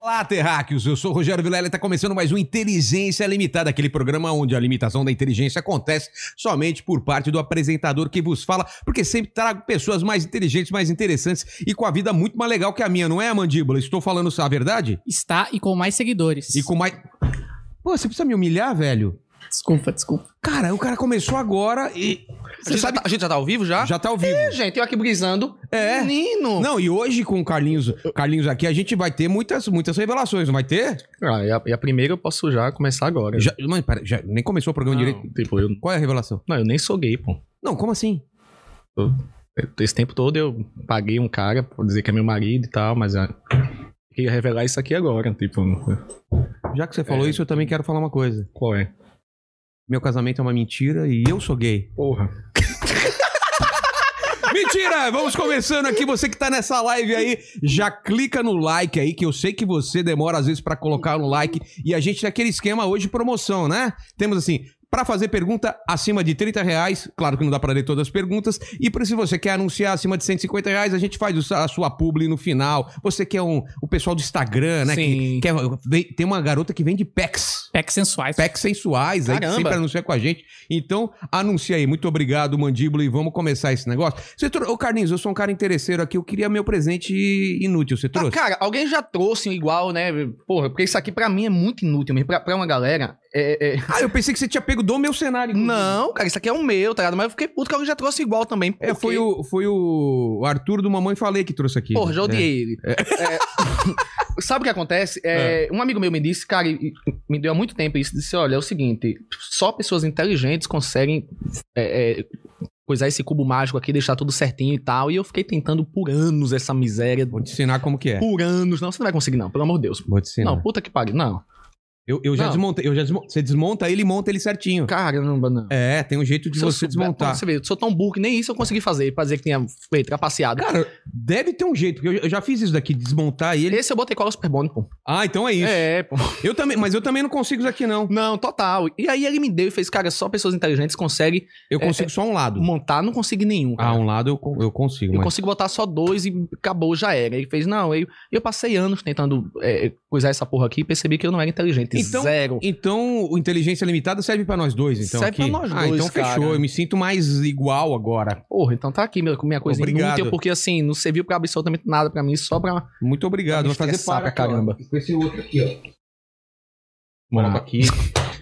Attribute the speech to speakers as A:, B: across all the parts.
A: Olá, terráqueos! Eu sou o Rogério Vilela e está começando mais um Inteligência Limitada, aquele programa onde a limitação da inteligência acontece somente por parte do apresentador que vos fala, porque sempre trago pessoas mais inteligentes, mais interessantes e com a vida muito mais legal que a minha, não é, Mandíbula? Estou falando a verdade?
B: Está e com mais seguidores.
A: E com mais... Pô, você precisa me humilhar, velho?
B: Desculpa, desculpa.
A: Cara, o cara começou agora e...
C: A
A: Você
C: gente,
A: sabe...
C: já tá, a gente já tá ao vivo já?
A: Já tá ao vivo.
C: É, gente, eu aqui brisando.
A: É.
C: Menino.
A: Não, e hoje com o Carlinhos, Carlinhos aqui, a gente vai ter muitas, muitas revelações, não vai ter?
C: Ah, e a, e a primeira eu posso já começar agora.
A: Já, mas, pera, já nem começou o programa
C: É. Não,
A: direito.
C: Tipo, eu,
A: Qual é a revelação?
C: não, eu nem sou gay, pô.
A: Não, como assim?
C: Esse tempo todo eu paguei um cara pra dizer que é meu marido e tal, mas ah, queria revelar isso aqui agora. Tipo,
A: Já que você
C: É.
A: falou isso, eu também quero falar uma coisa.
C: qual é?
A: Meu casamento é uma mentira e eu sou gay.
C: Porra.
A: Mentira! Vamos começando aqui. Você que tá nessa live aí, já clica no like aí, que eu sei que você demora às vezes pra colocar no like. E a gente tem aquele esquema hoje de promoção, né? Temos assim. Pra fazer pergunta acima de 30 reais, claro que não dá pra ler todas as perguntas. E pra- se você quer anunciar acima de 150 reais, a gente faz o- a sua publi no final. Você quer um, o pessoal do Instagram, né? Que,
C: Sim.
A: quer- vem- tem uma garota que vende packs.
B: Packs sensuais.
A: Packs sensuais aí, que
C: Caramba.
A: sempre anuncia com a gente. Então, anuncia aí. Muito obrigado, Mandíbula, e vamos começar esse negócio. Você trouxe... Ô, Carlinhos, eu sou um cara interesseiro aqui, eu queria meu presente inútil. Você
C: Ah,
A: trouxe?
C: cara, alguém já trouxe um igual, né? Porra, porque isso aqui pra mim é muito inútil mesmo. Pra, pra uma galera, é- é-
A: Ah, eu pensei que você tinha pego do meu cenário.
C: Não, cara, isso aqui é o meu, tá ligado? Mas eu fiquei puto que alguém já trouxe igual também.
A: É,
C: porque-
A: foi, o, foi o Arthur do Mamãe Falei que trouxe aqui.
C: Porra, já
A: É.
C: odiei ele. É, sabe o que acontece? É, Um amigo meu me disse, cara, e- e me deu há muito tempo isso, disse, olha, é o seguinte, só pessoas inteligentes conseguem é, é, coisar esse cubo mágico aqui, deixar tudo certinho e tal, e eu fiquei tentando por anos essa miséria,
A: Vou te ensinar como que é.
C: por anos, não, você não vai conseguir não, pelo amor de Deus.
A: Vou te ensinar.
C: Não, puta que pariu, não.
A: eu, eu já
C: não.
A: desmontei. Eu já desmon- Você desmonta ele e monta ele certinho.
C: Caramba, não.
A: É, tem um jeito de
C: Se eu
A: você
C: souber-
A: desmontar.
C: Você vê, eu sou tão burro que nem isso eu consegui fazer, pra dizer que tinha feito, trapaceado.
A: Cara, deve ter um jeito, porque eu- eu já fiz isso daqui, desmontar ele.
C: Esse eu botei cola superbônica, pô.
A: Ah, então é isso.
C: É, pô.
A: Eu também, mas eu também não consigo isso aqui, não.
C: Não, total. E aí ele me deu e fez, cara, só pessoas inteligentes conseguem
A: Eu consigo
C: é
A: só um lado.
C: montar, não consegui nenhum.
A: Ah,
C: Cara.
A: um lado eu, con- eu consigo,
C: Eu
A: mas...
C: consigo botar só dois e acabou, já era. Ele fez, não, eu, eu passei anos tentando é, coisar essa porra aqui e percebi que eu não era inteligente.
A: Então,
C: Zero.
A: Então, o inteligência limitada serve pra nós dois, então.
C: Serve
A: aqui?
C: pra nós
A: Ah,
C: dois,
A: então
C: cara.
A: fechou. Eu me sinto mais igual agora.
C: Porra, então tá aqui minha, minha coisa
A: Obrigado.
C: inútil, porque assim, não serviu pra absolutamente nada pra mim, só pra.
A: Muito obrigado. Vai
C: Pra me
A: fazer
C: estressar
A: para
C: pra é caramba.
A: aqui, ó. Com Esse outro aqui, ó.
C: Mano,
A: aqui.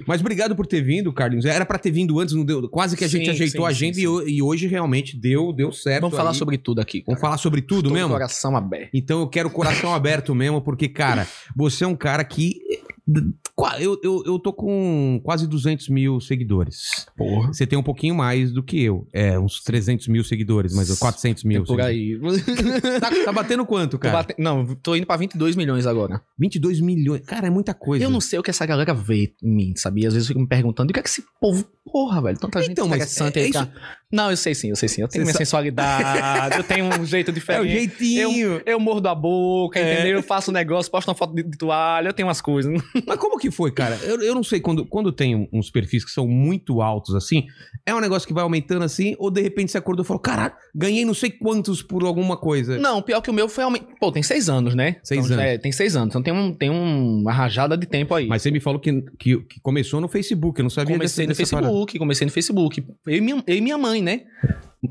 A: Mas obrigado por ter vindo, Carlinhos. Era pra ter vindo antes, não deu. Quase que a gente
C: Sim,
A: ajeitou
C: sim,
A: a
C: sim,
A: agenda
C: sim.
A: e, ho- e hoje realmente deu, deu certo.
C: Vamos falar
A: aí.
C: sobre tudo aqui.
A: Vamos falar sobre tudo
C: Todo
A: mesmo?
C: Coração aberto.
A: Então eu quero coração aberto mesmo, porque, cara, você é um cara que. Qua- Eu, eu, eu tô com quase 200 mil seguidores.
C: Porra.
A: Você tem um pouquinho mais do que eu. É, uns 300 mil seguidores, mas 400 mil.
C: Por aí.
A: seguidores. Tá, tá batendo quanto,
C: Tô
A: cara?
C: bate- Não, tô indo pra 22 milhões agora.
A: 22 milhões. Cara, é muita coisa.
C: Eu não sei o que essa galera vê em mim, sabia? Às vezes eu fico me perguntando, o que é que esse povo... Porra, velho, tanta gente
A: Então, mas
C: interessante
A: é-
C: aí.
A: é
C: cara. Não, eu sei sim, eu sei sim. Eu tenho
A: Você
C: minha
A: sa-
C: sensualidade, eu tenho um jeito
A: É o
C: diferente.
A: jeitinho. É.
C: Eu mordo a boca, entendeu? Eu faço um negócio, posto uma foto de, de toalha, eu tenho umas coisas.
A: Mas como que foi, cara? Eu, eu não sei, quando, quando tem um, uns perfis que são muito altos assim, é um negócio que vai aumentando assim, ou de repente você acordou e falou: caralho, ganhei não sei quantos por alguma coisa.
C: Não, pior que o meu foi... aumen- Pô, tem seis anos, né?
A: É. Seis
C: Então,
A: anos.
C: É, tem seis anos. Então tem, um, tem um- uma rajada de tempo aí.
A: Mas você me falou que, que, que começou no Facebook, eu não sabia
C: comecei no
A: dessa- dessa parada.
C: Facebook, comecei no Facebook. Eu e minha, eu e minha mãe, né?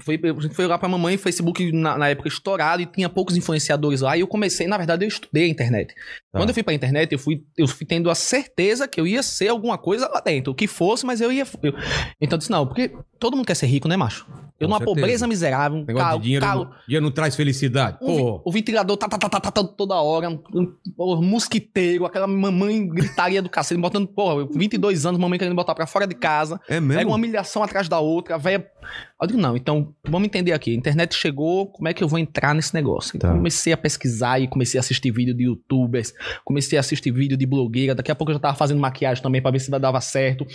C: Foi, eu- a gente foi lá pra mamãe, Facebook na, na época estourado e tinha poucos influenciadores lá. E eu comecei, na verdade, eu estudei a internet.
A: Tá.
C: Quando eu fui pra internet, eu fui, eu fui tendo a certeza que eu ia ser alguma coisa lá dentro. O que fosse, mas eu ia. eu- Então eu disse, não, porque todo mundo quer ser rico, né, macho? Eu
A: Com
C: numa
A: certeza.
C: pobreza miserável, um
A: Negócio
C: calo,
A: de dinheiro,
C: calo,
A: não, dinheiro não traz felicidade.
C: um vi-
A: Pô,
C: o ventilador tá, tá, tá, tá, tá, tá toda hora, um, um- um mosquiteiro, aquela mamãe gritaria do cacete, botando, porra, 22 anos, mamãe querendo botar pra fora de casa.
A: é mesmo?
C: Era uma humilhação atrás da outra, velho. Eu digo, não, então vamos entender aqui. A internet chegou, como é que eu vou entrar nesse negócio? Então,
A: Tá.
C: Comecei a pesquisar e comecei a assistir vídeo de youtubers, comecei a assistir vídeo de blogueira. Daqui a pouco eu já tava fazendo maquiagem também pra ver se dava certo.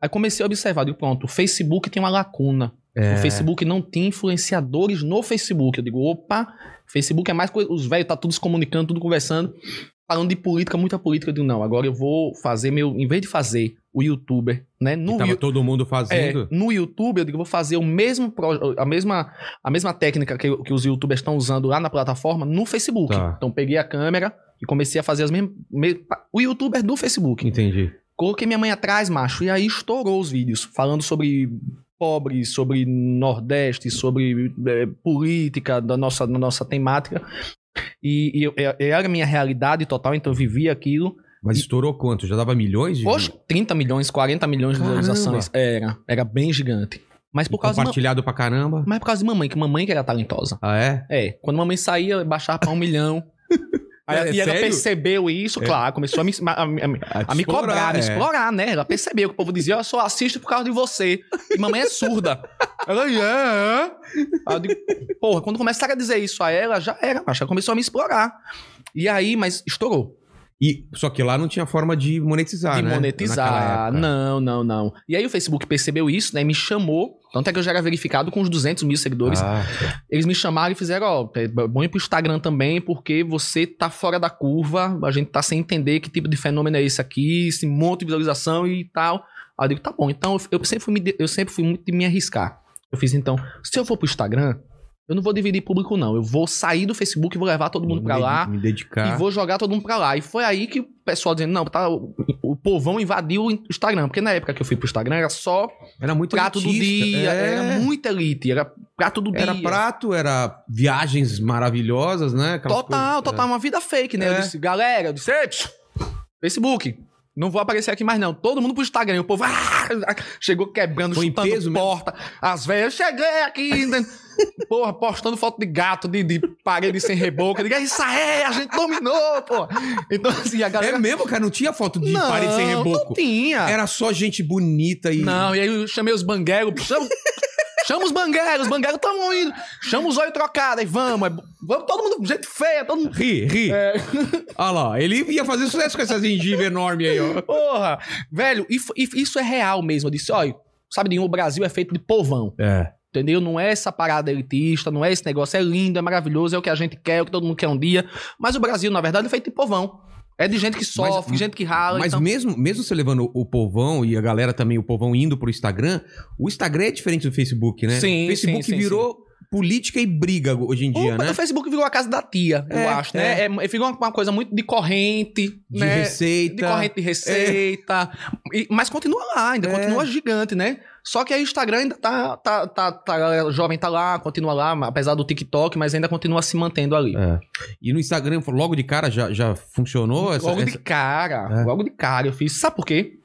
C: Aí comecei a observar, digo, pronto, o Facebook tem uma lacuna.
A: É.
C: O Facebook não tem influenciadores no Facebook. Eu digo, opa, Facebook é mais coisa. Os velhos tá tudo se comunicando, tudo conversando. Falando de política, muita política. Eu digo, não, agora eu vou fazer meu. Em vez de fazer o youtuber, né?
D: Que
C: No,
A: tá
D: tava
C: Yu-
D: todo mundo
C: é,
D: fazendo.
C: no YouTube, eu digo, eu vou fazer o mesmo pro- a mesma, a mesma técnica que, que os youtubers estão usando lá na plataforma no Facebook.
D: Tá.
C: Então peguei a câmera e comecei a fazer as mesmas. me- o youtuber do Facebook.
D: Entendi.
C: Coloquei minha mãe atrás, macho, e aí estourou os vídeos, falando sobre pobre, sobre Nordeste, sobre eh, política, da nossa, da nossa temática. E, e eu- eh, era a minha realidade total, então eu vivia aquilo.
D: Mas estourou quanto? Já dava milhões de
C: Poxa, 30 milhões, 40 milhões de
D: Caramba.
C: visualizações. Era, era bem gigante. Mas por,
D: E
C: causa de, ma-
D: compartilhado pra caramba.
C: mas é por causa de mamãe, que mamãe que era talentosa.
D: Ah, é?
C: É, quando mamãe saía, baixava pra um milhão. Aí ela-
D: É
C: e ela
D: sério?
C: percebeu isso,
D: É.
C: claro, começou a me, a- a- a-
A: Ah,
C: a me cobrar, a
A: é.
C: me
D: explorar. é.
C: explorar, né? Ela percebeu que o povo dizia, eu só assisto por causa de você. E mamãe é surda. Ela, é. Aí eu digo, porra, quando começaram a dizer isso a ela, já era, macho. Ela começou a me explorar. E aí, mas estourou.
D: E, só que lá não tinha forma de monetizar,
C: de
D: né? Naquela
C: monetizar.
D: época.
C: Não, não, não. E aí o Facebook percebeu isso, né? E me chamou. Tanto é que eu já era verificado com uns 200 mil seguidores.
D: Ah,
C: Eles me chamaram e fizeram, ó, é bom ir pro Instagram também, porque você tá fora da curva, a gente tá sem entender que tipo de fenômeno é esse aqui, esse monte de visualização e tal. Aí eu digo, tá bom, então eu, eu sempre fui me de- eu sempre fui muito de me arriscar. Eu fiz, então, se eu for pro Instagram, eu não vou dividir público, não. Eu vou sair do Facebook, vou levar todo mundo pra
D: me
C: lá
D: dedi- Me dedicar.
C: e vou jogar todo mundo pra lá. E foi aí que o pessoal dizendo, não, tá, o, o povão invadiu o Instagram. Porque na época que eu fui pro Instagram era só
D: Era muito
C: prato do
D: elitista,
C: dia,
D: é.
C: era muito elite, era prato do
D: Era
C: dia.
D: prato, era viagens maravilhosas, né? Aquelas
C: Total,
D: coisas-
C: total, uma vida fake, né?
D: É.
C: Eu disse, galera, eu disse, "Ei, psiu, Facebook, não vou aparecer aqui mais não. Todo mundo pro Instagram, e o povo "Ah!" chegou quebrando,
D: Foi em
C: chutando
D: peso mesmo?
C: porta. As velhas, cheguei aqui, né? porra, postando foto de gato, de, de parede sem reboca. Eu digo, "É Isso aí, a gente dominou, pô. Então, assim, a
D: É
C: galera...
D: mesmo, cara? Não tinha foto É de
C: não,
D: parede sem
C: não
D: reboco.
C: tinha.
D: Era só gente bonita e.
C: Não, e aí eu chamei os bangueros, chama, chama os bangueros, os bangueros tamo indo. Chama os olhos trocados, aí vamos, aí vamos todo mundo, gente feia, todo mundo...
D: Ri, ri.
C: É.
D: Olha lá, ele ia fazer sucesso com essa gengiva enorme aí, ó.
C: Porra! Velho, e, fo- e isso é real mesmo. Eu disse, olha, sabe nenhum, o Brasil é feito de povão.
D: É.
C: Entendeu? Não é essa parada elitista, não é esse negócio, é lindo, é maravilhoso, é o que a gente quer, é o que todo mundo quer um dia. Mas o Brasil, na verdade, é feito de povão. É de gente que sofre, gente que rala.
D: Mas
C: então...
D: mesmo, mesmo você levando o povão e a galera também, o povão indo pro Instagram, o Instagram é diferente do Facebook, né?
C: Sim,
D: O Facebook
C: sim, sim,
D: virou política e briga hoje em dia,
C: o,
D: né?
C: o então Facebook virou a casa da tia,
D: É,
C: eu acho, né? É, é- ficou uma, uma coisa muito de corrente,
D: De
C: né?
D: receita.
C: De corrente de receita. E- mas continua lá, ainda
D: É.
C: continua gigante, né? Só que aí o Instagram ainda tá, tá, tá, tá- a Jovem tá lá, continua lá, apesar do TikTok, mas ainda continua se mantendo ali.
D: É. E no Instagram, logo de cara, já, já funcionou essa.
C: logo de
D: essa-
C: cara,
D: É.
C: logo de cara eu fiz. Sabe por quê?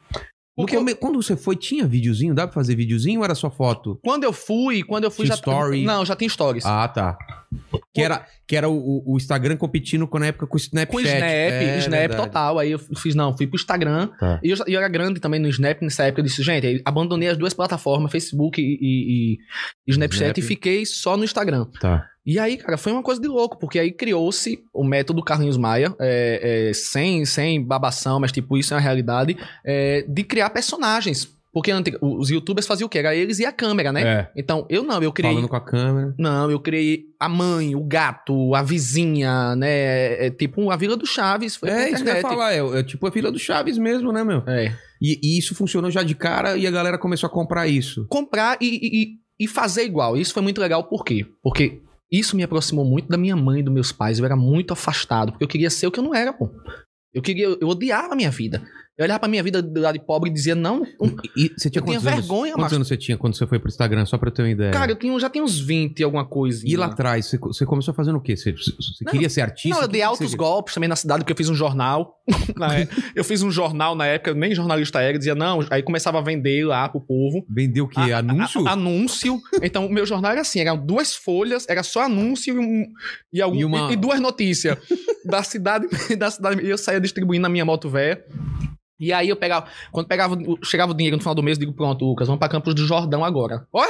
D: No
C: Porque eu-
D: come- Quando você foi, tinha videozinho? Dá pra fazer videozinho ou era só foto?
C: quando eu fui, quando eu fui
D: Tinha
C: já.
D: story.
C: Não, já tem stories.
D: Ah, tá. Que era, que era o- o, o Instagram competindo com, na época com o Snapchat.
C: Com o Snap,
D: É,
C: Snap
D: verdade.
C: total. Aí eu fiz, não, fui pro Instagram.
D: Tá.
C: E eu, já- eu era grande também no Snap nessa época. Eu disse, gente, aí abandonei as duas plataformas, Facebook e, e- e Snapchat,
D: Snap.
C: e fiquei só no Instagram.
D: Tá.
C: E aí, cara, foi uma coisa de louco, porque aí criou-se o método Carlinhos Maia, é, é, sem, sem babação, mas tipo, isso é uma realidade, é, de criar personagens. Porque ante- os youtubers faziam o quê? Era eles e a câmera, né?
D: É.
C: Então, eu não, eu criei.
D: Falando com a câmera.
C: Não, eu criei a mãe, o gato, a vizinha, né? É tipo a Vila do Chaves. Foi pra
D: É, isso que eu ia
C: internet.
D: falar. É, é tipo a fila do Chaves mesmo, né, meu?
C: É.
D: E, e isso funcionou já de cara e a galera começou a comprar isso.
C: comprar e, e- e- e fazer igual. Isso foi muito legal, por quê? Porque isso me aproximou muito da minha mãe e dos meus pais. Eu era muito afastado, porque eu queria ser o que eu não era, pô. Eu queria, eu odiava a minha vida. Eu olhava pra minha vida do lado de pobre e dizia, não. um-
D: E você tinha
C: Eu tinha
D: quantos anos?
C: vergonha,
D: Quantos
C: macho.
D: anos você tinha quando você foi pro Instagram? Só pra eu ter uma ideia.
C: Cara, eu tinha, já tinha uns 20 e alguma coisa.
D: É. e lá atrás, você, você começou fazendo o quê? Você, você
C: Não,
D: queria ser artista?
C: Não, eu
D: O que Ah,
C: dei
D: que
C: altos
D: você-
C: golpes também na cidade, porque eu fiz um jornal. Na é- eu fiz um jornal na época, nem jornalista era, dizia, não. Aí começava a vender lá pro povo.
D: Vendeu o quê?
C: A-
D: Anúncio?
C: A- Ah, anúncio. Então, o meu jornal era assim: eram duas folhas, era só anúncio e, um- e, algum-
D: E uma-
C: e- e duas notícias da cidade. da cidade. E eu saía distribuindo na minha moto véia. E aí eu pegava, quando pegava, o- chegava o dinheiro no final do mês, eu digo, pronto, Lucas, vamos pra Campos do Jordão agora. Ó,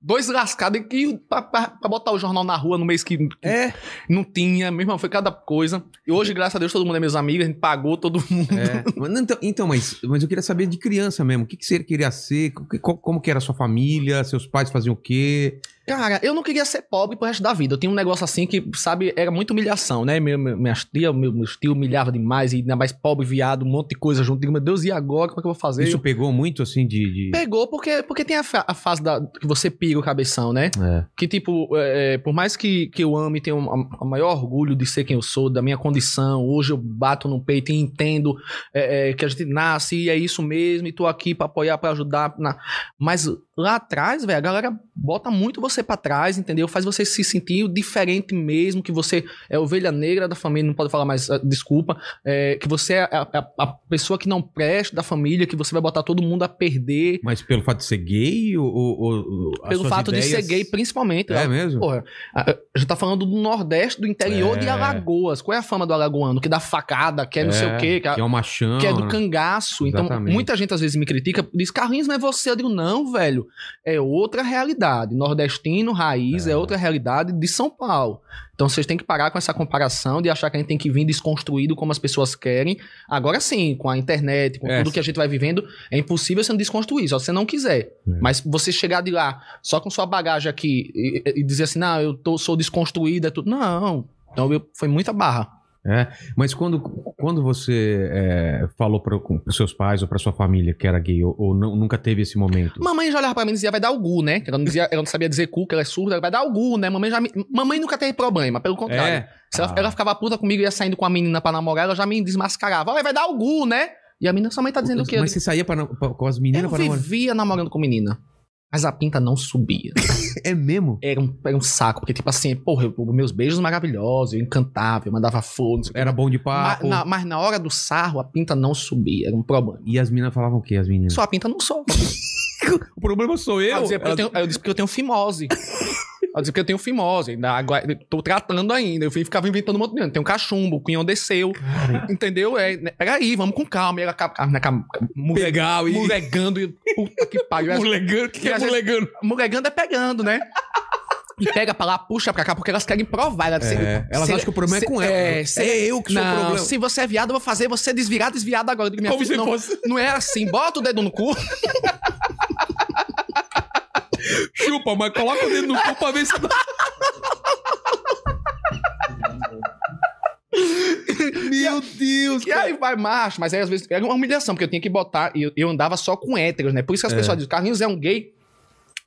C: dois lascados aqui pra, pra- pra botar o jornal na rua no mês que, que
D: É.
C: não tinha. Meu irmão, foi cada coisa. E hoje, graças a Deus, todo mundo é meus amigos, a gente pagou todo mundo.
D: Mas não, Então, então mas, mas eu queria saber de criança mesmo. O que, que você queria ser? Co- que- co- Como, que era a sua família? Seus pais faziam o quê?
C: Cara, eu não queria ser pobre pro resto da vida. Eu tinha um negócio assim que, sabe, era muita humilhação, né? Meu, meu, minhas tia, meu, meus tios humilhavam demais, e ainda mais pobre, viado, um monte de coisa junto. Digo, meu Deus, e agora? Como é que eu vou fazer?
D: Isso pegou muito, assim, de... de-
C: Pegou porque, porque tem a, fa- a fase da, que você pira o cabeção, né?
D: É.
C: Que, tipo, é, é, por mais que, que eu ame, tenha um- a- o maior orgulho de ser quem eu sou, da minha condição, hoje eu bato no peito e entendo é, é, que a gente nasce e é isso mesmo, e tô aqui pra apoiar, pra ajudar. na- Mas lá atrás, velho, a galera bota muito você pra trás, entendeu? Faz você se sentir diferente mesmo, que você é ovelha negra da família, não pode falar mais, ah, desculpa, é, que você é a, a- a pessoa que não presta da família, que você vai botar todo mundo a perder.
D: Mas pelo fato de ser gay ou... ou- ou- as
C: Pelo
D: suas
C: fato de ser
D: ideias-
C: gay, principalmente.
D: É mesmo?
C: Porra, a, a gente tá falando do Nordeste, do interior
D: É.
C: de Alagoas. Qual é a fama do alagoano? Que dá facada, que é não sei o quê, que, é-
D: Que é o machão.
C: que é do
D: né?
C: cangaço. Então,
D: Exatamente.
C: muita gente às vezes me critica, diz, Carlinhos, não é você. Eu digo, não, velho, é outra realidade. Nordestino, raiz, é, outra realidade de São Paulo. Então, vocês têm que parar com essa comparação de achar que a gente tem que vir desconstruído como as pessoas querem. Agora sim, com a internet, com
D: É.
C: tudo que a gente vai vivendo, é impossível você não desconstruir, só se você não
D: É.
C: quiser. Mas você chegar de lá, só com sua bagagem aqui, e, e- e dizer assim, não, eu tô- sou desconstruída, tudo. Não. Então, eu- foi muita barra.
D: Mas quando, quando você é, falou para os seus pais ou para sua família que era gay ou, ou não- nunca teve esse momento?
C: Mamãe já olhava pra mim e dizia, vai dar o gu, né? Ela não, dizia- ela não sabia dizer cu, que ela é surda, ela vai dar o gu, né? Mamãe, já me- mamãe nunca teve problema, pelo contrário. Se ela,
D: Ah.
C: ela ficava puta comigo e ia saindo com a menina pra namorar, ela já me desmascarava. Olha, vai dar o gu, né? E a menina, sua mãe tá dizendo o quê? Eu
D: Mas você saía pra, pra- com as meninas
C: digo,
D: para
C: eu vivia namorando com menina. Mas a pinta não subia.
D: É mesmo?
C: Era um, era um saco, porque, tipo assim, porra, eu- meus beijos maravilhosos, eu encantava, eu mandava fogo, não sei o quê.
D: Era bom de
C: Ma-
D: papo.
C: na- mas na hora do sarro, a pinta não subia, era um problema.
D: E as meninas falavam o quê, as meninas?
C: Só a pinta não sobe.
D: O problema sou
C: Aí Eu, dizia, porque eu, tenho, aí eu disse porque eu tenho fimose. Aí Eu disse porque eu tenho fimose. Ainda, agora, eu tô tratando ainda. Eu fui- ficava inventando um monte de coisa. Tem um cachumbo, o cunhão desceu. Entendeu? É, né? Peraí, vamos com calma. E ela acaba- acaba- acaba- mure-
D: Legal, e.
C: muregando. E, puta que pariu. Elas-
D: Mulegando, o que, que
C: E
D: é
C: às vezes-
D: mulegando?
C: Muregando é pegando, né? E pega pra lá, puxa pra cá, porque elas querem provar. Elas, dizem,
D: É, elas
C: se-
D: acham que o problema
C: se-
D: é com ela.
C: É, se-
D: eu que
C: não, se você é viado, eu vou fazer você desvirar, desviado agora. Eu digo, minha
D: Como
C: filha,
D: se
C: não,
D: fosse.
C: não é assim. Bota o dedo no cu.
D: Chupa, mas coloca o dedo no cu pra ver se dá. Meu Deus,
C: E aí vai macho, mas aí às vezes era uma humilhação, porque eu tinha que botar, e eu, eu andava só com héteros, né? Por isso que as pessoas dizem, Carlinhos é um gay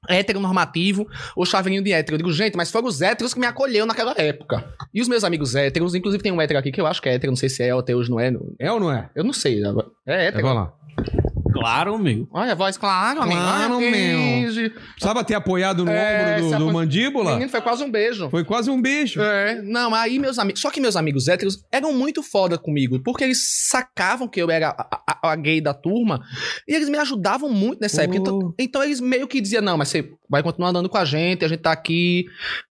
C: heteronormativo ou chaveirinho de hétero. Eu digo, gente, mas foram os héteros que me acolheu naquela época. E os meus amigos héteros, inclusive tem um hétero aqui que eu acho que é hétero, não sei se é ou até hoje não é. não-
D: É ou não é?
C: Eu não sei. né? É hétero.
D: Vai lá.
E: Claro, meu.
C: Olha a voz, claro, amigo.
D: Claro,
C: Olha,
D: meu.
C: Cris.
D: Precisava ter apoiado no
C: É,
D: ombro do,
C: se
D: do
C: apo-
D: mandíbula.
C: Menino, foi quase um beijo.
D: Foi quase um beijo.
C: É, não, aí meus amigos. Só que meus amigos héteros eram muito foda comigo, porque eles sacavam que eu era a, a- a gay da turma e eles me ajudavam muito nessa
D: Oh.
C: época. Então, então eles meio que diziam: não, mas você vai continuar andando com a gente, a gente tá aqui,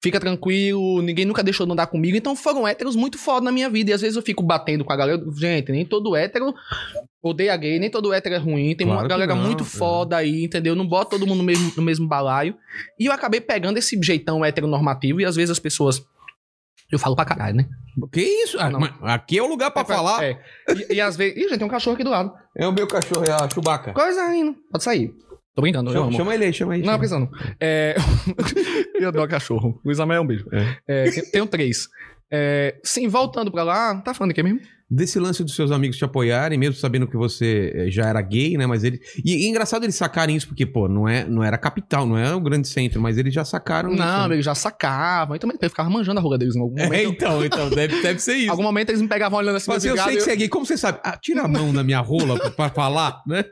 C: fica tranquilo, ninguém nunca deixou de andar comigo. Então foram héteros muito foda na minha vida. E às vezes eu fico batendo com a galera, eu digo, gente, nem todo hétero. Odeia gay, nem todo hétero é ruim. Tem
D: Claro
C: uma
D: que
C: galera
D: não, é.
C: muito foda aí, entendeu? Não bota todo mundo no mesmo, no mesmo balaio. E eu acabei pegando esse jeitão heteronormativo e às vezes as pessoas eu falo pra caralho, né?
D: Que isso? Ah,
C: Não.
D: mas aqui é o lugar pra falar. É.
C: É. E, e às vezes. Ih, gente, tem um cachorro aqui do lado.
D: o meu cachorro, é a Chubaca.
C: Coisa aí, não. Pode sair. Tô brincando, eu
D: Chama,
C: amo.
D: chama ele aí, chama ele.
C: Não, precisa não. É... eu adoro cachorro. Luiz Amel é um beijo. É, tem- tenho três. É, sim, voltando pra lá. Tá falando aqui mesmo?
D: Desse lance dos seus amigos te apoiarem, mesmo sabendo que você eh, já era gay, né? Mas eles. E, e engraçado eles sacarem isso, porque, pô, não, é, não era capital, não era um grande centro, mas eles já sacaram.
C: Não,
D: isso.
C: eles já sacavam. E também eu ficava manjando a roda deles em algum momento.
D: É, então, então, deve, deve ser
C: Em
D: isso.
C: algum momento eles me pegavam olhando assim
D: Mas eu
C: desligado,
D: sei que você é gay, como você sabe? Ah, tira a mão da minha rola pra- pra falar, né?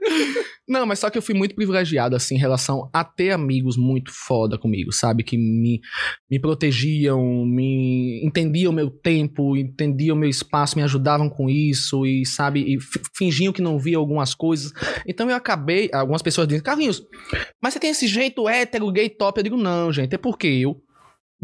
C: Não, mas só que eu fui muito privilegiado, assim, em relação a ter amigos muito foda comigo, sabe? Que me, me protegiam, me entendiam meu tempo, entendiam meu espaço, me ajudavam com isso e, sabe, e fi- fingiam que não via algumas coisas. Então eu acabei, algumas pessoas dizem, Carlinhos, mas você tem esse jeito hétero, gay, top? Eu digo, não, gente, é porque eu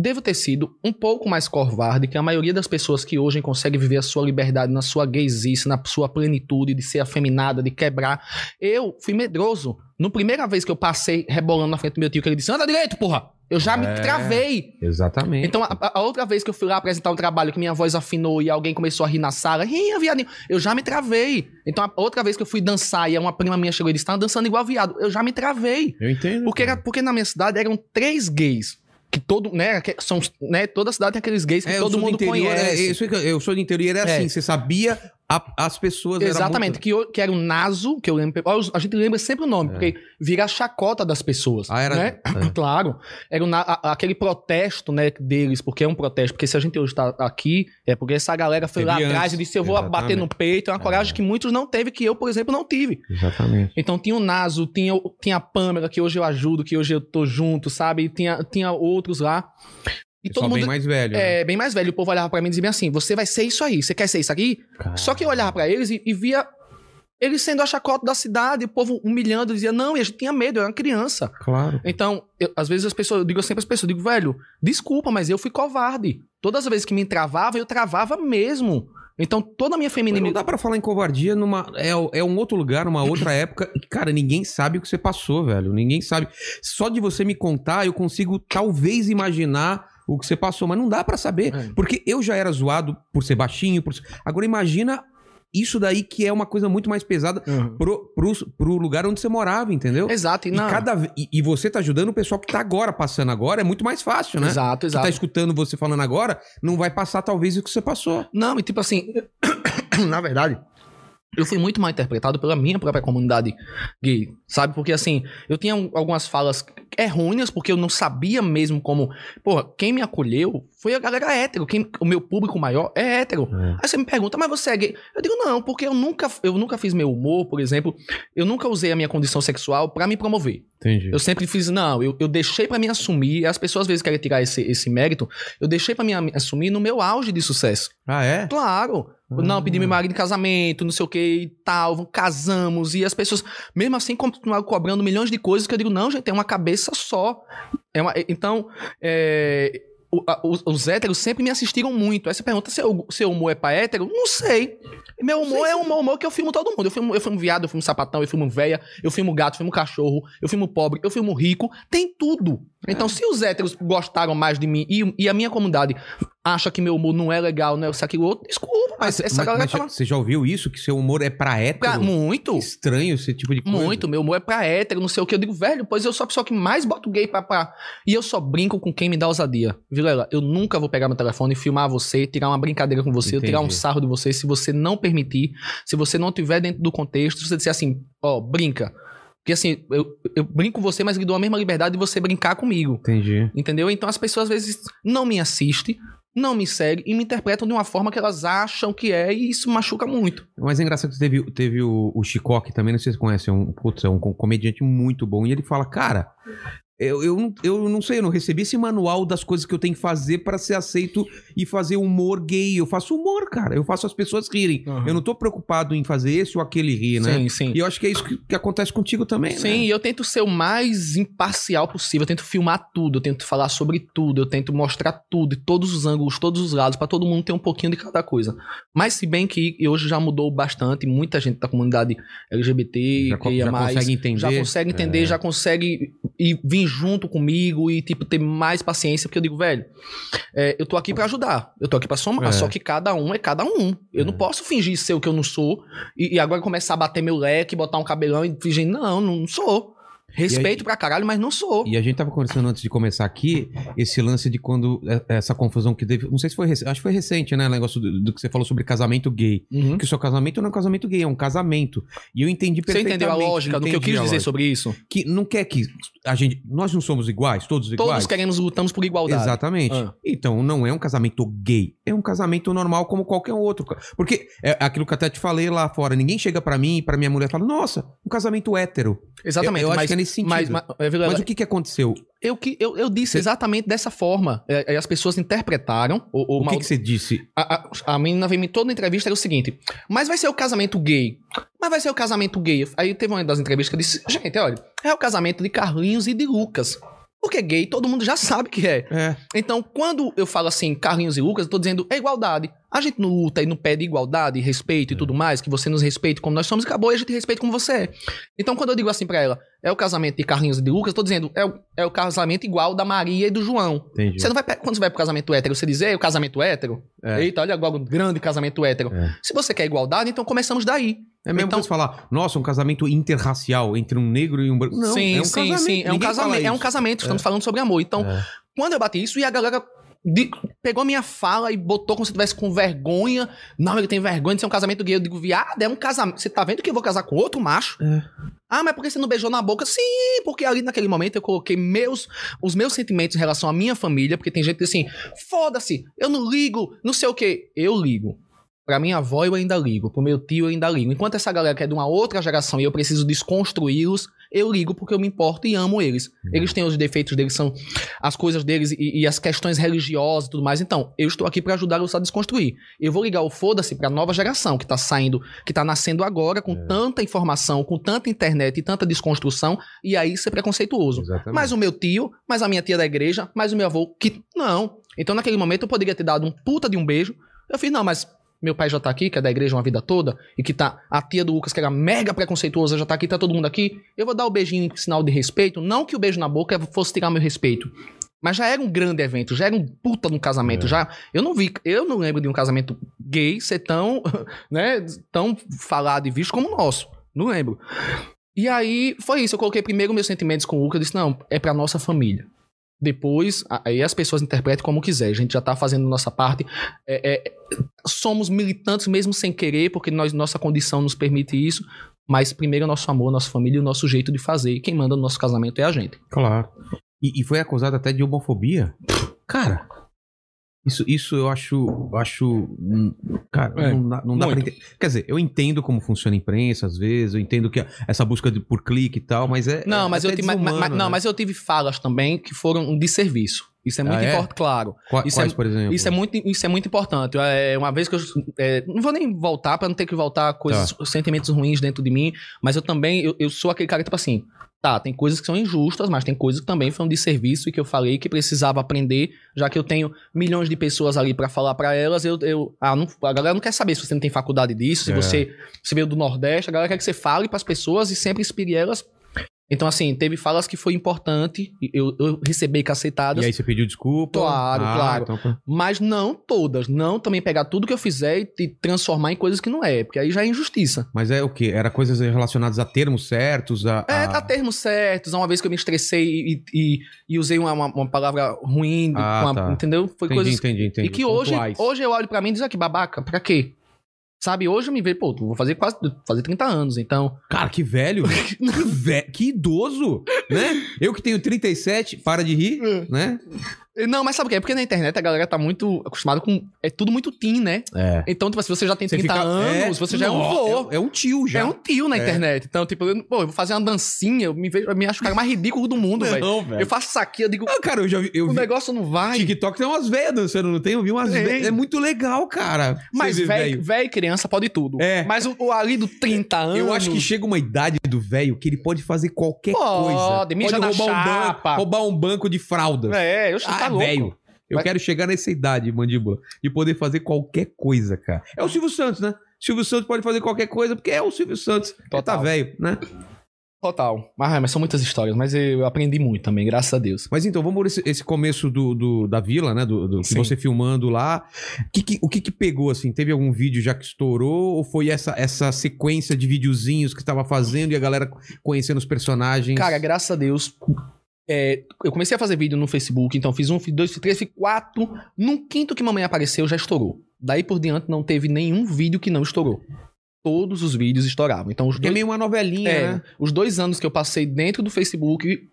C: Devo ter sido um pouco mais covarde que a maioria das pessoas que hoje consegue viver a sua liberdade na sua gaysice, na sua plenitude de ser afeminada, de quebrar. Eu fui medroso. Na primeira vez que eu passei rebolando na frente do meu tio, que ele disse: anda direito, porra! Eu já me
D: É.
C: travei.
D: Exatamente.
C: Então, a, a outra vez que eu fui lá apresentar um trabalho que minha voz afinou e alguém começou a rir na sala, ria, viadinho, eu já me travei. Então, a outra vez que eu fui dançar e uma prima minha chegou e disse, tá dançando igual viado, eu já me travei.
D: Eu entendo.
C: Porque, era- porque na minha cidade eram três gays. Que todo, né, que são, né, toda cidade tem aqueles gays que
D: É, eu
C: todo
D: sou do
C: mundo
D: interior,
C: conhece.
D: é, isso que eu- eu sou do interior, era
C: É.
D: assim, você sabia a- as pessoas. era
C: Exatamente,
D: muito-
C: que, eu- que era o Naso, que eu lembro. ó, A gente lembra sempre o nome,
D: É.
C: porque vira a chacota das pessoas.
D: Ah, era-
C: né? Claro. Era o na- a- aquele protesto né, deles, porque é um protesto. Porque se a gente hoje tá aqui, é porque essa galera foi
D: Teve
C: lá
D: antes.
C: atrás e disse: eu vou
D: Exatamente.
C: bater no peito. É uma coragem que muitos não teve, que eu, por exemplo, não tive.
D: Exatamente.
C: Então tinha o Naso, tinha, o- tinha a Pâmela, que hoje eu ajudo, que hoje eu tô junto, sabe? E tinha, tinha outros lá. E
D: Só
C: todo mundo.
D: bem mais velho. né?
C: É, bem mais velho. O povo olhava pra mim e dizia assim: você vai ser isso aí, você quer ser isso aqui?
D: Ah. né?
C: Só que eu olhava pra eles e, e via eles sendo a chacota da cidade, o povo humilhando, dizia, não, e a gente tinha medo, eu era uma criança.
D: Claro.
C: Então, eu- às vezes as pessoas, eu digo sempre às pessoas, eu digo, velho, desculpa, mas eu fui covarde. Todas as vezes que me travava, eu travava mesmo. Então, toda a minha
D: Mas não
C: feminilidade.
D: dá pra falar em covardia numa. É, é um outro lugar, numa outra época. E, cara, ninguém sabe o que você passou, velho. Ninguém sabe. Só de você me contar, eu consigo talvez imaginar o que você passou, mas não dá pra saber.
C: É.
D: Porque eu já era zoado por ser baixinho. Por... ser- Agora imagina isso daí que é uma coisa muito mais pesada pro, pros- pro lugar onde você morava, entendeu?
C: Exato, e
D: E,
C: É, não.
D: cada, ve- e, e você tá ajudando o pessoal que tá agora passando agora, é muito mais fácil, né?
C: Exato,
D: Que
C: exato.
D: tá escutando você falando agora, não vai passar talvez o que você passou.
C: Não, e tipo assim, na verdade, eu fui muito mal interpretado pela minha própria comunidade gay, sabe? Porque assim, eu tinha um- algumas falas errôneas, porque eu não sabia mesmo como. Porra, quem me acolheu foi a galera hétero. Quem, o meu público maior é hétero. Aí você me pergunta, mas você é gay? Eu digo, não, porque eu nunca, eu nunca fiz meu humor, por exemplo, eu nunca usei a minha condição sexual pra me promover.
D: Entendi.
C: Eu sempre fiz, não, eu, eu deixei pra mim assumir, as pessoas às vezes querem tirar esse, esse mérito, eu deixei pra mim am- assumir no meu auge de sucesso.
D: Ah, é?
C: Claro. Não, pedi meu marido em casamento, não sei o que e tal, casamos. E as pessoas, mesmo assim, continuaram cobrando milhões de coisas que eu digo, não, gente, é uma cabeça só. É uma- então, é, o- a- os, os héteros sempre me assistiram muito. Aí você pergunta, seu, seu humor é pra hétero? Não sei. Meu humor é o meu humor que eu filmo todo mundo. Eu filmo, eu filmo viado, eu filmo sapatão, eu filmo véia, eu filmo gato, eu filmo cachorro, eu filmo pobre, eu filmo rico. Tem tudo. Então, se os héteros gostaram mais de mim e, e a minha comunidade acha que meu humor não é legal, não é isso, aquilo, outro, desculpa, mas essa
D: Mas-
C: galera
D: mas
C: tá lá
D: Você já ouviu isso? Que seu humor é pra hétero?
C: pra muito.
D: Estranho esse tipo de coisa.
C: Muito, meu humor é pra hétero, não sei o que. Eu digo, velho, pois eu sou a pessoa que mais boto gay pra. pra... E eu só brinco com quem me dá ousadia. Vilela, eu nunca vou pegar meu telefone e filmar você, tirar uma brincadeira com você,
D: Entendi.
C: tirar um sarro de você, se você não permitir, se você não tiver dentro do contexto, se você disser assim, ó, brinca. Porque assim, eu, eu brinco com você, mas lhe dou a mesma liberdade de você brincar comigo.
D: Entendi.
C: Entendeu? Então as pessoas às vezes não me assistem, não me seguem e me interpretam de uma forma que elas acham que é, e isso machuca muito.
D: Mas é engraçado que teve, teve o, o Chicó, que também não sei se vocês conhecem, é um, putz, é um com- comediante muito bom. E ele fala, cara, eu, eu, não- eu não sei, eu não recebi esse manual das coisas que eu tenho que fazer pra ser aceito e fazer humor gay. Eu faço humor, cara. Eu faço as pessoas rirem.
C: Aham.
D: Eu não tô preocupado em fazer esse ou aquele rir, né?
C: Sim, sim.
D: E eu acho que é isso que, que acontece contigo também, né?
C: Sim, e eu tento ser o mais imparcial possível. Eu tento filmar tudo, eu tento falar sobre tudo, eu tento mostrar tudo, todos os ângulos, todos os lados, pra todo mundo ter um pouquinho de cada coisa. Mas se bem que hoje já mudou bastante, muita gente da comunidade LGBT,
D: Já, co-
C: que é
D: já
C: mais.
D: consegue entender. É.
C: Já consegue entender, já consegue ir, vir junto comigo e, tipo, ter mais paciência, porque eu digo, velho, é, eu tô aqui pra ajudar, eu tô aqui pra somar,
D: É.
C: só que cada um é cada um. Eu não posso fingir ser o que eu não sou e, e agora começar a bater meu leque, botar um cabelão e fingir, não, não sou. Respeito pra caralho, mas não sou.
D: E a gente tava conversando antes de começar aqui, esse lance de quando é, essa confusão que teve, não sei se foi recente, acho que foi recente, né, o negócio do, do que você falou sobre casamento gay.
C: Uhum.
D: Que o seu casamento não é um casamento gay, é um casamento. E eu entendi
C: Você
D: perfeitamente.
C: entendeu a lógica do que eu
D: entendi
C: quis
D: a
C: dizer
D: lógica.
C: sobre isso?
D: que não quer que a gente, nós não somos iguais, todos
C: Todos
D: iguais.
C: queremos, lutamos por igualdade.
D: Exatamente.
C: Ah.
D: Então, não é um casamento gay. É um casamento normal como qualquer outro. Porque é aquilo que eu até te falei lá fora. Ninguém chega pra mim e pra minha mulher e fala, nossa, um casamento hétero.
C: Exatamente.
D: Eu, eu
C: mas,
D: acho que é nesse sentido.
C: mas,
D: Mas,
C: mas, é, Vilela,
D: o que, que aconteceu?
C: eu, que- eu, eu disse
D: Você-
C: exatamente dessa forma. É, é, as pessoas interpretaram ou, ou
D: O
C: mal-
D: que, que você disse?
C: A, a, a menina veio em toda entrevista era o seguinte: Mas vai ser o casamento gay. Mas vai ser o casamento gay. Aí teve uma das entrevistas que eu disse: Gente, olha, é o casamento de Carlinhos e de Lucas. Porque gay todo mundo já sabe que é.
D: É.
C: Então, quando eu falo assim, Carlinhos e Lucas, eu tô dizendo é igualdade. A gente não luta e não pede igualdade, respeito e tudo mais, que você nos respeite como nós somos, e acabou e a gente respeita como você é. Então, quando eu digo assim pra ela, é o casamento de Carlinhos e de Lucas, eu tô dizendo, é o, é o casamento igual da Maria e do João.
D: Entendi.
C: Você não vai, pe- quando você vai pro casamento hétero, você diz, é o casamento hétero?
D: É.
C: Eita, olha agora um grande casamento hétero.
D: É.
C: Se você quer igualdade, então começamos daí.
D: É mesmo
C: Então-
D: que você falar, nossa, um casamento interracial entre um negro e um branco. Não,
C: sim,
D: é um
C: sim,
D: casamento.
C: sim. É um,
D: Ninguém fala
C: casamento, é um
D: isso.
C: casamento, estamos falando sobre amor. Então,
D: É.
C: Quando eu bati isso, e a galera de- pegou a minha fala e botou como se eu tivesse com vergonha. Não, ele tem vergonha de ser um casamento gay. Eu digo, viado, é um casamento. Você tá vendo que eu vou casar com outro macho?
D: É.
C: Ah, mas por que você não beijou na boca? Sim, porque ali naquele momento eu coloquei meus, os meus sentimentos em relação à minha família, porque tem gente que diz assim, foda-se, eu não ligo, não sei o quê. Eu ligo. Pra minha avó eu ainda ligo, pro meu tio eu ainda ligo. Enquanto essa galera que é de uma outra geração e eu preciso desconstruí-los, eu ligo porque eu me importo e amo eles. Eles têm os defeitos deles, são as coisas deles e, e as questões religiosas e tudo mais. Então, eu estou aqui pra ajudar los a desconstruir. Eu vou ligar o foda-se pra nova geração que tá saindo, que tá nascendo agora com tanta informação, com tanta internet e tanta desconstrução, e aí ser preconceituoso.
D: Exatamente.
C: Mas o meu tio, mas a minha tia da igreja, mas o meu avô, que não. Então, naquele momento, eu poderia ter dado um puta de um beijo. Eu fiz, não, mas meu pai já tá aqui, que é da igreja uma vida toda, e que tá a tia do Lucas, que era mega preconceituosa, já tá aqui, tá todo mundo aqui. Eu vou dar o beijinho em sinal de respeito. Não que o beijo na boca fosse tirar meu respeito. Mas já era um grande evento, já era um puta de um casamento, já. Eu não vi, eu não lembro de um casamento gay ser tão, né, tão falado e visto como o nosso. Não lembro. E aí foi isso. Eu coloquei primeiro meus sentimentos com o Luca. Eu disse: não, é pra nossa família. Depois, a- aí as pessoas interpretam como quiser. A gente já tá fazendo a nossa parte. É, é, somos militantes mesmo sem querer, porque nós, nossa condição nos permite isso. Mas primeiro é nosso amor, nossa família e o nosso jeito de fazer. E quem manda no nosso casamento é a gente.
D: Claro. E, e foi acusado até de homofobia. Cara, isso, isso eu acho. eu acho hum, cara,
C: É,
D: não dá, não dá pra
C: muito.
D: entender. Quer dizer, eu entendo como funciona a imprensa, às vezes, eu entendo que essa busca de- por clique e tal, mas é.
C: Não,
D: é
C: mas eu,
D: até
C: tive, mas- mas-
D: desumano,
C: não
D: né?
C: mas eu tive falas também que foram de serviço. Isso é muito
D: Ah, é?
C: importante, claro.
D: Qua-
C: isso
D: quais,
C: é-
D: por exemplo?
C: Isso é muito, isso é muito importante. É, uma vez que eu. é, não vou nem voltar pra não ter que voltar coisas, sentimentos ruins dentro de mim, mas eu também. Eu, eu sou aquele cara que, tipo assim. Tá, tem coisas que são injustas, mas tem coisas que também foram de serviço e que eu falei que precisava aprender, já que eu tenho milhões de pessoas ali pra falar pra elas. Eu, eu, ah, não- a galera não quer saber se você não tem faculdade disso, se
D: É.
C: você se veio do Nordeste, a galera quer que você fale pras pessoas e sempre inspire elas. Então, assim, teve falas que foi importante, e eu, eu recebi cacetadas.
D: E aí você pediu desculpa?
C: Claro, claro.
D: então foi-
C: Mas não todas. Não também pegar tudo que eu fizer e, e transformar em coisas que não é. Porque aí já é injustiça.
D: mas é o quê? Era coisas relacionadas a termos certos? A,
C: É,
D: a-
C: tá termos certos. Uma vez que eu me estressei e, e- e usei uma, uma- uma palavra ruim,
D: Ah,
C: uma-
D: tá.
C: entendeu? Foi
D: entendi,
C: coisas.
D: entendi, entendi.
C: E que hoje,
D: Pontuais.
C: hoje eu olho pra mim e digo aqui, babaca, pra quê? Sabe, hoje eu me vejo, pô, eu vou fazer quase fazer 30 anos, então.
D: Cara, que velho. que, ve- que idoso, né? Eu que tenho 37, para de rir, né?
C: Não, mas sabe o quê? É porque na internet a galera tá muito acostumada com. É tudo muito teen, né?
D: É.
C: Então, tipo, se você já tem
D: Você
C: 30
D: fica-
C: anos,
D: é,
C: você já é um
D: nó,
C: vô.
D: É, é um tio já.
C: É um tio na
D: É.
C: internet. Então, tipo, eu, pô, eu vou fazer uma dancinha, eu me, vejo, eu me acho o cara mais ridículo do mundo, velho. Eu faço isso aqui, eu digo,
D: Ah, cara, eu já vi. É. Eu
C: o
D: vi
C: negócio não vai.
D: TikTok tem umas velhas dançando, não tem? Eu vi umas
C: Tem.
D: velhas. É muito legal, cara.
C: Mas
D: Você vê
C: velho velho e criança pode tudo.
D: É.
C: Mas o, o ali do 30 anos...
D: Eu acho que chega uma idade do velho que ele pode fazer qualquer
C: Pode,
D: coisa.
C: mijar na
D: um
C: chapa.
D: banco, roubar um banco de fraldas.
C: É, eu acho que tá
D: Ah,
C: louco.
D: velho. Eu
C: Vai-
D: quero chegar nessa idade, mandíbula, de poder fazer qualquer coisa, cara. É o Silvio Santos, né? Silvio Santos pode fazer qualquer coisa, porque é o Silvio Santos. Ele tá
C: Total.
D: velho, né?
C: Total. Ah, mas são muitas histórias, mas eu aprendi muito também, graças a Deus.
D: Mas então, vamos ver esse, esse começo do, do- da vila, né? Do, do- que
C: Sim.
D: você filmando lá. Que que- o que que pegou, assim? Teve algum vídeo já que estourou? Ou foi essa, essa sequência de videozinhos que tava fazendo e a galera conhecendo os personagens?
C: Cara, graças a Deus... é, eu comecei a fazer vídeo no Facebook, então fiz um, fiz dois, fiz três, fiz quatro. Num quinto que mamãe apareceu, já estourou. Daí por diante não teve nenhum vídeo que não estourou. Todos os vídeos estouravam. Então os
D: Porque é
C: dois,
D: meio uma novelinha,
C: É,
D: né?
C: os dois anos que eu passei dentro do Facebook,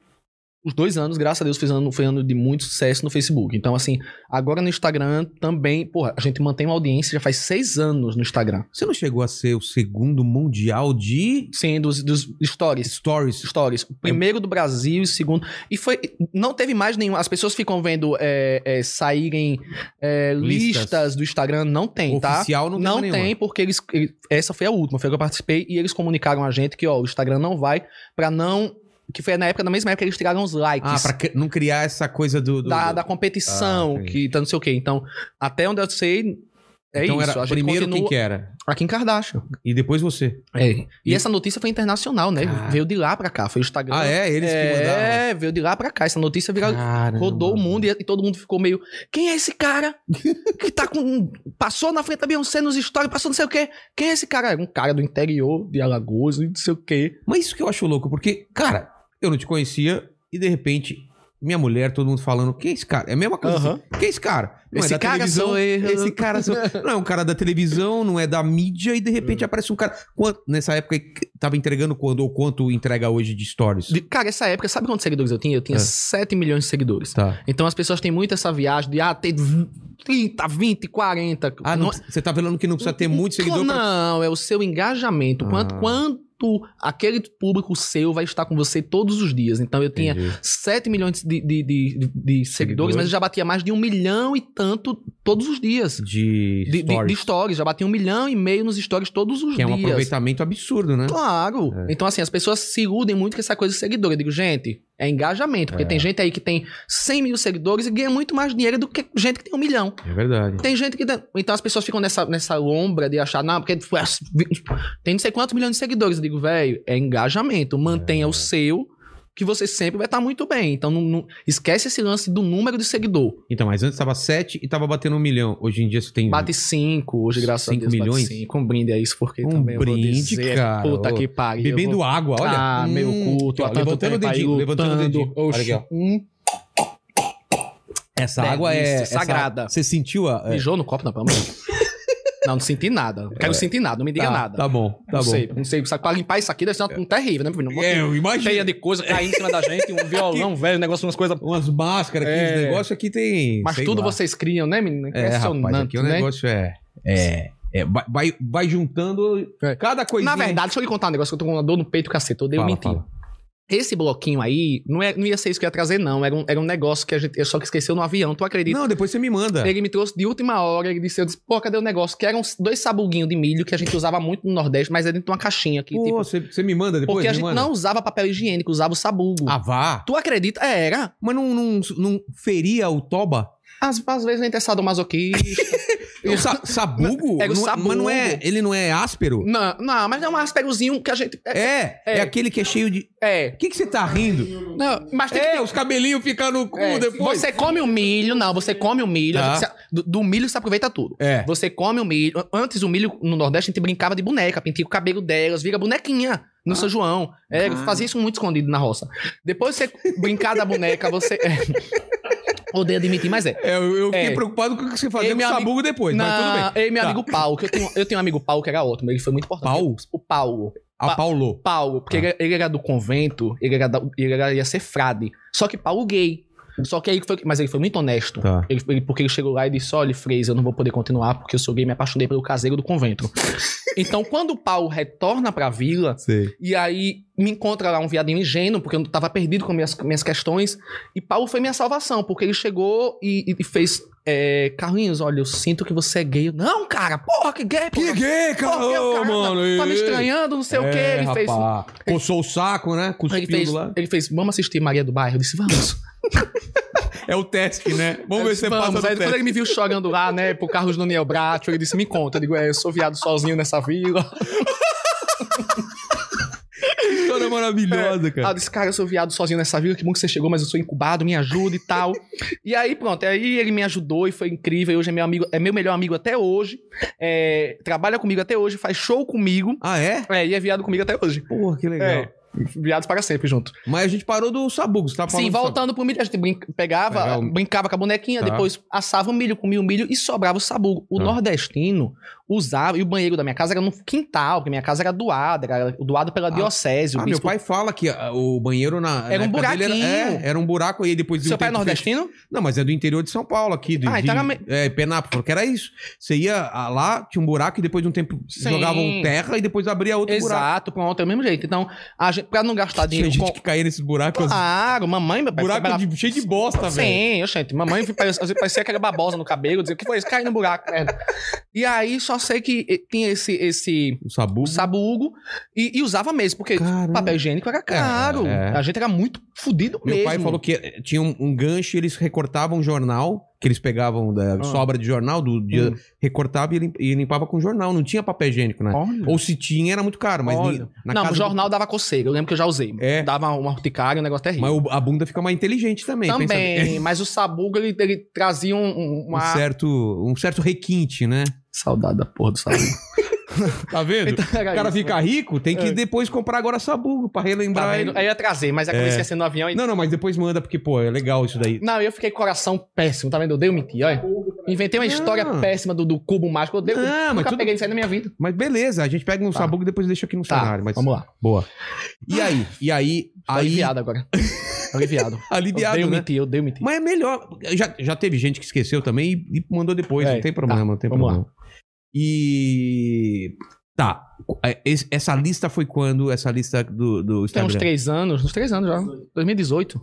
C: os dois anos, graças a Deus, foi ano, foi ano de muito sucesso no Facebook. Então, assim, agora no Instagram também, porra, a gente mantém uma audiência já faz seis anos no Instagram.
D: Você não chegou a ser o segundo mundial de
C: Sim, dos, dos stories.
D: stories?
C: Stories. O primeiro do Brasil, o segundo. E foi. Não teve mais nenhum. As pessoas ficam vendo é, é, saírem é,
D: Listas.
C: listas. do Instagram. Não tem, tá?
D: Oficial não,
C: Não,
D: teve nenhuma.
C: tem, porque eles, ele- Essa foi a última, foi a que eu participei, e eles comunicaram a gente que, ó, o Instagram não vai pra não que foi na época, na mesma época, eles tiraram os likes.
D: Ah, pra que- não criar essa coisa do. do-
C: da,
D: do-
C: da competição,
D: Ah, entendi.
C: que tá não sei o quê. Então, até onde eu sei, é
D: então
C: isso.
D: era
C: a gente
D: primeiro
C: continua
D: quem que era.
C: aqui em Kardashian.
D: E depois você.
C: E, essa notícia foi internacional, né?
D: Ah.
C: Veio de lá pra cá, foi o Instagram.
D: Ah, é? Eles que mandaram.
C: É, veio de lá pra cá. Essa notícia virou,
D: Caramba.
C: rodou o mundo e, e todo mundo ficou meio. Quem é esse cara? que tá com. Passou na frente da Beyoncé nos stories, passou não sei o quê. Quem é esse cara? Era um cara do interior de Alagoas, e não sei o quê.
D: Mas isso que eu acho louco, porque, cara, eu não te conhecia e de repente. Minha mulher, todo mundo falando, quem é esse cara? É a mesma coisa.
C: Aham.
D: assim, Quem é esse cara? Não
C: Esse
D: é da
C: cara
D: televisão,
C: sou eu.
D: Esse cara sou... Não é um cara da televisão, não é da mídia, e de repente
C: Hum.
D: aparece um cara. Quanto- nessa época, tava entregando quando ou quanto entrega hoje de stories?
C: De- Cara, essa época, sabe quantos seguidores eu tinha? Eu tinha
D: É.
C: 7 milhões de seguidores.
D: Tá.
C: Então as pessoas têm muito essa viagem de ah, ter 30, 20, 40.
D: Ah, não, você tá falando que não precisa ter muito seguidor pra-
C: é Não, é o seu engajamento. Quanto,
D: Ah.
C: quanto aquele público seu vai estar com você todos os dias. Então eu tinha
D: Entendi.
C: 7 milhões de, de- de- de- de seguidores,
D: Seguidores.
C: mas eu já batia mais de um milhão e tanto todos os dias. De,
D: de
C: de- de
D: stories,
C: stories. Já batia um milhão e meio nos stories todos os
D: que é um
C: dias.
D: aproveitamento absurdo, né?
C: Claro.
D: É.
C: Então, assim, as pessoas se iludem muito com essa coisa de seguidor. Eu digo, gente, é engajamento. Porque
D: É.
C: tem gente aí que tem 100 mil seguidores e ganha muito mais dinheiro do que gente que tem um milhão.
D: É verdade.
C: Tem gente que. tem- Então as pessoas ficam nessa, nessa lombra de achar, não, porque foi as- tem não sei quantos milhões de seguidores. Eu digo, velho, é engajamento.
D: É.
C: Mantenha o seu, que você sempre vai estar muito bem. Então não, não- esquece esse lance do número de seguidor.
D: Então, mas antes tava 7 e tava batendo um milhão. Hoje em dia você tem.
C: Bate cinco, hoje, graças
D: Cinco
C: a Deus.
D: milhões?
C: Bate cinco. Um brinde a isso, porque
D: Um
C: também eu vou
D: brinde,
C: dizer, né,
D: cara.
C: Puta
D: Ô,
C: que pariu.
D: Bebendo
C: eu vou-
D: água, olha. Hum,
C: Ah, meu culto.
D: ó,
C: há tanto
D: levantando o
C: tempo aí
D: dedinho, levantando o
C: lutando.
D: dedinho. Olha aqui, ó.
C: Oxi. Hum,
D: Essa
C: Delícia,
D: água é essa-
C: sagrada.
D: Você sentiu a. é.
C: Mijou no copo, não, pelo amor de Deus. Não, não senti nada. Não quero sentir nada, não me diga
D: tá,
C: nada.
D: Tá bom, tá
C: não
D: bom.
C: sei, não sei. Pra limpar isso aqui deve ser um terrível, né, meu filho? Não vou
D: É,
C: ter-
D: eu imagino.
C: cheia de coisa caindo em cima da gente, um violão velho, um negócio, umas coisas.
D: Umas máscaras aqui,
C: É.
D: esse negócio aqui tem.
C: Mas
D: sei
C: tudo
D: lá.
C: vocês criam, né, menino?
D: É, rapaz,
C: Impressionante,
D: aqui o
C: né?
D: negócio é. É. é, vai, vai, vai juntando
C: É.
D: cada coisinha.
C: Na verdade, deixa eu lhe contar um negócio que eu tô com uma dor no peito, cacete. Eu odeio
D: Fala,
C: mentir.
D: fala.
C: Esse bloquinho aí, não, é- não ia ser isso que eu ia trazer, não. Era um, era um negócio que a gente, eu só que esqueceu no avião, tu acredita?
D: Não, depois você me manda.
C: Ele me trouxe de última hora, ele disse, eu disse, pô, cadê o negócio? Que eram dois sabuguinhos de milho que a gente usava muito no Nordeste, mas era dentro de uma caixinha aqui,
D: Pô,
C: tipo,
D: você, você me manda depois?
C: porque a
D: me
C: gente
D: manda?
C: não usava papel higiênico, usava o sabugo.
D: Ah, vá.
C: Tu acredita? É, Era.
D: Mas não, não, não feria o toba? É
C: Às, às vezes a gente é sadomasoquista.
D: O sa- sabugo?
C: Era o
D: Não é-
C: sabugo.
D: Mas não é, ele não é áspero?
C: Não, não, mas é um aspegozinho que a gente. É.
D: É, é,
C: É.
D: aquele que é cheio de...
C: é.
D: O que que você tá rindo?
C: Não, mas tem
D: É, os cabelinhos ficam no cu
C: que. É.
D: depois.
C: Você come o milho, não, você come o milho.
D: Tá.
C: a gente se- do, do milho se aproveita tudo.
D: É.
C: Você come o milho. Antes o milho no Nordeste a gente brincava de boneca, pentia o cabelo delas, vira bonequinha no São João. É,
D: Ah.
C: fazia isso muito escondido na roça. Depois você brincar da boneca, você. Odeio admitir, mas é.
D: É, eu, eu fiquei
C: É.
D: preocupado com o que você
C: Ei,
D: fazia com o
C: meu
D: sabugo depois, mas tudo bem.
C: não, ei, meu
D: Tá.
C: amigo Paulo, que eu tenho, eu tenho um amigo Paulo que era ótimo, ele foi muito importante.
D: Paulo?
C: O Paulo.
D: A
C: Pa-
D: Ah, Paulo.
C: Paulo, porque
D: Ah.
C: ele, ele era do convento, ele, era da- ele era- ia ser frade. Só que Paulo gay. Só que aí foi. Mas ele foi muito honesto.
D: Tá.
C: Ele- ele- porque ele chegou lá e disse: Olha, Freis, eu não vou poder continuar porque eu sou gay, me apaixonei pelo caseiro do convento. então, quando o Paulo retorna pra vila,
D: Sei.
C: e aí me encontra lá um viadinho ingênuo, porque eu tava perdido com minhas, minhas questões, e Paulo foi minha salvação, porque ele chegou e, e- e fez: é, Carlinhos, olha, eu sinto que você é gay. Eu, não, cara, porra, que gay, porra.
D: Que gay, cara,
C: Porra, eu,
D: Ô,
C: cara,
D: mano.
C: Tá me
D: ei, ei.
C: estranhando, não sei o quê.
D: É,
C: Ele fez.
D: rapaz. Coçou o saco, né?
C: Ele
D: Cuspiu
C: fez,
D: do lado.
C: ele fez, vamos assistir Maria do Bairro? Eu disse, vamos.
D: É o teste, né? Vamos ver se você
C: É, vamos.
D: passa
C: Aí
D: no
C: quando
D: teste.
C: ele me viu chorando lá, né, pro Carlos Daniel Bracho, ele disse, me conta. Eu digo, é, eu sou viado sozinho nessa vila.
D: Que história maravilhosa,
C: Ah, eu
D: cara.
C: disse, cara, eu sou viado sozinho nessa vila, que bom que você chegou, mas eu sou incubado, me ajuda e tal. e aí, pronto, aí ele me ajudou e foi incrível. E hoje é meu amigo, é meu melhor amigo até hoje. É, trabalha comigo até hoje, faz show comigo.
D: Ah, é?
C: É, e é viado comigo até hoje.
D: Porra, que legal.
C: É. Viados para sempre junto.
D: Mas a gente parou do sabugo, você tá falando
C: Sim,
D: do sabugo.
C: voltando pro milho, a gente brinca- pegava,
D: Pegava o-
C: brincava com a bonequinha,
D: Tá.
C: depois assava o milho, comia o milho e sobrava o sabugo. O
D: Tá.
C: nordestino usava, e o banheiro da minha casa era no quintal, porque minha casa era doada, era doada pela diocese. o
D: Ah, meu
C: bispo-
D: pai fala que ah, o banheiro na.
C: Era
D: na
C: um
D: época dele Era,
C: buraquinho.
D: é, era um buraco aí depois de um
C: Seu pai é
D: tempo
C: nordestino?
D: fez- Não, mas é do interior de São Paulo, aqui. Do,
C: Ah, então
D: de,
C: era me-
D: É, Penápolis, que era isso. Você ia ah, lá, tinha um buraco e depois de um tempo
C: Sim.
D: jogavam terra e depois abria outro buraco.
C: Exato, pronto, é o mesmo jeito. Então, a gente, pra não gastar
D: Tinha
C: dinheiro
D: gente
C: com...
D: que caía nesses buracos.
C: Ah, Claro, mamãe, meu pai...
D: buraco de- cheio de bosta, velho.
C: Sim, gente, mamãe parecia, parecia aquela babosa no cabelo, dizia, o que foi isso? Cai no buraco, merda. E aí só só sei que eh, tinha esse, esse
D: O sabu.
C: sabugo e, e usava mesmo, porque
D: Caramba.
C: papel higiênico era caro.
D: é.
C: A gente era muito fudido
D: Meu
C: mesmo.
D: pai falou que eh, tinha um, um gancho e eles recortavam um jornal, que eles pegavam da
C: Ah. Hum.
D: sobra de jornal, do dia, recortava e, limp- e limpava com jornal. Não tinha papel higiênico, né?
C: Olha.
D: Ou se tinha, era muito caro, mas
C: Olha.
D: ni- na
C: não, o
D: casa do-
C: jornal dava coceira, eu lembro que eu já usei.
D: É.
C: Dava uma urticária, um negócio terrível.
D: Mas o- a bunda fica mais inteligente também. pensa bem. É
C: Também, mas o sabugo, ele, ele trazia um, um-
D: Um
C: uma...
D: certo, um certo requinte, né?
C: Saudade da porra do sabugo.
D: Tá vendo?
C: Então, era
D: o cara
C: isso,
D: fica rico, tem que
C: É.
D: depois comprar agora sabugo pra relembrar.
C: Tá vendo?
D: ele.
C: Aí eu ia trazer, mas acabei
D: É.
C: esquecendo no avião. E... Não.
D: Não, não, mas depois manda, porque, pô, é legal isso daí.
C: eu fiquei com o coração péssimo, tá vendo? Eu dei um mentir, olha. Inventei uma
D: Não.
C: história péssima do, do cubo mágico. Eu dei, um
D: Não, Ah, mas
C: nunca
D: tudo-
C: peguei isso aí na minha vida.
D: Mas beleza, a gente pega um
C: Tá.
D: sabugo e depois deixa aqui no cenário. Mas...
C: vamos lá.
D: Boa. E aí? E aí?
C: Tô
D: aí...
C: aliviado agora. Aliviado. eu
D: Aliviado,
C: dei um
D: né?
C: mentir, eu dei um mentir.
D: Mas é melhor. Já, já teve gente que esqueceu também e, e mandou depois,
C: É,
D: não tem problema,
C: tá,
D: não tem
C: vamos
D: problema. E. Tá. é, esse- Essa lista foi quando? Essa lista do, do
C: Tem uns
D: Instagram?
C: três anos, uns três anos já. 2018.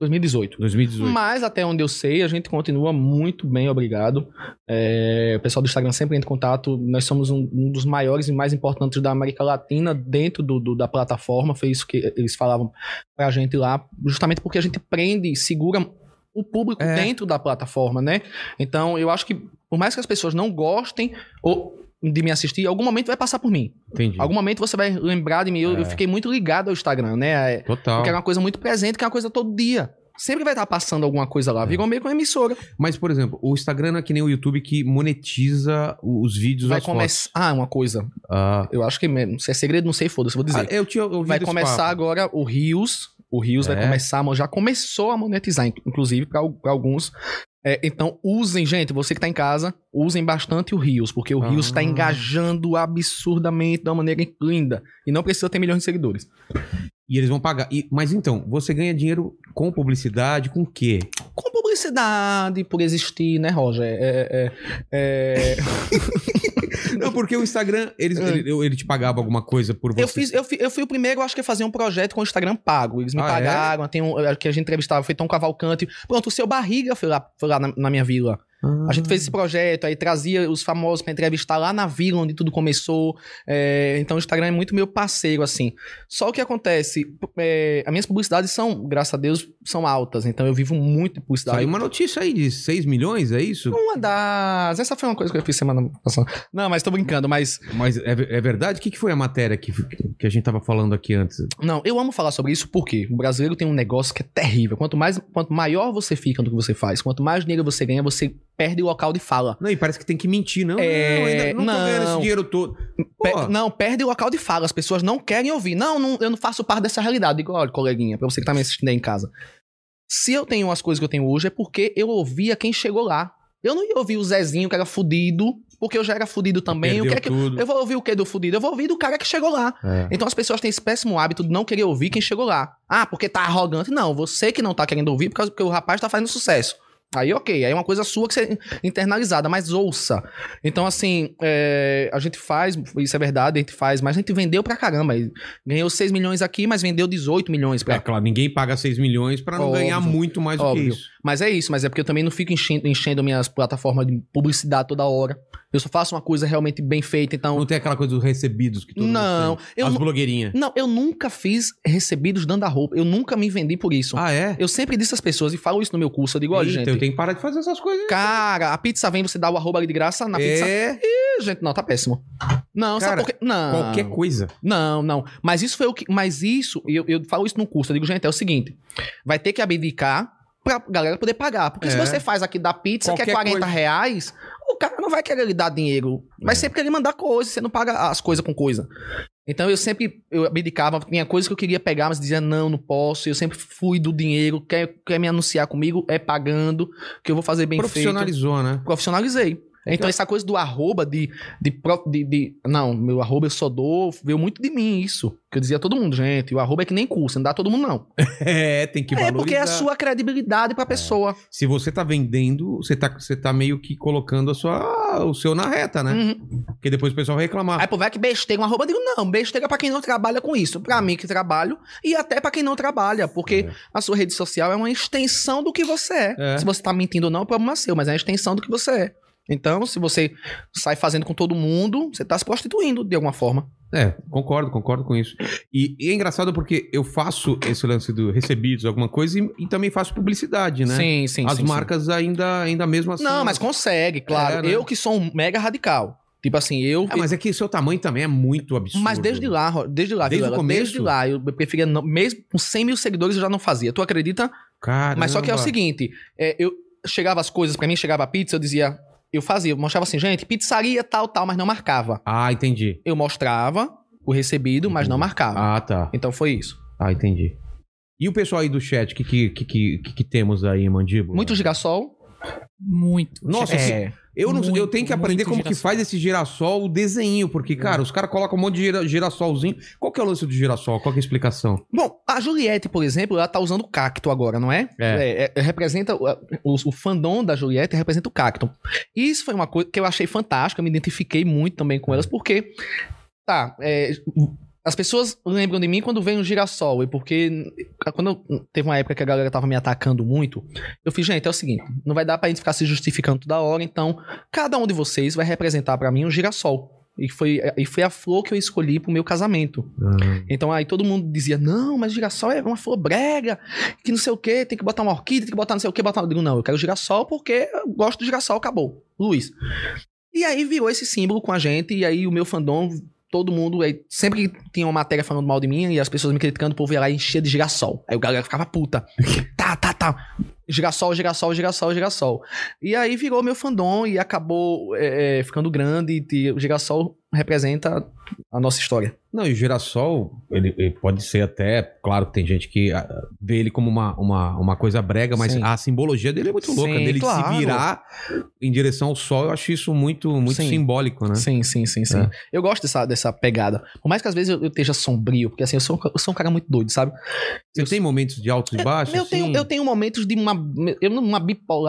C: 2018.
D: 2018.
C: Mas até onde eu sei, a gente continua muito bem, obrigado. É, o pessoal do Instagram sempre entra em contato. Nós somos um, um dos maiores e mais importantes da América Latina dentro do, do- da plataforma. Foi isso que eles falavam pra gente lá, justamente porque a gente prende e segura o público
D: É.
C: dentro da plataforma, né? Então eu acho que, por mais que as pessoas não gostem ou de me assistir, em algum momento vai passar por mim.
D: Entendi.
C: Em Hum, algum momento você vai lembrar de mim.
D: É.
C: Eu, eu fiquei muito ligado ao Instagram, né? É,
D: Total.
C: porque é uma coisa muito presente, que é uma coisa todo dia. Sempre vai estar passando alguma coisa
D: É.
C: lá. Virou meio com uma emissora.
D: Mas, por exemplo, o Instagram não é que nem o YouTube que monetiza o- os vídeos
C: Vai
D: as fotos.
C: começar. Ah, uma coisa.
D: Ah,
C: Eu acho que. mesmo, Se é segredo, não sei, foda-se, vou
D: ah,
C: dizer.
D: eu tinha ouvido
C: vai
D: esse
C: começar
D: papo.
C: agora o Rios. O Rios
D: É.
C: vai começar, mas já começou a monetizar, in- inclusive, para alguns. É, então, usem, gente, você que tá em casa, usem bastante o Rios, porque o
D: Ah.
C: Rios tá engajando absurdamente de uma maneira linda. E não precisa ter milhões de seguidores.
D: E eles vão pagar. E- mas então, você ganha dinheiro com publicidade, com o quê?
C: Com publicidade, por existir, né, Roger? É, é, é,
D: Não, porque o Instagram, eles,
C: É.
D: ele, ele te pagava alguma coisa por você.
C: Eu, fiz, eu, fui, eu fui o primeiro, eu acho que, a fazer um projeto com o Instagram pago. Eles me
D: Ah, é?
C: pagaram, tem um, eu acho que a gente entrevistava, foi Tom Cavalcante. Pronto, o seu Barriga foi lá, foi lá na, na minha vila.
D: Ah.
C: A gente fez esse projeto, aí trazia os famosos pra entrevistar lá na vila onde tudo começou. É, então o Instagram é muito meu parceiro, assim. Só o que acontece, é, as minhas publicidades são, graças a Deus, são altas. Então eu vivo muito de publicidade.
D: Saiu uma notícia aí de 6 milhões, é isso?
C: Uma das. Essa foi uma coisa que eu fiz semana passada. Não, mas tô brincando, mas
D: Mas é, ve- é verdade? O que, que foi a matéria que, que a gente tava falando aqui antes?
C: Não, eu amo falar sobre isso porque o brasileiro tem um negócio que é terrível. Quanto mais, quanto maior você fica no que você faz, quanto mais dinheiro você ganha, você perde o local de fala.
D: Não, e parece que tem que mentir, não?
C: É,
D: não, ainda não, tô
C: não.
D: ganhando esse dinheiro todo.
C: Pe-
D: Pô,
C: não, perde o local de fala. As pessoas não querem ouvir. Não, não, eu não faço parte dessa realidade. Digo, olha, coleguinha, pra você que tá me assistindo aí em casa. Se eu tenho as coisas que eu tenho hoje, é porque eu ouvia quem chegou lá. Eu não ia ouvir o Zezinho, que era fudido, porque eu já era fudido também. O que
D: perdeu
C: é que-
D: tudo.
C: Eu vou ouvir o que do fudido? Eu vou ouvir do cara que chegou lá.
D: É.
C: Então as pessoas têm esse péssimo hábito de não querer ouvir quem chegou lá. Ah, porque tá arrogante. Não, você que não tá querendo ouvir por causa porque o rapaz tá fazendo sucesso. Aí, ok, aí é uma coisa sua que você internalizada, mas ouça. Então, assim, é, a gente faz, isso é verdade, a gente faz, mas a gente vendeu pra caramba. Ganhou 6 milhões aqui, mas vendeu 18 milhões pra
D: É claro, ninguém paga 6 milhões pra não
C: Óbvio.
D: ganhar muito mais do
C: Óbvio.
D: que isso.
C: Mas é isso, mas é porque eu também não fico enchendo, enchendo minhas plataformas de publicidade toda hora. Eu só faço uma coisa realmente bem feita, então.
D: Não tem aquela coisa dos recebidos que todo mundo
C: Não,
D: tem.
C: eu
D: As
C: nu-
D: blogueirinhas.
C: não, eu nunca fiz recebidos dando a roupa. Eu nunca me vendi por isso.
D: Ah, é?
C: Eu sempre disse às pessoas, e falo isso no meu curso, eu digo, olha,
D: Eita,
C: gente,
D: eu tenho que parar de fazer essas coisas.
C: cara, a pizza vem, você dá o arroba ali de graça na pizza.
D: É,
C: Ih, gente, não, tá péssimo. Não,
D: Cara,
C: sabe por quê? Não.
D: qualquer coisa.
C: Não, não. Mas isso foi o que. Mas isso, eu, eu falo isso no curso, eu digo, gente, é o seguinte: vai ter que abdicar pra galera poder pagar. Porque se
D: É.
C: você faz aqui da pizza, que
D: Qualquer
C: é 40
D: coisa.
C: reais, o cara não vai querer lhe dar dinheiro. Vai
D: É.
C: sempre querer mandar coisa, você não paga as coisas com coisa. Então eu sempre eu abdicava, tinha coisa que eu queria pegar, mas dizia não, não posso. Eu sempre fui do dinheiro, quer, quer me anunciar comigo, é pagando, que eu vou fazer bem feito
D: Profissionalizou, né?
C: profissionalizei. Então, essa coisa do arroba de, de, pro- de, de- Não, meu arroba eu só dou. Veio muito de mim isso. Que eu dizia a todo mundo, gente, o arroba é que nem curso, não dá a todo mundo, não.
D: É, tem que
C: é
D: valorizar.
C: porque é a sua credibilidade pra pessoa.
D: Se você tá vendendo, você tá, você tá meio que colocando a sua, o seu na reta, né?
C: Uhum.
D: Porque depois o pessoal vai reclamar.
C: Aí, pô, vai que besteira, um arroba. Eu digo, não, besteira é pra quem não trabalha com isso. Pra mim que trabalho e até pra quem não trabalha. Porque
D: É.
C: a sua rede social é uma extensão do que você é.
D: É.
C: um Se você tá mentindo ou não, o problema é seu, mas é uma extensão do que você é. Então, se você sai fazendo com todo mundo, você tá se prostituindo de alguma forma.
D: É, concordo, concordo com isso. E, e é engraçado porque eu faço esse lance do recebidos, alguma coisa, e, e também faço publicidade, né?
C: Sim, sim.
D: As
C: sim, sim.
D: marcas ainda, ainda mesmo assim.
C: Não, mas consegue, claro.
D: É, né?
C: Eu que sou um mega radical. Tipo assim, eu.
D: É, mas é que seu tamanho também é muito absurdo.
C: Mas desde lá, Ro- desde lá,
D: Desde o
C: Vilela,
D: começo?
C: desde lá, eu preferia, não- mesmo com 100 mil seguidores, eu já não fazia. Tu acredita?
D: Caramba.
C: Mas só que é o seguinte, é, eu chegava as coisas, pra mim chegava a pizza, eu dizia, eu fazia, eu mostrava assim, gente, pizzaria tal, tal, mas não marcava.
D: Ah, entendi.
C: Eu mostrava o recebido, mas não
D: Entendi.
C: marcava.
D: Ah, tá.
C: Então foi isso.
D: Ah, entendi. E o pessoal aí do chat, o que, que, que, que, que temos aí, Mandíbula?
C: Muito girassol.
B: Muito.
D: Nossa,
B: Chefe.
D: é. Eu, não, eu
B: Muito,
D: tenho que aprender
B: muito
D: como que
B: girassol.
D: faz esse girassol, o desenho,
C: É.
D: porque, cara, os caras colocam um monte de gira- girassolzinho. Qual que é o lance do girassol? Qual que é a explicação?
C: Bom, a Juliette, por exemplo, ela tá usando cacto agora, não é? É, é, é, representa o, o fandom da Juliette representa o cacto. E isso foi uma coisa que eu achei fantástica, eu me identifiquei muito também com elas, porque tá, é, as pessoas lembram de mim quando vem o girassol, e porque quando eu- teve uma época que a galera tava me atacando muito, eu fiz, gente, é o seguinte, não vai dar pra gente ficar se justificando toda hora, então cada um de vocês vai representar pra mim um girassol. E foi, e foi a flor que eu escolhi pro meu casamento.
D: Uhum.
C: Então aí todo mundo dizia: não, mas girassol é uma flor brega, que não sei o que, tem que botar uma orquídea, tem que botar não sei o que, botar. Eu digo, não, eu quero girassol porque eu gosto do girassol, acabou. Luiz. E aí virou esse símbolo com a gente, e aí o meu fandom, todo mundo, aí, sempre que tinha uma matéria falando mal de mim e as pessoas me criticando, o povo ia lá e enchia de girassol. Aí o galera ficava puta. tá, tá, tá. Girassol, girassol, girassol, girassol. E aí virou meu fandom e acabou é, é, ficando grande. E o girassol representa a nossa história.
D: Não, e o girassol, ele, ele pode ser até. Claro que tem gente que ah, vê ele como uma, uma, uma coisa brega, mas
C: Sim.
D: a simbologia dele é muito louca.
C: Sim,
D: dele
C: claro.
D: se virar em direção ao sol, eu acho isso muito, muito
C: Sim.
D: simbólico, né?
C: Sim, sim, sim, sim.
D: É.
C: Eu gosto dessa, dessa pegada. Por mais que às vezes eu, eu esteja sombrio, porque assim, eu sou, um ca- eu sou um cara muito doido, sabe?
D: Você tem momentos de
C: É,
D: altos e baixos?
C: eu, tenho,
D: assim?
C: um- eu tenho momentos de uma, eu, uma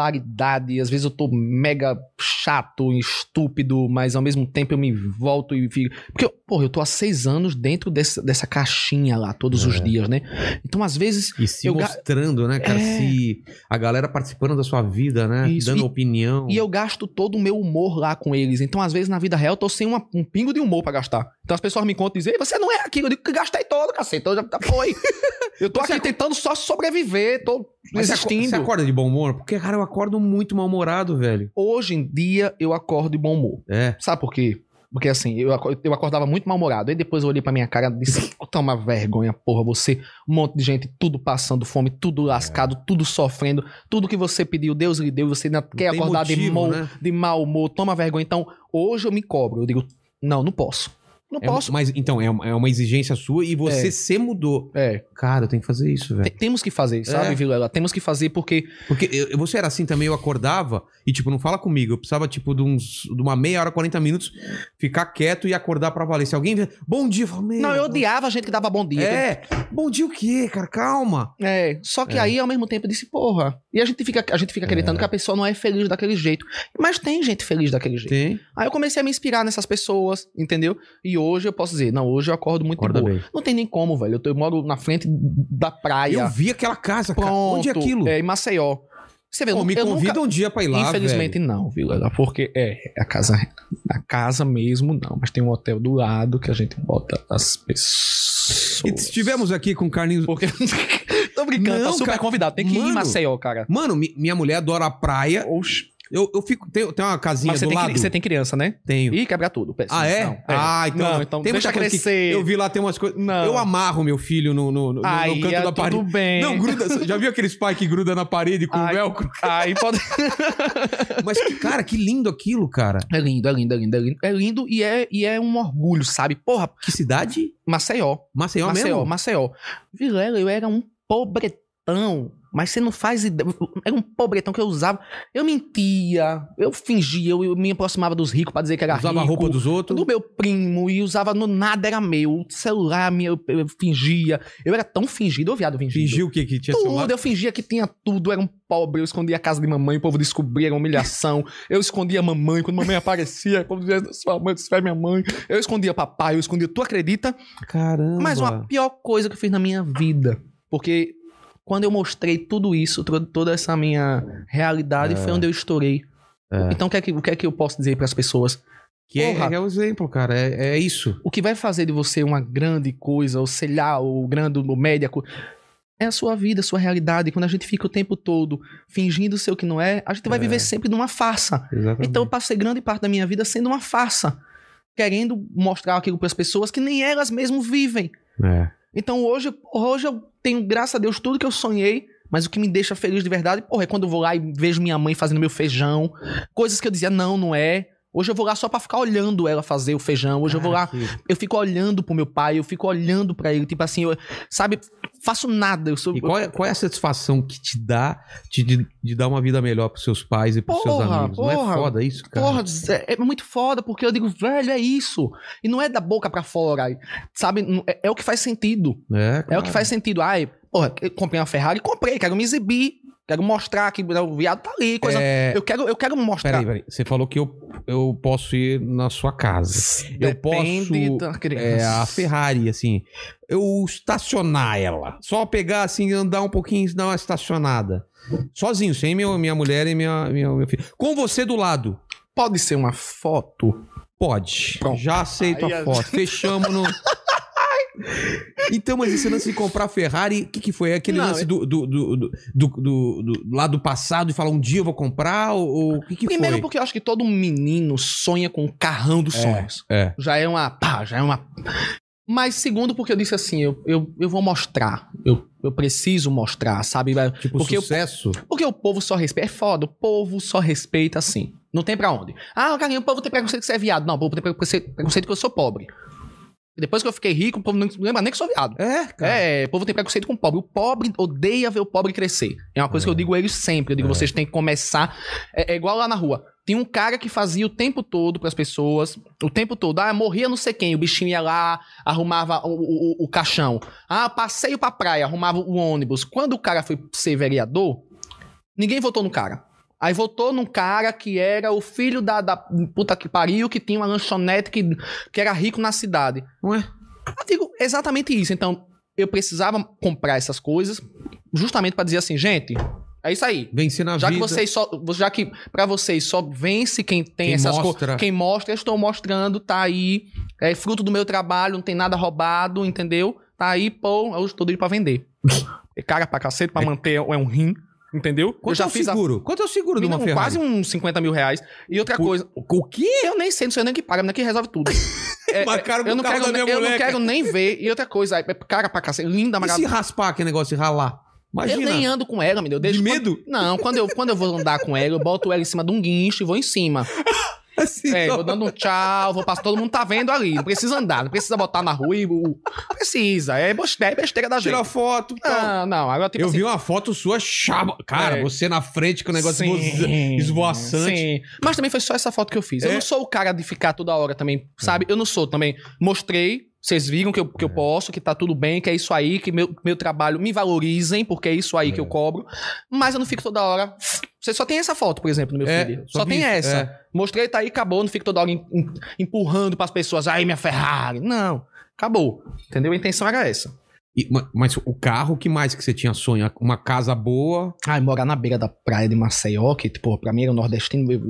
C: bipolaridade, às vezes eu tô mega chato, estúpido, mas ao mesmo tempo eu me volto e fico. Porque, eu- porra, eu tô há seis anos dentro dessa, dessa caixinha lá, todos os
D: É.
C: dias, né? Então, às vezes.
D: E se
C: eu ga-
D: mostrando, né, cara?
C: É.
D: Se a galera participando da sua vida, né?
C: Isso,
D: Dando
C: e-
D: opinião.
C: E eu gasto todo o meu humor lá com eles. Então, às vezes, na vida real, eu tô sem uma- um pingo de humor pra gastar. Então, as pessoas me contam e dizem, Ei, você não é aquilo. Eu digo que gastei todo, cacete. Eu já já foi. Eu tô aqui tentando só sobreviver, tô
D: Mas você aco- Você
C: existindo.
D: acorda de bom humor? Porque, cara, eu acordo muito mal-humorado, velho.
C: Hoje em dia, eu acordo de bom humor.
D: É.
C: Sabe por quê? Porque assim, eu, aco- eu acordava muito mal-humorado. Aí depois eu olhei pra minha cara e disse: Toma vergonha, porra, você. Um monte de gente, tudo passando fome,
D: É.
C: tudo lascado, tudo sofrendo. Tudo que você pediu, Deus lhe deu. e Você ainda quer
D: tem
C: acordar de,
D: motivo,
C: mal,
D: né?
C: de mau humor, toma vergonha. Então, hoje eu me cobro. Eu digo: Não, não posso. Não
D: É um-
C: posso.
D: mas então, é uma, é uma exigência sua e você
C: É.
D: se mudou.
C: É,
D: Cara, eu tenho que fazer isso, velho.
C: te- temos que fazer, sabe,
D: É.
C: Vilela? Temos que fazer porque
D: Porque eu- você era assim também, eu acordava e, tipo, não fala comigo. Eu precisava, tipo, de, uns, de uma meia hora, 40 minutos, ficar quieto e acordar pra valer. Se alguém vier, bom dia, eu falo, meu,
C: Não, eu odiava a gente que dava bom dia.
D: É, bom dia o quê, cara? Calma.
C: É, só que
D: É.
C: aí ao mesmo tempo eu disse, porra. E a gente fica, a gente fica acreditando que a pessoa não é feliz daquele jeito. Mas tem gente feliz daquele jeito.
D: Tem.
C: Aí eu comecei a me inspirar nessas pessoas, entendeu? E hoje eu posso dizer, não, hoje eu acordo muito
D: Acorda
C: de boa.
D: bem.
C: Não tem nem como, velho. Eu, tô- eu moro na frente da praia.
D: Eu vi aquela casa, cara.
C: Pronto.
D: Onde é aquilo?
C: É, em Maceió. Você vê,
D: Pô,
C: eu,
D: me
C: eu
D: convida
C: nunca...
D: um dia pra ir lá,
C: Infelizmente não, Vilela, porque é, a casa, a casa mesmo não, mas tem um hotel do lado que a gente bota as pessoas.
D: velho. E estivemos aqui com o Carlinhos...
C: Porque. Tô brincando,
D: Não,
C: tá super
D: cara.
C: convidado. Tem que ir
D: Mano.
C: em Maceió, cara.
D: Mano, mi- minha mulher adora a praia. Eu, eu fico... Tem, tem uma casinha
C: Mas você
D: do
C: tem,
D: lado?
C: cri- você tem criança, né?
D: Tenho.
C: Ih, quebra tudo. péssimo.
D: Ah, é?
C: Não,
D: Ah, então,
C: Não, então
D: tem
C: deixa
D: muita coisa que-
C: crescer.
D: eu vi lá, tem umas coisas...
C: Não.
D: Eu amarro meu filho no, no, no- no
C: Aí,
D: canto
C: é
D: da parede.
C: Tudo bem.
D: Não, é gruda. Já viu aqueles pais que gruda na parede com
C: Ai.
D: velcro?
C: Aí pode.
D: Mas, que- cara, que lindo aquilo, cara.
C: É lindo, é lindo, é lindo, é lindo. É lindo e é, e é um orgulho, sabe? Porra,
D: Que cidade?
C: Maceió.
D: Maceió,
C: Maceió,
D: mesmo?
C: Maceió. Vilela, eu era um pobretão. Mas você não faz ideia. Era um pobretão que eu usava. Eu mentia, eu fingia, eu, eu me aproximava dos ricos pra dizer que era
D: Usava a
C: rico.
D: roupa dos outros.
C: do meu primo e usava no nada era meu. O celular meu, eu, eu fingia. Eu era tão fingido, ô viado fingido.
D: Fingiu o que, que tinha
C: Tudo,
D: celular.
C: eu fingia que tinha tudo, eu era um pobre, eu escondia a casa de mamãe, o povo descobria, era uma humilhação. eu escondia a mamãe, quando mamãe aparecia, quando dizia, sua mãe, se vai minha mãe. Eu escondia papai, eu escondia, tu acredita?
D: Caramba.
C: Mas uma pior coisa que eu fiz na minha vida, porque
D: É.
C: quando eu mostrei tudo isso, tro- toda essa minha realidade, foi onde eu estourei. Então, o que, é que, o que é que eu posso dizer para as pessoas?
D: Que é,
C: Porra.
D: é o exemplo, cara. É, é isso.
C: O que vai fazer de você uma grande coisa, ou sei lá, ou grande, ou média coisa, é a sua vida, a sua realidade. Quando a gente fica o tempo todo fingindo ser o que não é, a gente vai
D: É.
C: viver sempre numa farsa.
D: Exatamente.
C: Então eu passei grande parte da minha vida sendo uma farsa, querendo mostrar aquilo para as pessoas que nem elas mesmo vivem.
D: É.
C: Então hoje, hoje eu tenho, graças a Deus, tudo que eu sonhei, mas o que me deixa feliz de verdade, porra, é quando eu vou lá e vejo minha mãe fazendo meu feijão, coisas que eu dizia não, não é. Hoje eu vou lá só pra ficar olhando ela fazer o feijão. Hoje eu vou
D: Ah,
C: lá,
D: que-
C: eu fico olhando pro meu pai, eu fico olhando pra ele, tipo assim, eu, sabe, faço nada, eu sou
D: E qual é, qual é a satisfação que te dá de, de, de dar uma vida melhor pros seus pais e pros seus
C: Porra,
D: amigos? Não é
C: porra,
D: foda isso, cara?
C: Porra, Zé, é muito foda, porque eu digo, velho, é isso. E não é da boca pra fora, sabe? Não- É, é o que faz sentido.
D: É,
C: É o que faz sentido. Ai, porra, eu comprei uma Ferrari, comprei, quero me exibir. Quero mostrar que né, o viado tá ali, coisa.
D: É,
C: Eu, quero, eu quero mostrar.
D: Peraí, peraí. Você falou que eu, eu posso ir na sua casa. Eu
C: Depende
D: posso-
C: da criança.
D: É, a Ferrari, assim. Eu estacionar ela. Só pegar, assim, andar um pouquinho, dar uma estacionada. Sozinho, sem meu, minha mulher e minha, minha, meu filho. Com você do lado.
C: Pode ser uma foto.
D: Pode.
C: Pronto.
D: Já aceito
C: Aí é-
D: a
C: a-
D: foto. Fechamos no. Então, mas esse lance de comprar Ferrari, o que, que foi? É Aquele
C: Não,
D: lance do, do, do, do, do, do- do- lá do passado e falar um dia eu vou comprar? Ou ou o que, que
C: Primeiro,
D: foi?
C: porque eu acho que todo menino sonha com o carrão dos
D: É.
C: sonhos.
D: É.
C: Já é uma. Pá, já é uma. Mas segundo, porque eu disse assim, eu, eu, eu vou mostrar. Eu, eu preciso mostrar, sabe? Vai-
D: Tipo,
C: porque eu-
D: sucesso?
C: Porque o povo só respeita. É foda, o povo só respeita assim. Não tem pra onde. Ah, carinho, o povo tem preconceito que você é viado. Não, o povo tem preconceito, preconceito que eu sou pobre. Depois que eu fiquei rico, o povo não lembra nem que eu sou viado.
D: É, cara.
C: É, o povo tem preconceito com o pobre. O pobre odeia ver o pobre crescer. É uma coisa que eu digo a eles sempre. Eu digo, vocês têm que começar. É, é igual lá na rua. Tem um cara que fazia o tempo todo pras pessoas, o tempo todo. Ah, morria não sei quem. O bichinho ia lá, arrumava o, o, o- o caixão. Ah, passeio pra praia, arrumava o ônibus. Quando o cara foi ser vereador, ninguém votou no cara. Aí votou num cara que era o filho da, da puta que pariu, que tinha uma lanchonete que, que era rico na cidade.
D: Não é?
C: Eu digo exatamente isso. Então, eu precisava comprar essas coisas justamente pra dizer assim, gente, é isso aí.
D: Vencer na
C: Já
D: vida.
C: que vocês só, já que para vocês só vence quem tem
D: Quem
C: essas
D: mostra.
C: coisas, quem mostra, eu estou mostrando, tá aí, é fruto do meu trabalho, não tem nada roubado, entendeu? Tá aí, pô, eu estou doido pra vender. É cara pra cacete, pra manter é um rim, entendeu?
D: Quanto
C: eu já
D: é o
C: fiz a
D: seguro? Quanto é o seguro de uma
C: Menino,
D: Ferrari?
C: quase um- uns 50 mil reais. E outra coisa. O quê? Eu nem sei, não sei nem que paga, mas que resolve tudo. É,
D: Mas
C: é,
D: cara, com
C: eu
D: o
C: não
D: um carro
C: quero,
D: da minha
C: eu
D: mulher,
C: não quero
D: cara.
C: nem ver. E outra coisa, é cara pra cacete, linda,
D: E se
C: maravilhosa.
D: raspar aquele negócio, se ralar?
C: Eu
D: Imagina.
C: nem ando com ela, menino. Eu deixo
D: de
C: quando-
D: medo?
C: Não, quando eu, quando eu vou andar com ela, eu boto ela em cima de um guincho e vou em cima.
D: Assim,
C: É,
D: só-
C: vou dando um tchau, vou passar, todo mundo tá vendo ali. Não precisa andar, não precisa botar na rua e. o- Precisa, é besteira, é besteira da gente.
D: Tira foto. tal.
C: Não, não, agora tipo
D: eu
C: assim,
D: vi uma foto sua chaba. Cara,
C: É.
D: você na frente com o negócio esbo-
C: Sim,
D: esvoaçante.
C: sim. Mas também foi só essa foto que eu fiz.
D: É. Uhum.
C: Eu não sou o cara de ficar toda hora também, sabe? Eu não sou também. Mostrei, vocês viram que eu,
D: É.
C: que eu posso, que tá tudo bem, que é isso aí, que meu, meu trabalho me valorizem, porque é isso aí que eu cobro. Mas eu não fico toda hora. Você só tem essa foto, por exemplo, do meu
D: É,
C: filho.
D: só
C: Só, tem
D: vi isso,
C: essa.
D: é.
C: Mostrei, tá aí, acabou. Não fico toda hora em- em- empurrando pras pessoas. Ai, minha Ferrari. Não. Acabou. Entendeu? A intenção era essa.
D: E- ma- mas o carro, que mais que você tinha sonho? Uma casa boa.
C: Ai, morar na beira da praia de Maceió, que, tipo, pra mim era um nordestino. Eu,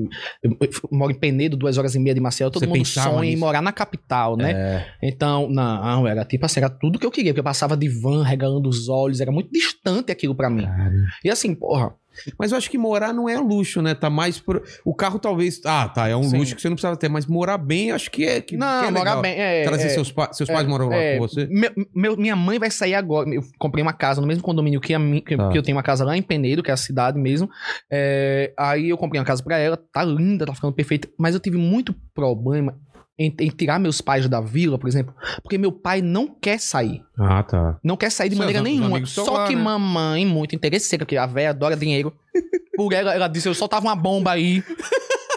C: eu- eu moro em Penedo, duas horas e meia de Maceió. Todo
D: Você
C: mundo
D: pensava
C: sonha em
D: nisso?
C: morar na capital, né?
D: É.
C: Então, não, era tipo assim, era tudo que eu queria, porque eu passava de van, regalando os olhos, era muito distante aquilo pra mim. E assim, porra,
D: Mas eu acho que morar não é luxo, né? Tá mais pro... O carro talvez. Ah, tá. É um
C: Sim.
D: luxo que você não precisava ter, mas morar bem, eu acho que é. Que,
C: não,
D: que é
C: morar
D: legal.
C: bem. É,
D: Trazer
C: é,
D: seus, pa- seus pais moram lá
C: é,
D: com você.
C: meu- meu- minha mãe vai sair agora. Eu comprei uma casa no mesmo condomínio que, a mim, que,
D: Tá.
C: que eu tenho uma casa lá em Penedo, que é a cidade mesmo. É, aí eu comprei uma casa pra ela, tá linda, tá ficando perfeita. Mas eu tive muito problema em, em tirar meus pais da vila, por exemplo, porque meu pai não quer sair.
D: Ah, tá.
C: Não quer sair de
D: Seus
C: maneira
D: am- os
C: nenhuma.
D: amigos estão
C: Só
D: lá,
C: que
D: né?
C: mamãe, muito interesseira, que a véia adora dinheiro. Por ela, ela disse: eu soltava uma bomba aí.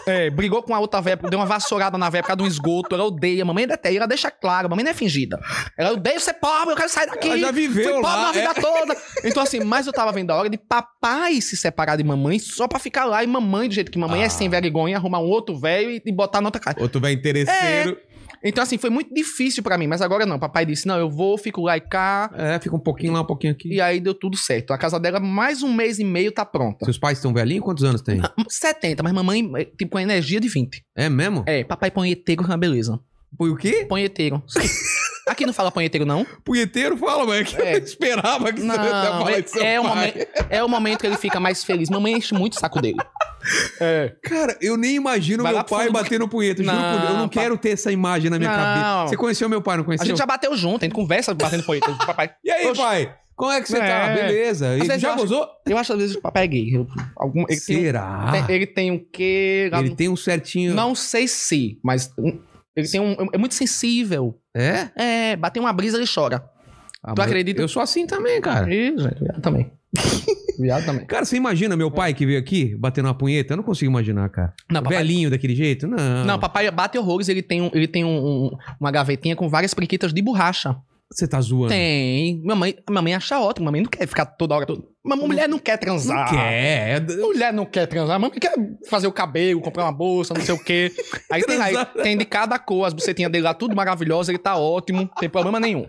C: É, brigou com a outra véia, deu uma vassourada na véia por causa de um esgoto. Ela odeia, mamãe até ela deixa claro, mamãe não é fingida. Ela odeia ser pobre, eu quero sair daqui.
D: Ela Ah, já viveu
C: Fui pobre
D: lá, é.
C: a vida toda. Então, assim, mas eu tava vendo a hora de papai se separar de mamãe só pra ficar lá. E mamãe, do jeito que mamãe
D: Ah.
C: é sem vergonha, arrumar um outro velho e, e botar na outra casa.
D: Ou tu vai interesseiro.
C: Então, assim, foi muito difícil pra mim, mas agora não. Papai disse: não, eu vou, fico lá e cá.
D: É, fica um pouquinho lá, um pouquinho aqui.
C: E aí deu tudo certo. A casa dela, mais um mês e meio, tá pronta.
D: Seus pais estão velhinhos? Quantos anos
C: Ah.
D: tem?
C: 70, mas mamãe, é, tipo, com energia de 20.
D: É mesmo?
C: É, papai punheteiro é uma beleza.
D: Foi o quê?
C: Punheteiro. Aqui não fala punheteiro, não.
D: Punheteiro fala, mas que
C: É.
D: eu esperava que
C: Não,
D: você ia falar
C: é-
D: de seu
C: é o
D: pai.
C: momen- É o momento que ele fica mais feliz. Mamãe enche muito o saco dele.
D: É, Cara, eu nem imagino
C: Vai
D: meu
C: lá pro
D: pai
C: fundo.
D: batendo punheta. Juro por Deus, eu não
C: Não, pa-
D: quero ter essa imagem na minha
C: Não.
D: cabeça. Você conheceu meu pai, não
C: A
D: conheceu?
C: gente já bateu junto, a gente conversa batendo punheta. Papai.
D: E aí,
C: Oxe.
D: pai? Como é que você tá?
C: É.
D: Beleza. E
C: vezes
D: já
C: eu acho-
D: gozou?
C: Eu acho às vezes que o papai é gay. Eu- algum- ele, tem, um
D: Será?
C: tem- ele tem o quê? Lá
D: Ah. Ele
C: no-
D: tem um certinho...
C: Não sei se, mas um- ele tem um. É muito sensível.
D: É?
C: É, bater uma brisa, ele chora.
D: Ah,
C: Tu
D: mas
C: acredita?
D: Eu sou assim também, cara.
C: Ih, gente, viado também. viado também.
D: Cara, você imagina meu pai que veio aqui batendo uma punheta? Eu não consigo imaginar, cara.
C: Não, papai-
D: Velhinho daquele jeito? Não.
C: Não, papai bate horrores, ele tem, um, ele tem um- um- uma gavetinha com várias periquitas de borracha.
D: Você tá zoando.
C: Tem. Mamãe, mamãe acha ótimo, mamãe não quer ficar toda hora. Toda... Mas mulher não quer
D: Não
C: transar.
D: quer.
C: Mulher não quer transar, mamãe quer fazer o cabelo, comprar uma bolsa, não sei o quê. Aí tem, aí,
D: Transar.
C: tem de cada cor, as bucetinhas dele lá, tudo maravilhoso, ele tá ótimo, tem problema nenhum.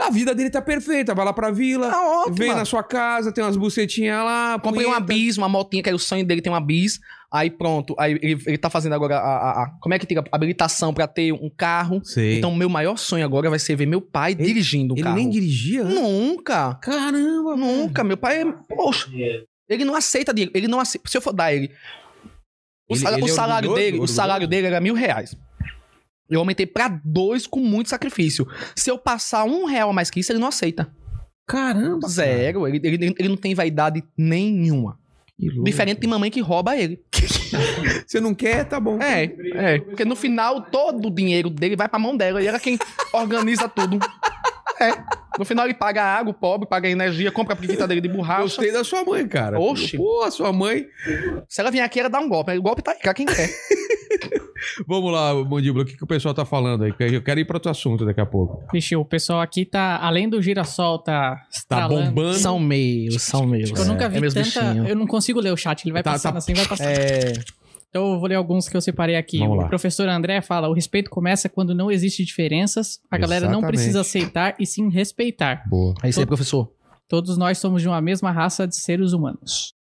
D: A vida dele tá perfeita. Vai lá pra vila,
C: Tá ótimo.
D: vem na sua casa, tem umas bucetinhas lá.
C: Comprei uma
D: punheta.
C: bis, uma motinha, que era o sonho dele, tem uma bis. Aí pronto, aí ele, ele tá fazendo agora a, a- a- Como é que tem a habilitação pra ter um carro?
D: Sei.
C: Então, meu maior sonho agora vai ser ver meu pai dirigindo um
D: Ele
C: carro.
D: nem dirigia? antes?
C: Nunca!
D: Caramba,
C: Nunca! Meu pai é. Poxa! Ele não aceita dinheiro. Ele não aceita. Se eu for dar ele. O,
D: Ele-
C: sala-
D: ele
C: o
D: é
C: salário
D: orgulhoso,
C: dele, o
D: orgulhoso?
C: salário dele era mil reais. Eu aumentei pra dois com muito sacrifício. Se eu passar um real a mais que isso, ele não aceita.
D: Caramba.
C: Zero. Ele, ele, ele não tem vaidade nenhuma.
D: Que louco.
C: Diferente de mamãe que rouba ele.
D: Você não quer, tá bom.
C: É, é. Porque no final todo o dinheiro dele vai pra mão dela e ela é quem organiza tudo. É. No final ele paga a água, o pobre, paga a energia, compra a periquita dele de borracha.
D: Gostei da sua mãe, cara.
C: Oxe.
D: Pô, a sua mãe.
C: Se ela vier aqui, ela dá um golpe. O golpe tá aí, cara, quem quer.
D: Vamos lá, Mandíbula, o que, que o pessoal tá falando aí? Eu quero ir para outro assunto daqui a pouco.
B: Vixe, o pessoal aqui tá, além do girassol, tá.
D: é. Tá
B: estralando.
D: bombando.
C: São meus, são meus.
B: Tipo, Eu nunca vi
C: é meus
B: tanta.
C: bichinhos.
B: Eu não consigo ler o chat, ele vai
D: Tá,
B: passando
D: tá.
B: assim, vai passando.
C: É,
B: Então eu vou ler alguns que eu separei aqui.
D: Vamos
B: o
D: lá.
B: professor André fala: o respeito começa quando não existe diferenças, a galera não
D: Exatamente.
B: precisa aceitar e sim respeitar.
D: Boa.
C: é isso aí, professor.
B: Todos nós somos de uma mesma raça de seres humanos.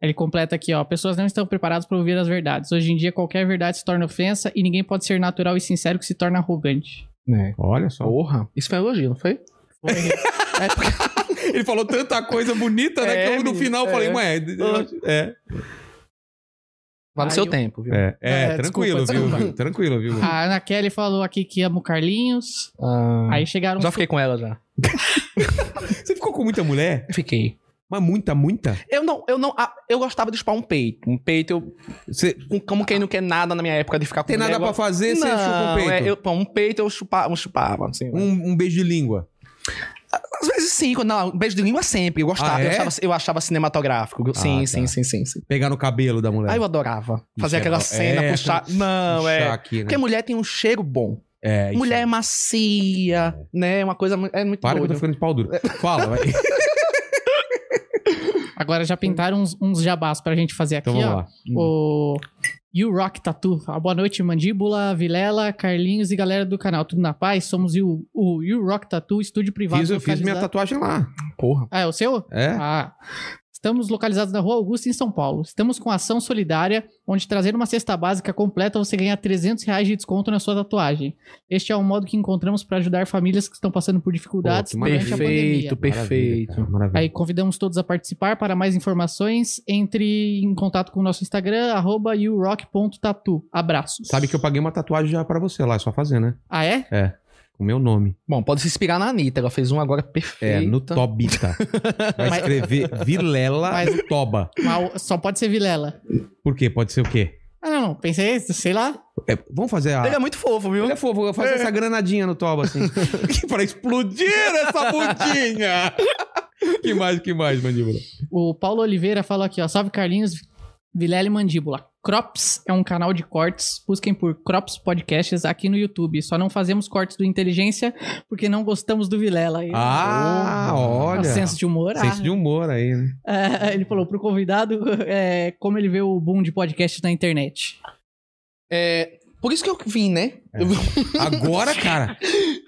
B: Ele completa aqui, ó. Pessoas não estão preparadas para ouvir as verdades. Hoje em dia, qualquer verdade se torna ofensa e ninguém pode ser natural e sincero que se torna arrogante.
C: É.
D: Olha só.
C: Porra. Isso foi um elogio, não foi? é porque
D: Ele falou tanta coisa bonita, né?
C: É,
D: que eu no
C: menino,
D: final
C: é.
D: falei, ué. É,
C: vale o
B: Aí
C: seu
B: eu-
C: tempo, viu?
D: é, é,
B: É,
D: tranquilo,
B: desculpa,
C: tá
D: viu,
B: desculpa.
D: viu? Tranquilo, viu?
B: A Ana Kelly falou aqui que ama o Carlinhos.
C: Ah,
D: Hum.
B: Aí chegaram.
C: já fiquei com ela já.
D: Você ficou com muita mulher?
C: Fiquei.
D: Mas muita, muita?
C: Eu não, eu não, ah, eu gostava de chupar um peito. Um peito, eu,
D: Você
C: com- como quem não quer nada na minha época de ficar com
D: tem nada
C: mulher,
D: pra fazer, você
C: Não,
D: chupa o peito.
C: é, eu- pô, um peito eu chupava, eu chupava assim.
D: um, um beijo de língua.
C: Às vezes sim, quando, não, um beijo de língua sempre. Eu gostava,
D: Ah, é?
C: eu, achava, eu achava cinematográfico. Eu- sim,
D: tá.
C: sim, sim, sim, sim.
D: Pegar no cabelo da mulher.
C: Aí eu adorava. Fazer
D: é
C: aquela
D: bom.
C: cena,
D: É,
C: puxar. Não,
D: Puxar
C: é.
D: Aqui, né?
C: Porque mulher tem um cheiro bom.
D: É, isso
C: mulher
D: aí.
C: é macia, né? Uma coisa. mu- É muito
D: Para que eu tô
C: doido.
D: ficando de pau duro. Fala, vai.
B: Agora já pintaram uns, uns jabás pra gente fazer aqui,
D: Então vamos
B: ó.
D: lá.
B: O You Rock Tatu. fala, Boa noite, Mandíbula, Vilela, Carlinhos e galera do canal. Tudo na paz? Somos o, o You Rock Tatu, estúdio privado.
D: Fiz, eu fiz minha
B: localizado-
D: tatuagem lá.
C: Porra.
B: Ah, é o seu?
D: É?
B: Ah. Estamos localizados na Rua Augusta, em São Paulo. Estamos com ação solidária, onde trazer uma cesta básica completa você ganha 300 reais de desconto na sua tatuagem. Este é um modo que encontramos para ajudar famílias que estão passando por dificuldades
D: Pô, que
B: durante a pandemia.
C: Perfeito, perfeito.
D: Maravilha, cara, maravilha.
B: Aí convidamos todos a participar. Para mais informações, entre em contato com o nosso Instagram, arroba yourock.tatu. Abraços.
D: Sabe que eu paguei uma tatuagem já pra você lá, é só fazer, né?
B: Ah, é?
D: Com o meu nome.
C: Bom, pode se inspirar na Anitta. Ela fez um agora
D: É,
C: perfeito.
D: no Tobita. Vai
B: Mas-
D: escrever Vilela
B: Mas-
D: Toba.
B: Mas o- só pode ser Vilela.
D: Por quê? Pode ser o quê?
B: Ah, não, não. Pensei, sei lá.
D: É, vamos fazer a.
C: Ele é muito fofo, viu?
D: Ele é fofo, eu faço essa granadinha no Toba, assim. pra explodir essa bundinha! que mais, que mais, mandíbula?
B: O Paulo Oliveira falou aqui, ó. Salve Carlinhos, Vilela e Mandíbula. Crops é um canal de cortes. Busquem por Crops Podcasts aqui no YouTube. Só não fazemos cortes do Inteligência porque não gostamos do Vilela. Ele-
D: Ah,
B: É
C: Tá
D: olha.
B: o senso de humor. ah.
D: Senso de humor aí, né?
B: É, ele falou pro convidado é, como ele vê o boom de podcasts na internet.
C: É, Por isso que eu vim, né?
D: É.
C: Eu vim-
D: Agora, cara.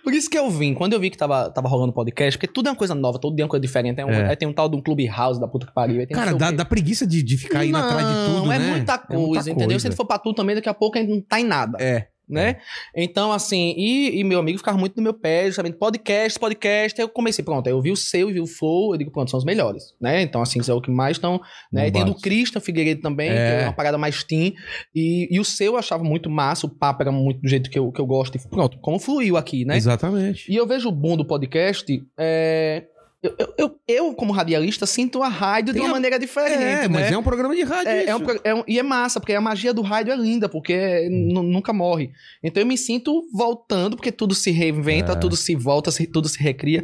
C: por isso que eu vim. Quando eu vi que tava, tava rolando podcast, porque tudo é uma coisa nova, todo dia é uma coisa diferente. Tem um,
D: É.
C: aí tem um tal de um clube house da puta que pariu. aí tem não
D: Cara,
C: sei o
D: dá,
C: quê.
D: dá preguiça de, de ficar indo atrás de tudo,
C: Não, é
D: né?
C: muita
D: É
C: coisa,
D: muita
C: entendeu? Se ele
D: coisa.
C: for pra tu também, daqui a pouco ainda não tá em nada.
D: É.
C: Né? Então, assim, e, e meu amigo ficava muito no meu pé, justamente podcast, podcast. Aí eu comecei, pronto, aí eu vi o seu e vi o Flow, eu digo, pronto, são os melhores, né? Então, assim, é o que mais estão. Né? E tem do
D: Bombados.
C: Christian Figueiredo também,
D: É.
C: que é uma parada mais team. E, e o seu eu achava muito massa, o papo era muito do jeito que eu, que eu gosto. E pronto, como fluiu aqui, né?
D: Exatamente.
C: E eu vejo o bom do podcast. É... Eu, eu, eu, eu, como radialista, sinto a rádio
D: Tem
C: de uma
D: a-
C: maneira diferente. né?
D: É, mas é um programa de rádio.
C: É, é um
D: isso.
C: pro- é um- e é massa, porque a magia do rádio é linda, porque é- nu- nunca morre. Então eu me sinto voltando, porque tudo se reinventa,
D: É.
C: tudo se volta, se- tudo se recria.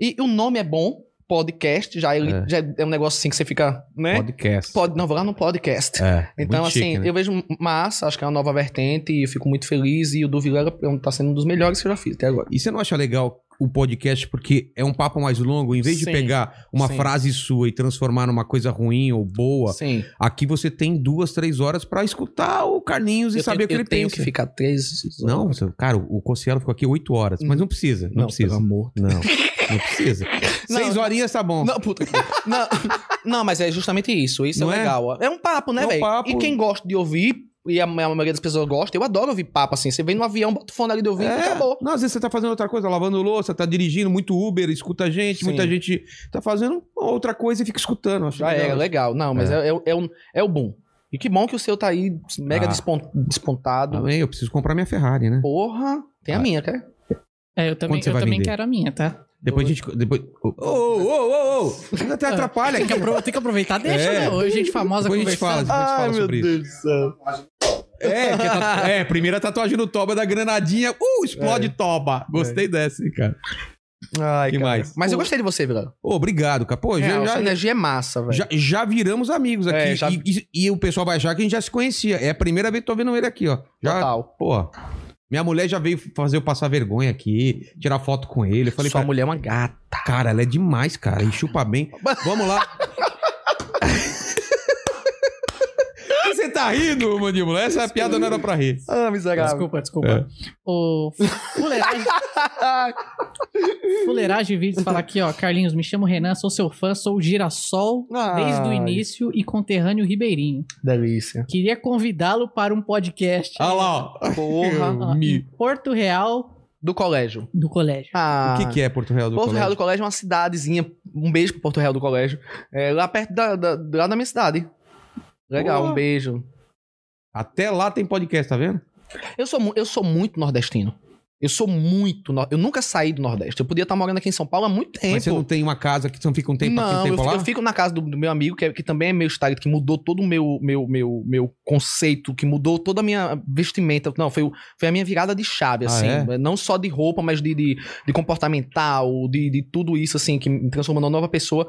C: E o nome é bom, podcast, já é,
D: É.
C: já é um negócio assim que você fica, né?
D: podcast.
C: Pod, não, vou lá no podcast.
D: É,
C: Então,
D: muito
C: assim,
D: chique, né?
C: eu vejo massa, acho que é uma nova vertente, e eu fico muito feliz, e o do Vilela é um- tá sendo um dos melhores que eu já fiz até agora.
D: E você não acha legal o podcast porque é um papo mais longo? Em vez de
C: Sim.
D: pegar uma
C: Sim.
D: frase sua e transformar numa coisa ruim ou boa,
C: Sim.
D: aqui você tem duas, três horas pra escutar o Carlinhos e
C: eu tenho,
D: saber o
C: eu
D: que ele
C: tenho
D: pensa.
C: que ficar três.
D: Não, você- cara, o Cossielo ficou aqui oito horas, mas não precisa, não,
C: Não, tá
D: precisa.
C: pelo amor.
D: Não, não precisa.
C: Não.
D: Seis horinhas tá bom.
C: Não, puta. que- não, não, mas é justamente isso. Isso
D: Não
C: é
D: é?
C: legal. É um papo, né,
D: É um
C: velho?
D: papo.
C: E quem gosta de ouvir, e a ma- a maioria das pessoas gosta, eu adoro ouvir papo assim. Você vem no avião, bota o fone ali de ouvir e
D: É.
C: acabou.
D: Não, às vezes você tá fazendo outra coisa, lavando louça, tá dirigindo, muito Uber, escuta a gente,
C: Sim.
D: muita gente tá fazendo outra coisa e fica escutando. Acho
C: Já
D: legal.
C: era, legal. Não, mas é, é, é o- é o bom. E que bom que o seu tá aí mega
D: Ah.
C: despon- despontado.
D: Também, Ah, eu preciso comprar minha Ferrari, né?
C: Porra, tem a
D: Ah.
C: minha, quer?
B: É, eu também,
D: Quanto você
B: eu
D: vai
B: também
D: vender?
B: quero a minha, tá?
D: Depois a gente. Depois... Ô, ô, ô, ô, ô! Ainda
C: Ah.
D: até atrapalha
B: Tem que,
D: aqui.
B: apro- tem que aproveitar, deixa,
D: É.
B: né? Hoje, gente famosa
D: Depois a gente fala,
B: conversando.
D: depois a gente fala sobre isso.
C: do céu.
D: É, que é, tatu- é, primeira tatuagem no toba da granadinha. Uh,
C: É.
D: explode toba. Gostei dessa, hein, cara.
C: Ai,
D: Que
C: cara.
D: mais?
C: é Mas eu gostei de você, Vila.
D: Ô, obrigado, cara. Pô, já-
C: Real,
D: já,
C: Sua energia é massa, velho.
D: já, já viramos amigos aqui.
C: É, já-
D: E, e- e o pessoal vai achar que a gente já se conhecia. É a primeira vez que tô vendo ele aqui, ó. Já,
C: Total.
D: Pô, minha mulher já veio fazer eu passar vergonha aqui, tirar foto com ele. Eu falei,
C: Sua
D: pra...
C: mulher é uma gata.
D: cara, ela é demais, cara. E chupa bem. Vamos lá. Você tá rindo, mandíbula? Essa piada não era pra rir.
C: Ah, miserável.
B: Desculpa,
D: É.
B: desculpa. O fuleiragem,
D: Ah,
B: fuleiragem Vídeos fala aqui, ó. Carlinhos, me chamo Renan, sou seu fã, sou o girassol desde o
C: Ai.
B: início e conterrâneo ribeirinho.
C: Delícia.
B: Queria convidá-lo para um podcast
D: Olha Ah lá, ó.
C: Porra.
B: ó, em
D: Mi.
B: Porto Real
C: Do colégio.
B: do colégio.
C: Ah.
D: O que, que é Porto Real do
C: Porto
D: Colégio?
C: Real do Colégio é uma cidadezinha. Um beijo pro Porto Real do Colégio. É, lá perto da, da, lá da minha cidade. Legal,
D: Porra.
C: um beijo.
D: Até lá tem podcast, tá vendo?
C: Eu sou, mu- eu sou muito nordestino. Eu sou muito. nor- Eu nunca saí do Nordeste. Eu podia estar morando aqui em São Paulo há muito tempo.
D: Mas você não tem uma casa que você não fica um tempo aqui, um
C: não, eu,
D: tempo
C: fico-
D: lá?
C: eu fico na casa do, do meu amigo, que, é- que também é meu estado, que mudou todo o meu, meu, meu, meu conceito, que mudou toda a minha vestimenta. Não, foi, o- foi a minha virada de chave,
D: Ah,
C: assim.
D: é?
C: Não só de roupa, mas de, de, de comportamental, de, de tudo isso, assim, que me transformou numa nova pessoa.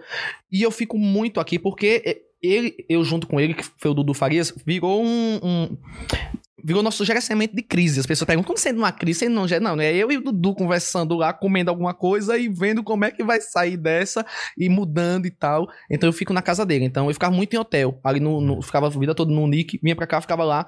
C: E eu fico muito aqui, porque eh, ele, eu junto com ele, que foi o Dudu Farias, virou um. um- Virou nosso gerenciamento de crise. As pessoas perguntam, como você é numa crise? Você não gera. Não, é eu e o Dudu conversando lá, comendo alguma coisa e vendo como é que vai sair dessa e mudando e tal. Então eu fico na casa dele. Então eu ficava muito em hotel. Ali no, no- ficava a vida toda no Nick, vinha pra cá, ficava lá.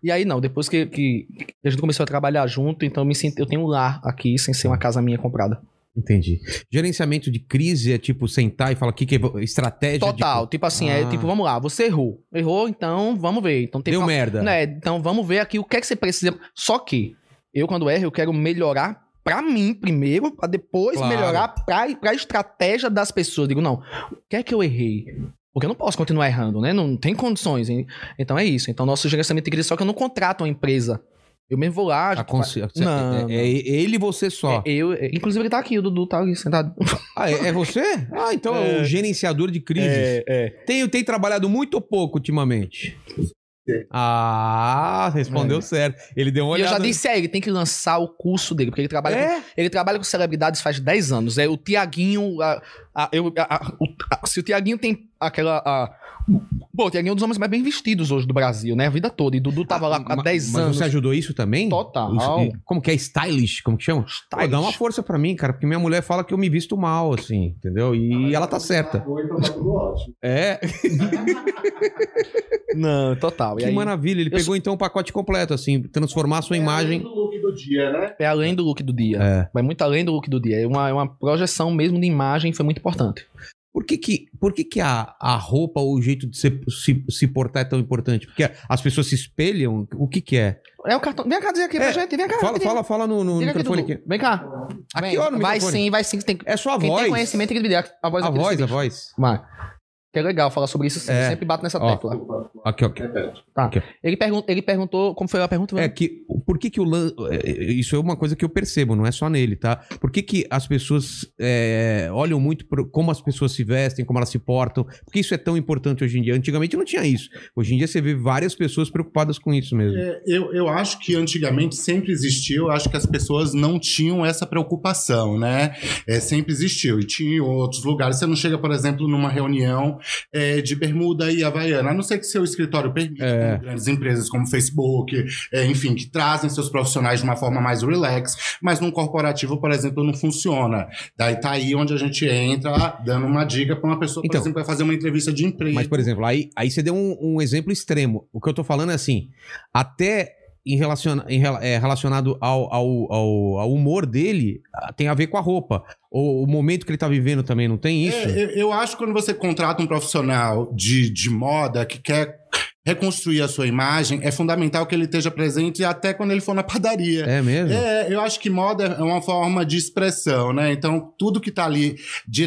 C: E aí não, depois que, que a gente começou a trabalhar junto, então eu me sinto, eu tenho um lar aqui sem ser uma casa minha comprada.
D: Entendi. Gerenciamento de crise é tipo sentar e falar o que, que é estratégia.
C: Total,
D: De...
C: tipo assim, é
D: Ah.
C: tipo, vamos lá, você errou. Errou, então vamos ver. Então tem
D: Deu
C: uma-
D: merda.
C: né, então vamos ver aqui o que é que você precisa. Só que eu quando erro, eu quero melhorar pra mim primeiro, pra depois
D: Claro.
C: melhorar pra, pra estratégia das pessoas. Digo, não, o que é que eu errei? Porque eu não posso continuar errando, né? Não tem condições. hein? Então é isso. Então nosso gerenciamento de crise, só que eu não contrato uma empresa. Eu mesmo vou lá.
D: A consci-
C: tipo, Não,
D: é,
C: não.
D: é ele e você só.
C: é, eu, é, inclusive ele tá aqui, o Dudu tá ali sentado.
D: Ah, é, é você? Ah, então é, um gerenciador de crises.
C: É,
D: Tem, tem trabalhado muito ou pouco ultimamente? Ah, respondeu
C: É.
D: certo. Ele deu uma
C: E eu
D: olhada.
C: já disse a ele, tem que lançar o curso dele, porque ele trabalha com
D: É?
C: Ele trabalha com celebridades faz 10 anos. É o Tiaguinho. a- a- eu- a- a- o- a- se o Tiaguinho tem aquela. a- Pô, o Tiaguinho é um dos homens mais bem vestidos hoje do Brasil, né? A vida toda. E Dudu tava lá há
D: Ah, Ma-
C: 10
D: mas
C: anos.
D: Você ajudou isso também?
C: Total.
D: Os- Como que é? Stylish? Como que chama?
C: tá
D: Pô, dá uma força pra mim, cara, porque minha mulher fala que eu me visto mal, assim, entendeu? E ela tá certa. É,
C: Não, total. E
D: que
C: aí,
D: maravilha. Ele
C: Eu
D: pegou então o pacote completo, assim, transformar a sua
C: é além
D: imagem.
C: do look do dia.
D: É.
C: Vai muito além do look do dia. É uma, é uma projeção mesmo de imagem, foi muito importante.
D: Por que que, por que, que a, a roupa ou o jeito de se, se, se portar é tão importante? Porque as pessoas se espelham? O que que é?
C: É o cartão. Vem cá dizer aqui pra
D: É,
C: gente. Vem cá.
D: Fala,
C: rapidinho.
D: fala, fala no, no
C: Diga aqui,
D: microfone
C: Dudu.
D: aqui.
C: Vem cá.
D: Aqui,
C: Vem.
D: ó, no
C: vai
D: microfone.
C: sim, vai sim. que Tem,
D: É só a
C: quem tem
D: voz.
C: conhecimento tem que dividir a, a voz é
D: a
C: aqui desse
D: voz, a
C: bicho.
D: voz.
C: Vai. Que é legal falar sobre isso sim.
D: É.
C: Eu sempre bato nessa
D: Ó.
C: tecla.
D: Aqui, ó, aqui.
C: Ele, pergun ele perguntou como foi a pergunta.
D: É que por que que o lan... é, isso é uma coisa que eu percebo, não é só nele, tá? Por que que as pessoas é, olham muito pro- como as pessoas se vestem, como elas se portam? Por que isso é tão importante hoje em dia? Antigamente não tinha isso. Hoje em dia você vê várias pessoas preocupadas com isso mesmo.
E: É, eu, eu acho que antigamente sempre existiu, eu acho que as pessoas não tinham essa preocupação, né? É, sempre existiu. E tinha em outros lugares. Você não chega, por exemplo, numa reunião é, de bermuda e havaiana, a não ser que seu escritório permita,
D: É.
E: como grandes empresas como Facebook, é, enfim, que trazem seus profissionais de uma forma mais relax, mas num corporativo, por exemplo, não funciona. Daí tá aí onde a gente entra dando uma dica para uma pessoa,
D: Então.
E: por exemplo, vai fazer uma entrevista de emprego.
D: Mas, por exemplo, aí, aí você deu um, um exemplo extremo. O que eu tô falando é assim, até em relaciona, em rela- é, relacionado ao, ao, ao, ao humor dele, ah, tem a ver com a roupa. Ou o momento que ele tá vivendo também, não tem isso?
E: É, eu, eu acho que quando você contrata um profissional de, de moda que quer reconstruir a sua imagem, é fundamental que ele esteja presente até quando ele for na padaria.
D: É, mesmo?
E: É, eu acho que moda é uma forma de expressão, né? Então, tudo que tá ali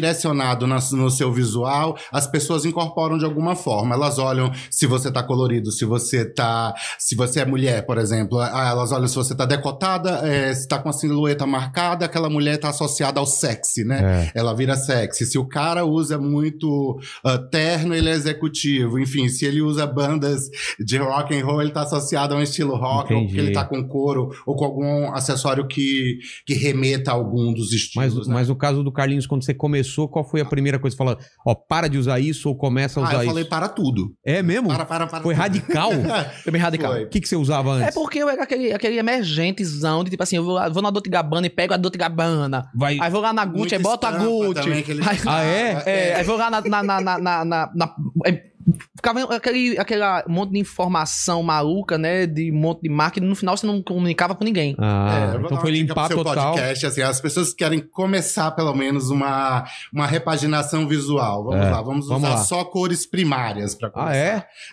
E: direcionado na- no seu visual, as pessoas incorporam de alguma forma. Elas olham se você tá colorido, se você tá. Se você é mulher, por exemplo. Ah, Elas olham se você tá decotada, eh, se tá com a silhueta marcada, aquela mulher tá associada ao sexy, né?
D: É.
E: ela vira sexy. Se o cara usa muito ah, terno, ele é executivo. Enfim, se ele usa bandas de rock and roll, ele tá associado a um estilo rock, ou
D: Entendi.
E: porque ele tá com couro, ou com algum acessório que, que remeta a algum dos
D: Mas,
E: estilos. né?
D: mas no caso do Carlinhos, quando você começou, qual foi a primeira coisa? Você falou, ó, para de usar isso ou começa a
E: ah,
D: então usar
E: eu
D: isso?
E: falei para tudo.
D: É mesmo?
E: Para, para, para.
D: Foi
E: tudo. É,
D: radical?
C: Foi bem radical.
E: Foi.
D: O que, que você usava antes?
C: É porque eu era aquele, aquele emergentezão de tipo assim, eu vou, lá- vou na Dolce Gabbana e pego a Dolce Gabbana.
D: Vai...
C: Aí vou lá na Gucci, aí
E: Muita
C: boto a
E: estampa
C: Gucci.
E: também, aquele-
C: Aí-
D: Ah, é?
C: É, aí vou lá na. na, na, na, na, na- na- é, ficava aquele, aquela monte de informação maluca, né? De um monte de máquina. No final você não comunicava com ninguém.
D: Ah,
E: É, eu vou dar
D: então
E: uma
D: foi
E: dica pro
D: limpar
E: seu
D: total.
E: podcast, assim, as pessoas querem começar pelo menos uma, uma repaginação visual. Vamos
D: É,
E: lá, vamos,
D: vamos
E: usar
D: lá.
E: só cores primárias para começar.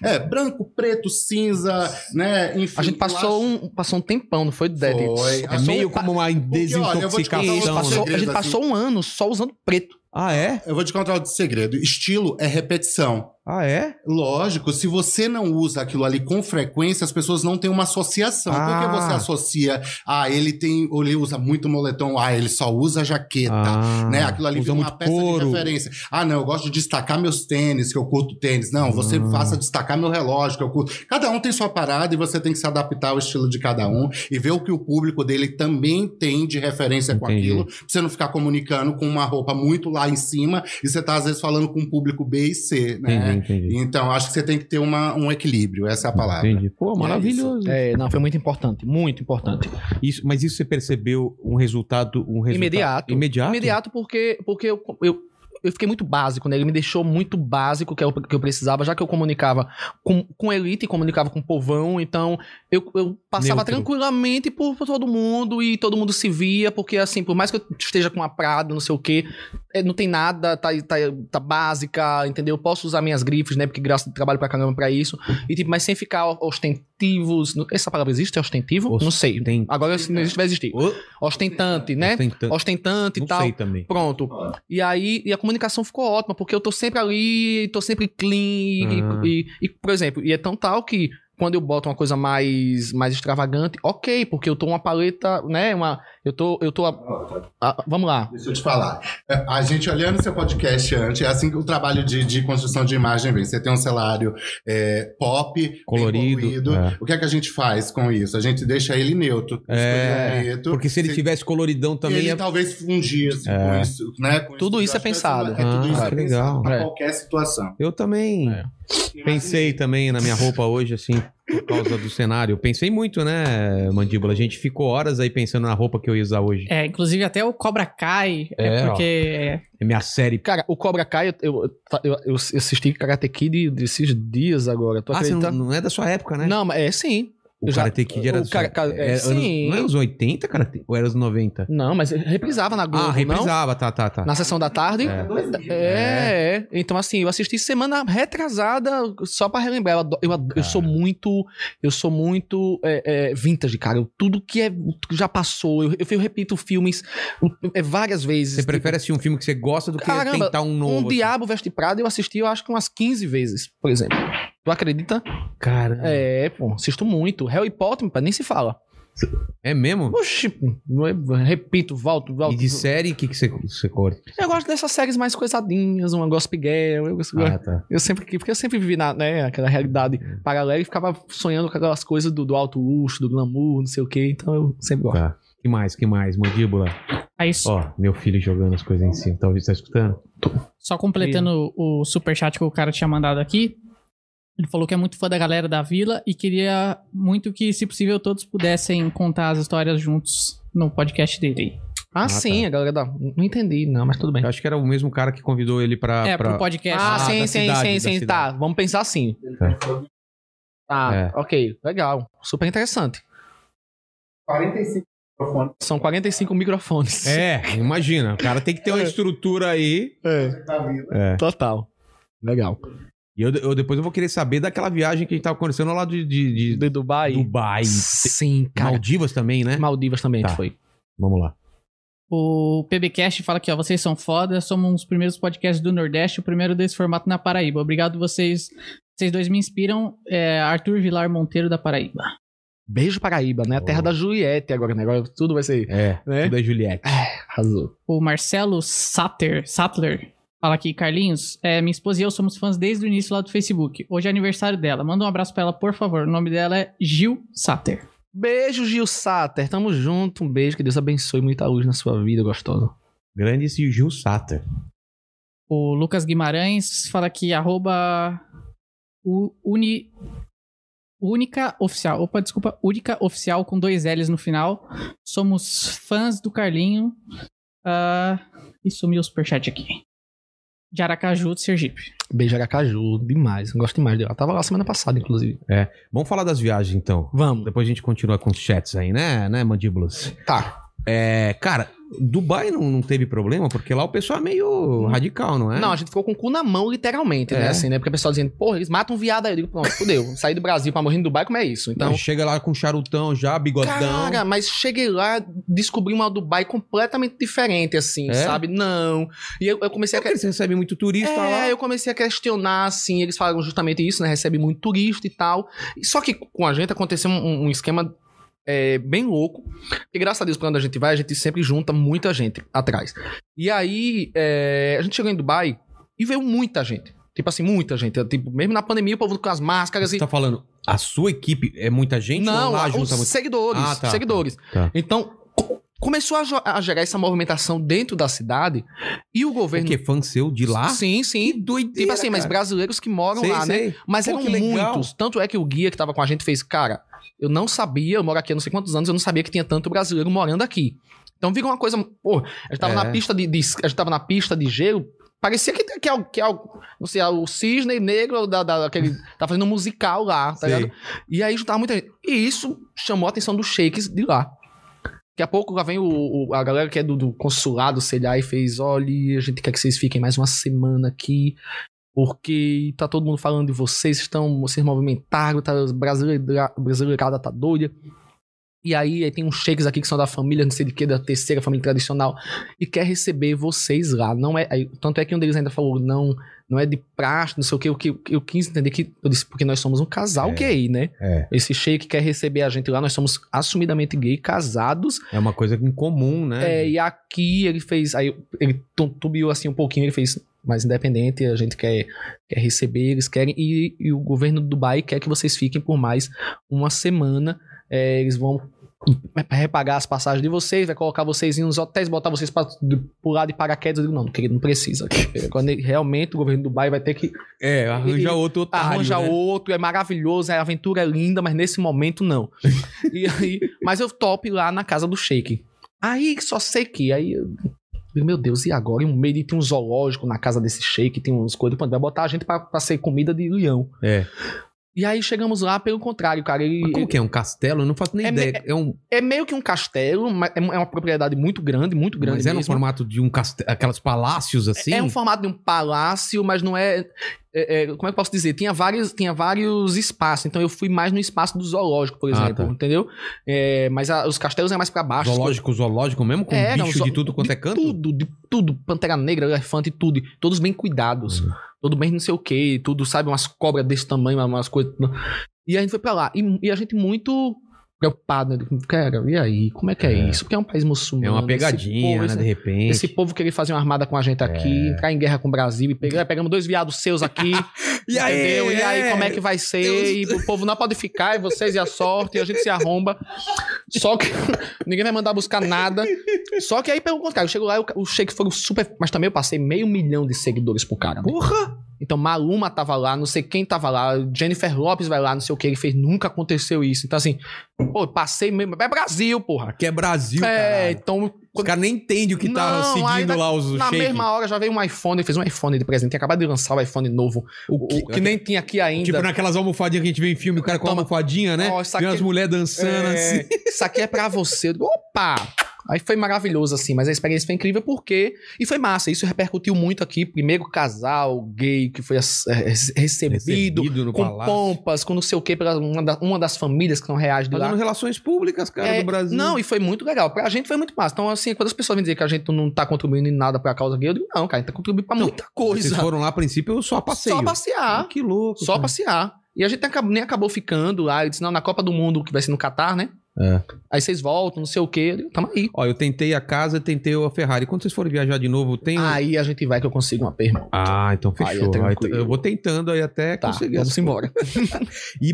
D: Ah, é?
E: É, branco, preto, cinza, né? Enfim.
C: A gente
E: eu
C: passou um, passou um tempão, não foi, Dede?
E: Foi.
D: É
E: Ah,
C: Passou-
D: meio
C: pa-
D: como uma
E: Porque, olha, eu vou te contar um
C: Isso,
D: desintoxicação.
E: Não,
C: passou-
D: né?
E: não.
C: a gente passou um ano só usando preto.
D: Ah, é?
E: Eu vou te contar outro segredo. Estilo é repetição.
D: Ah, é?
E: Lógico, se você não usa aquilo ali com frequência, as pessoas não têm uma associação.
D: Ah.
E: Porque você associa, ah, ele tem, ou ele usa muito moletom, ah, ele só usa jaqueta.
D: Ah,
E: Né? Aquilo ali
D: usa
E: vira uma
D: muito
E: peça
D: couro.
E: de referência. Ah, não, eu gosto de destacar meus tênis, que eu curto tênis. Não, você
D: Ah.
E: faça destacar meu relógio, que eu curto. Cada um tem sua parada e você tem que se adaptar ao estilo de cada um e ver o que o público dele também tem de referência com
D: Entendi.
E: aquilo. Pra você não ficar comunicando com uma roupa muito lá em cima e você tá, às vezes, falando com um público B e C,
D: Entendi,
E: né?
D: entendi.
E: Então, acho que você tem que ter uma, um equilíbrio, essa é a palavra.
D: Entendi. Pô, maravilhoso.
C: É, não, foi muito importante. Muito importante.
D: Isso, mas isso você percebeu um resultado, um resultado
C: Imediato.
D: imediato,
C: Imediato porque, porque eu, eu, eu fiquei muito básico, né? Ele me deixou muito básico que eu, que eu precisava, já que eu comunicava com, com elite, comunicava com povão, então eu, eu passava
D: Neutro.
C: tranquilamente por, por todo mundo e todo mundo se via, porque assim, por mais que eu esteja com uma prada, não sei o quê, é, não tem nada, tá, tá, tá básica, entendeu? Eu posso usar minhas grifes, né? Porque graças ao trabalho pra caramba pra isso, e tipo, mas sem ficar ostentivos. Essa palavra existe? É ostentivo?
D: Ost-
C: Não sei.
D: Tem-
C: Agora se não existe, vai existir. Ostentante, né?
D: Tem tanto-
C: Ostentante e
D: Não
C: tal.
D: sei também.
C: Pronto. E aí, e a comunicação ficou ótima, porque eu tô sempre ali, tô sempre clean. e-
D: Ah.
C: E, e, por exemplo, e é tão tal que quando eu boto uma coisa mais, mais extravagante, ok, porque eu tô uma paleta, né? Uma, eu tô. Eu tô a- a- vamos lá.
E: Deixa eu te falar. É, A gente olhando seu podcast antes, é assim que o trabalho de, de construção de imagem vem. Você tem um cenário é, pop, bem
D: Colorido,
E: colorido.
D: é.
E: O que é que a gente faz com isso? A gente deixa ele neutro.
D: É,
E: escolhe preto.
D: Porque se ele tivesse coloridão também
E: ele tá
D: ia...
E: talvez fundisse
D: É.
E: com isso, né? com
C: Tudo isso é
E: Eu acho que
C: pensado.
E: essa- É, tudo
D: Ah,
E: isso
D: que
E: é
D: legal.
E: pensado pra
C: É.
E: qualquer situação.
D: Eu também.
C: É.
D: Pensei também na minha roupa hoje, assim, por causa do cenário. Pensei muito, né, Mandíbula? A gente ficou horas aí pensando na roupa que eu ia usar hoje.
B: É, inclusive até o Cobra Kai, é,
D: É, ó.
B: porque...
D: É minha série.
C: Cara, o Cobra Kai, eu, eu, eu, eu assisti Karate Kid desses dias agora. Tu
D: Ah, você
C: acredita?
D: não, não é da sua época, né?
C: Não, mas é sim.
D: O
C: eu já-
D: Karate Kid era
C: o
D: dos-
C: cara- cara- é,
D: era
C: sim.
D: anos- não era os 80, Karate? Ou era os 90?
C: Não, mas reprisava na Globo,
D: ah,
C: não?
D: reprisava, tá, tá, tá.
C: Na sessão da tarde.
D: É.
C: É, é. Então, assim, eu assisti semana retrasada, só pra relembrar. Eu, ado- eu, ado- eu
D: Cara.
C: sou muito. Eu sou muito é, é, vintage, cara. Eu- tudo que é, que já passou. Eu, eu, eu repito filmes é, várias vezes.
D: Você prefere assistir um filme que você gosta do que
C: Caramba,
D: tentar um
C: Um
D: novo?
C: Diabo Veste Prado eu assisti, eu acho que umas 15 vezes, por exemplo. Tu acredita?
D: Cara, é.
C: É, pô, assisto muito. Harry Potter, pá, nem se fala.
D: é mesmo?
C: Oxi, pô, eu repito, volto, volto.
D: E de série, o que, que você, você corta?
C: Eu gosto dessas séries mais coisadinhas, uma Gossip Girl, eu gosto.
D: Ah, tá.
C: Eu sempre, porque eu sempre vivi na, né, aquela realidade paralela e ficava sonhando com aquelas coisas do, do alto luxo, do glamour, não sei o quê. Então eu sempre gosto.
D: Tá. Que mais, que mais? Mandíbula.
B: É, aí só-
D: Ó, meu filho jogando as coisas em cima. Talvez tá escutando?
B: Só completando o o superchat que o cara tinha mandado aqui. Ele falou que é muito fã da galera da vila e queria muito que, se possível, todos pudessem contar as histórias juntos no podcast dele.
C: Ah,
D: Ah,
C: sim,
D: tá.
C: a galera da. Não entendi, não, mas tudo bem.
D: Eu acho que era o mesmo cara que convidou ele pra.
B: é,
D: pra-
B: pro podcast.
C: Ah,
D: Ah,
C: sim,
D: da
C: sim,
D: cidade,
C: sim,
D: da
C: sim.
D: cidade.
C: Tá, vamos pensar assim.
D: Tá.
C: Tá,
D: É.
C: ok, legal. Super interessante.
E: 45 microfones.
C: São 45 microfones.
D: É, imagina. O cara tem que ter uma estrutura aí.
E: tá
D: É.
C: Total. Legal.
D: E eu, eu- depois eu vou querer saber daquela viagem que a gente tava conversando lá de, de, de
C: De Dubai.
D: Dubai.
C: Sim, cara.
D: Maldivas também, né?
C: Maldivas também
D: Tá.
C: foi.
D: Vamos lá.
B: O PBcast fala aqui, ó, vocês são foda, somos um dos primeiros podcasts do Nordeste, o primeiro desse formato na Paraíba. Obrigado vocês. Vocês dois me inspiram. É, Arthur Vilar Monteiro da Paraíba.
C: Beijo Paraíba, né? A terra
D: Oh.
C: da Juliette agora, né? Agora tudo vai ser.
D: É,
C: Né?
D: tudo é Juliette.
C: Arrasou.
B: O Marcelo Satter, Sattler fala aqui, Carlinhos, é, minha esposa e eu somos fãs desde o início lá do Facebook. Hoje é aniversário dela. Manda um abraço pra ela, por favor. O nome dela é Gil Satter.
C: Beijo, Gil Sater. Tamo junto. Um beijo. Que Deus abençoe muita luz na sua vida, gostosa.
D: Grande esse Gil Sater.
B: O Lucas Guimarães fala aqui, arroba u- uni, única oficial. Opa, desculpa, única oficial com dois L's no final. Somos fãs do Carlinho. Ah, e sumiu o superchat aqui. De Aracaju, de Sergipe.
C: Beijo, Aracaju. Demais. Gosto demais dela. Tava lá semana passada, inclusive.
D: Vamos falar das viagens, então.
C: Vamos.
D: Depois a gente continua com os chats aí, né, né, mandíbulas?
C: Tá.
D: É, cara, Dubai não, não teve problema, porque lá o pessoal é meio radical, não é?
C: Não, a gente ficou com o cu na mão, literalmente, né?
D: É.
C: Assim, né? Porque o pessoal dizendo, porra, eles matam um viado aí. Eu digo, pronto, fudeu. Sair do Brasil pra morrer no Dubai, como é isso? Então.
D: Então chega lá com charutão já, bigodão.
C: Cara, mas cheguei lá, descobri uma Dubai completamente diferente, assim,
D: É?
C: sabe? Não. E eu, eu comecei a.
D: Porque
C: que-
D: eles recebem muito turista tá lá.
C: É, eu comecei a questionar, assim, eles falam justamente isso, né? Recebe muito turista e tal. E Só que com a gente aconteceu um, um esquema é, bem louco. Porque graças a Deus, pra onde a gente vai, a gente sempre junta muita gente atrás. E aí, é, a gente chegou em Dubai e veio muita gente. Tipo assim, muita gente. Tipo, mesmo na pandemia, o povo com as máscaras
D: Você
C: e.
D: tá falando, a sua equipe é muita gente?
C: assim. Não,
D: ou lá
C: a- os
D: junta muito?
C: seguidores.
D: Ah, tá,
C: seguidores.
D: tá.
C: Então, co- começou a, jo- a gerar essa movimentação dentro da cidade e o governo.
D: Porque fã seu de lá?
C: Sim, sim.
D: Que doideira,
C: Tipo assim, mas
D: cara.
C: brasileiros que moram
D: Sei,
C: lá, né?
D: sei.
C: Mas
D: Pô,
C: eram
D: que legal.
C: muitos. Tanto é que o guia que tava com a gente fez, cara, eu não sabia, eu moro aqui há não sei quantos anos, eu não sabia que tinha tanto brasileiro morando aqui. Então fica uma coisa. Pô, a gente tava
D: É.
C: na pista de, de- A gente tava na pista de gelo. Parecia que, que, é o- que é o- não sei, é o cisne negro da, da, aquele, tá fazendo um musical lá, tá
D: Sei.
C: ligado? E aí juntava muita gente. E isso chamou a atenção dos shakes de lá. Daqui a pouco lá vem o, o- a galera que é do, do consulado, sei lá, e fez: olha, a gente quer que vocês fiquem mais uma semana aqui, porque tá todo mundo falando de vocês, estão, vocês movimentaram, tá, brasileira- brasileirada tá doida. E aí, aí tem uns shakes aqui que são da família, não sei de que, da terceira família tradicional, e quer receber vocês lá. Não é, aí, tanto é que um deles ainda falou: não, não é de praxe, não sei o que, o que eu quis entender que eu disse, porque nós somos um casal
D: É.
C: gay, né?
D: É.
C: Esse sheik quer receber a gente lá, nós somos assumidamente gay, casados.
D: É uma coisa incomum, né?
C: É, e aqui ele fez. Aí ele tubiu assim um pouquinho, ele fez. Mas independente, a gente quer, quer receber, eles querem. E, e o governo do Dubai quer que vocês fiquem por mais uma semana. É, eles vão repagar as passagens de vocês, vai colocar vocês em uns hotéis, botar vocês pra de- pular de paraquedas. Eu digo, não, querido, não precisa. Quando ele- realmente o governo do Dubai vai ter que
D: É, arranja outro otário.
C: arranja
D: né?
C: outro, é maravilhoso, a aventura é linda, mas nesse momento não. e aí, mas eu top lá na casa do Sheik. Aí só sei que aí eu- meu Deus, e agora? Em um meio de- tem um zoológico na casa desse Sheik, tem uns coisas, pô, vai botar a gente pra, pra ser comida de leão.
D: É.
C: E aí chegamos lá, pelo contrário, cara. ele-
D: Mas como que é? Um castelo? Eu não faço nem
C: É
D: ideia. É um,
C: É meio que um castelo, mas é uma propriedade muito grande, muito grande.
D: mas é no
C: mesmo.
D: formato de um castelo. Aquelas palácios assim?
C: É um formato de um palácio, mas não é. é- é- como é que eu posso dizer? Tinha vários, tinha vários espaços. Então eu fui mais no espaço do zoológico, por
D: Ah,
C: exemplo,
D: tá.
C: entendeu? É, mas a- os castelos é mais pra baixo.
D: Zoológico, zoológico mesmo? Com
C: É, não,
D: bicho
C: zo-
D: de tudo quanto é canto?
C: Tudo, de tudo. Pantera negra, elefante, tudo. e Todos bem cuidados.
D: Hum.
C: Tudo bem não sei o que, tudo, sabe? Umas cobras desse tamanho, umas coisas. E a gente foi pra lá. E, e a gente muito preocupado, né? Cara, e aí? Como é que é,
D: É.
C: isso? Porque é um país muçulmano.
D: É uma
C: esse
D: pegadinha,
C: povo,
D: né?
C: esse
D: De repente.
C: esse povo querer fazer uma armada com a gente aqui, entrar em guerra com o Brasil e pegar, pegamos dois viados seus aqui. entendeu? E aí, como é que vai ser? E o povo não pode ficar, e vocês e a sorte, e a gente se arromba. Só que ninguém vai mandar buscar nada. Só que aí, pelo contrário, eu chego lá, o, o Sheik foi um super. Mas também eu passei meio milhão de seguidores pro cara. né?
D: Porra!
C: Então, Maluma tava lá, não sei quem tava lá, Jennifer Lopes vai lá, não sei o que, ele fez, nunca aconteceu isso. Então, assim, pô, passei mesmo. É Brasil, porra.
D: Que é Brasil,
C: É,
D: é...
C: então,
D: Os caras nem entendem o que tá
C: Não, aí
D: seguindo
C: na-
D: lá os
C: na
D: shake.
C: mesma hora já veio um iPhone, ele fez um iPhone de presente. Tinha acabado de lançar o iPhone novo.
D: O que-
C: o que nem tinha aqui ainda.
D: Tipo naquelas almofadinhas que a gente vê em filme, o cara com a
C: Toma.
D: almofadinha, né?
C: Ó, isso
D: Vê
C: aqui-
D: as mulheres dançando
C: É,
D: assim.
C: Isso aqui é pra você. Eu digo, Opa! Aí foi maravilhoso, assim, mas a experiência foi incrível porque. E foi massa, isso repercutiu muito aqui. Primeiro casal gay que foi as- é, rece- recebido,
D: Recebido no
C: com
D: palácio.
C: pompas, com não sei o quê, pela uma, da- uma das famílias que são reais de lá.
D: Fazendo relações públicas, cara,
C: É,
D: do Brasil.
C: Não, e foi muito legal. Pra gente foi muito massa. Então, assim, quando as pessoas me dizem que a gente não tá contribuindo em nada pra causa gay, eu digo, não, cara, a gente tá contribuindo pra muita
D: Vocês
C: coisa.
D: foram lá a princípio só a passeio.
C: Só passear.
D: Que louco.
C: Só
D: cara.
C: passear. E a gente acab- nem acabou ficando lá. Ele disse, não, na Copa do Mundo, que vai ser no Catar, né?
D: É.
C: Aí vocês voltam, não sei o quê. Eu digo, Tamo aí.
D: Ó, eu tentei a casa, tentei a Ferrari. Quando vocês forem viajar de novo, tem. um-
C: Aí a gente vai que eu consigo uma perma.
D: Ah, então
C: Aí é
D: fechou. Aí
C: tranquilo.
D: eu vou tentando aí até
C: Tá,
D: conseguir.
C: vamos embora.
D: E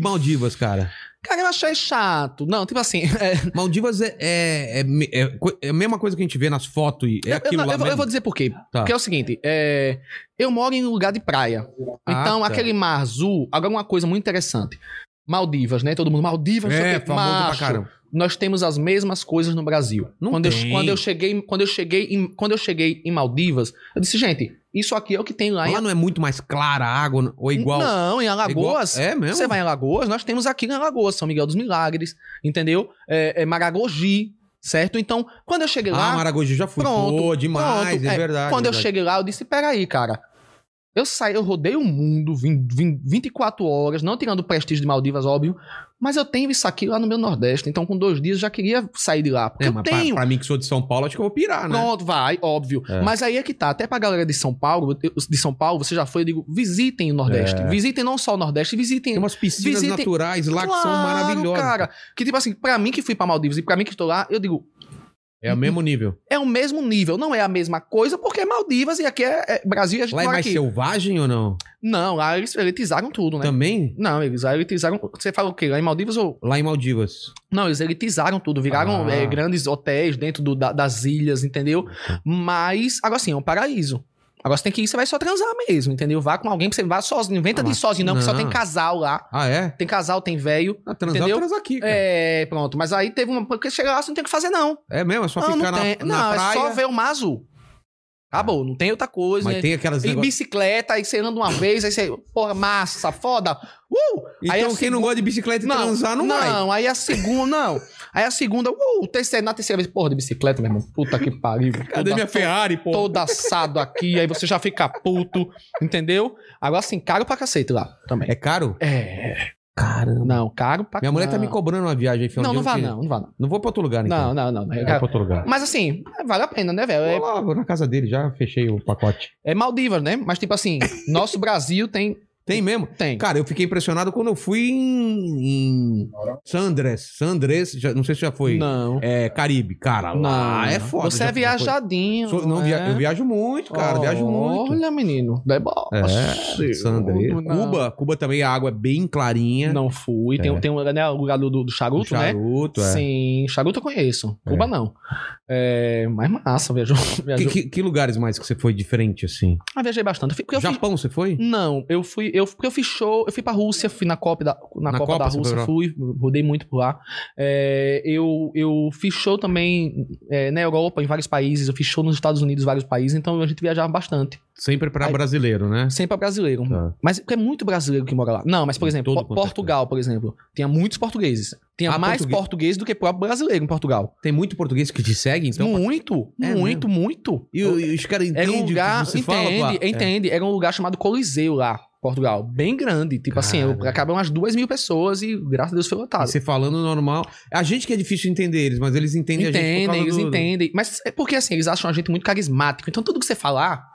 D: Maldivas, cara?
C: Cara, eu achei chato. Não, tipo assim... é,
D: Maldivas é, é, é, é co- é a mesma coisa que a gente vê nas fotos. e É
C: eu-
D: aquilo
C: eu,
D: lá
C: eu vou- eu
D: mesmo. Tá.
C: vou dizer por quê. Porque é o seguinte, é, eu moro em lugar de praia.
D: Ah,
C: Então,
D: tá.
C: aquele mar azul... Agora, uma coisa muito interessante. Maldivas, né? Todo mundo, Maldivas, não sei
D: É,
C: o quê.
D: famoso pra
C: Macho,
D: caramba.
C: nós temos as mesmas coisas no Brasil.
D: Não
C: quando,
D: tem.
C: Eu, quando eu cheguei, quando eu cheguei em, quando eu cheguei em Maldivas, eu disse, gente, isso aqui é o que tem lá,
D: Lá não é muito mais clara a água não- ou
C: em
D: igual?
C: Não, em
D: É igual-
C: Alagoas.
D: É mesmo?
C: Você vai em Alagoas, nós temos aqui em Alagoas, São Miguel dos Milagres, entendeu? É, é Maragogi, certo? Então, quando eu cheguei
D: Ah,
C: lá,
D: Maragogi já fui.
C: Pronto,
D: Pô, demais,
C: pronto,
D: é
C: é.
D: verdade.
C: quando eu
D: verdade.
C: cheguei lá, eu disse, peraí, cara. Eu saí, eu rodei o mundo, vim, vim 24 horas, não tirando o prestígio de Maldivas, óbvio, mas eu tenho isso aqui lá no meu Nordeste, então com dois dias eu já queria sair de lá. Porque
D: É,
C: eu
D: mas pra-
C: tenho.
D: Pra, mim que sou de São Paulo, acho que eu vou pirar, né?
C: Pronto, vai, óbvio.
D: É.
C: Mas aí é que tá. Até pra galera de São Paulo, eu- de São Paulo, você já foi, eu digo, visitem o Nordeste. Visitem não só o Nordeste, visitem.
D: É. Tem umas piscinas
C: Visitem-
D: naturais lá que são
C: Claro,
D: maravilhosas.
C: Cara, que tipo assim, pra mim que fui pra Maldivas e pra mim que estou lá, eu digo,
D: É o mesmo nível.
C: é o mesmo nível, não é a mesma coisa, porque é Maldivas e aqui é, é Brasil e a gente
D: Lá é
C: mora
D: mais
C: aqui.
D: selvagem ou não?
C: Não, lá eles elitizaram tudo, né?
D: Também?
C: Não, eles elitizaram. Você fala o quê? Lá em Maldivas ou.
D: Lá em Maldivas.
C: Não, eles elitizaram tudo, viraram
D: Ah.
C: eh, grandes hotéis dentro do- da- das ilhas, entendeu?
D: Uhum.
C: Mas, agora sim, é um paraíso. Agora você tem que ir, você vai só transar mesmo, entendeu? Vá com alguém, você vai sozinho, inventa
D: Ah,
C: de ir
D: mas-
C: sozinho, não, porque só
D: não.
C: tem casal lá.
D: Ah, é?
C: Tem casal, tem velho.
D: Ah, transar
C: Entendeu?
D: transa aqui, cara. É,
C: É, pronto. Mas aí teve uma. Porque chega lá, você não tem o que fazer, não.
D: mesmo? É só
C: Ah, não,
D: ficar
C: não tem.
D: na, na
C: não,
D: praia.
C: é só ver o mar azul. Acabou, não tem outra coisa.
D: Mas
C: né?
D: tem aquelas...
C: E
D: Negócio...
C: bicicleta, aí você anda uma vez, aí você. Porra, massa, foda. Uh!
D: Então
C: aí a
D: quem não gosta de bicicleta e transar não, vai.
C: Não, aí a segunda, não. Aí a segunda, uh, terceira, na terceira vez, porra, de bicicleta, meu irmão. Puta que pariu.
D: Cadê
C: Toda-
D: minha Ferrari, pô?
C: Todo assado aqui, aí você já fica puto, entendeu? Agora assim, caro pra cacete lá também.
D: É caro?
C: É.
D: Caramba.
C: Não, caro pra
D: Minha mulher tá
C: Ah, não.
D: me cobrando uma viagem aí, final
C: Não,
D: de
C: não
D: ano
C: vá
D: que-
C: não, não vá não.
D: Não vou pra outro lugar,
C: Não,
D: então.
C: não, não. não.
D: Não
C: É
D: vou
C: caro.
D: pra outro lugar.
C: Mas assim, vale a pena, né, velho? É
D: Vou lá, vou na casa dele, já fechei o pacote.
C: É Maldivas, né? Mas, tipo assim, nosso Brasil tem.
D: Tem mesmo?
C: Tem.
D: Cara, eu fiquei impressionado quando eu fui em, em San Andrés. San Andrés, já- não sei se já foi.
C: Não.
D: É, Caribe, cara. Lá é foda.
C: Você
D: já-
C: é viajadinho.
D: Sou- não,
C: é?
D: via- eu viajo muito, cara.
C: Oh,
D: viajo muito.
C: Olha, menino. Deboche.
D: É, San Andrés.
C: Não.
D: Cuba, Cuba também a água é bem clarinha.
C: Não fui. Tem,
D: É.
C: tem um, né, o lugar do, do
D: Do
C: charuto, né?
D: charuto, é.
C: Sim, charuto eu conheço.
D: É.
C: Cuba não. É, mas massa, viajou.
D: Que,
C: viajou.
D: que- que lugares mais que você foi diferente, assim?
C: Ah, viajei bastante. Eu fui- porque eu fiz-
D: Japão, você foi?
C: Não, eu fui, eu, porque eu fiz show, eu fui pra Rússia, fui na Copa da, na
D: Na
C: Copa
D: Copa,
C: da
D: você
C: Rússia,
D: foi pra-
C: fui, rodei muito por lá. É, eu, eu fiz show também é, na Europa, em vários países, eu fiz show nos Estados Unidos, em vários países, então a gente viajava bastante.
D: Sempre pra
C: Aí-
D: brasileiro, né?
C: Sempre pra brasileiro.
D: Tá.
C: Mas porque é muito brasileiro que mora lá. Não, mas por
D: Em
C: exemplo,
D: todo
C: Po-
D: quanto é
C: Portugal, por exemplo, tinha muitos portugueses. Tinha
D: Ah,
C: mais
D: português.
C: português do que próprio brasileiro em Portugal.
D: Tem muito português que te segue, então?
C: muito,
D: É
C: muito, muito.
D: E, o- e os caras entendem
C: Era um
D: o que
C: lugar,
D: você
C: entende,
D: fala, É. pá?
C: entende. Era um lugar chamado Coliseu lá, Portugal. Bem grande. Tipo assim,
D: Cara.
C: eu- acabam umas duas mil pessoas e graças a Deus foi
D: É. E
C: lotado.
D: você falando normal. A gente que é difícil entender eles, mas eles entendem, a gente. por
C: Entendem,
D: causa
C: eles
D: do-
C: entendem. Mas é porque assim, eles acham a gente muito carismático. Então tudo que você falar,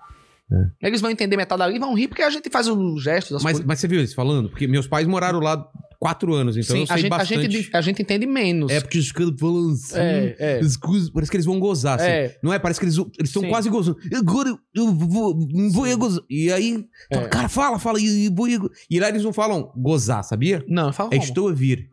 C: eles vão entender metade ali e vão rir porque a gente faz os gestos, as
D: É. Mas,
C: coisas.
D: mas você viu eles falando? Porque meus pais moraram lá quatro anos, então eu
C: Sim,
D: sei
C: a gente, a,
D: bastante.
C: gente, a gente entende menos.
D: É porque os caras falam assim.
C: é.
D: os cus- Parece que eles vão gozar, assim.
C: É,
D: Não é? Parece que eles eles estão
C: Sim.
D: quase gozando. Agora eu, eu vou, vou eu gozar. E aí,
C: É.
D: fala, cara, fala, fala, e, e vou eu go- E lá eles não falam gozar, sabia?
C: Não, fala
D: É
C: como?
D: estou a vir.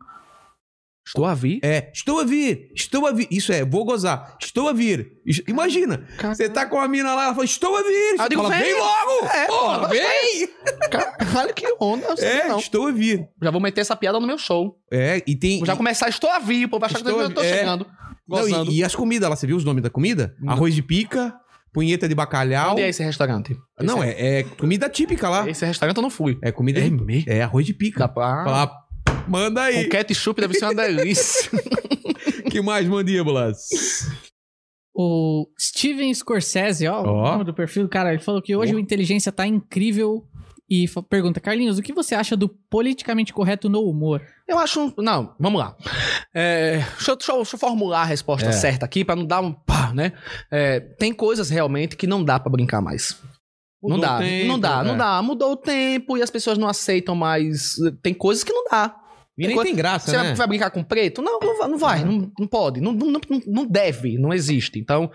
C: Estou a vir.
D: É, estou a vir, estou a vir. Isso é, vou gozar, estou a vir. Es- Imagina, você tá com a mina lá, ela fala, estou a vir. Você
C: Ah, digo,
D: fala,
C: vem.
D: vem logo!
C: É,
D: Porra,
C: pô,
D: vem!
C: é Caralho, que onda. não sei
D: É,
C: Não.
D: estou a vir.
C: Já vou meter essa piada no meu show.
D: É, e tem.
C: Vou já começar, estou a vir, pô. Vai achar que
D: Estou a
C: eu tô
D: vir, é.
C: chegando.
D: não,
C: Gozando.
D: e, e as comidas lá, você viu os nomes da comida?
C: Não.
D: Arroz de pica, punheta de bacalhau.
C: Onde é esse restaurante?
D: Não, é, é comida típica lá.
C: Esse restaurante eu não fui.
D: É comida
C: É
D: de.
C: mesmo?
D: É arroz de pica.
C: Dá pra...
D: Falar, manda aí.
C: Com ketchup deve ser uma delícia.
D: Que mais, mandíbulas?
B: O Steven Scorsese, ó,
D: Ó.
B: o nome do perfil do cara, ele falou que hoje
D: Ó.
B: o Inteligência tá incrível e fa- pergunta, Carlinhos, o que você acha do politicamente correto no humor?
C: eu acho... um- Não, vamos lá. É, deixa, eu, deixa eu- deixa eu formular a resposta
D: É.
C: certa aqui pra não dar um pá, né? É, tem coisas realmente que não dá pra brincar mais.
D: Mudou
C: não dá,
D: o tempo,
C: não dá,
D: é.
C: não dá. Mudou o tempo e as pessoas não aceitam mais. Tem coisas que não dá.
D: E nem
C: Enquanto-
D: tem graça,
C: Você
D: né? É.
C: vai brincar com preto? Não, não vai, não, vai, não, não pode, não, não, não- não deve, não existe. Então,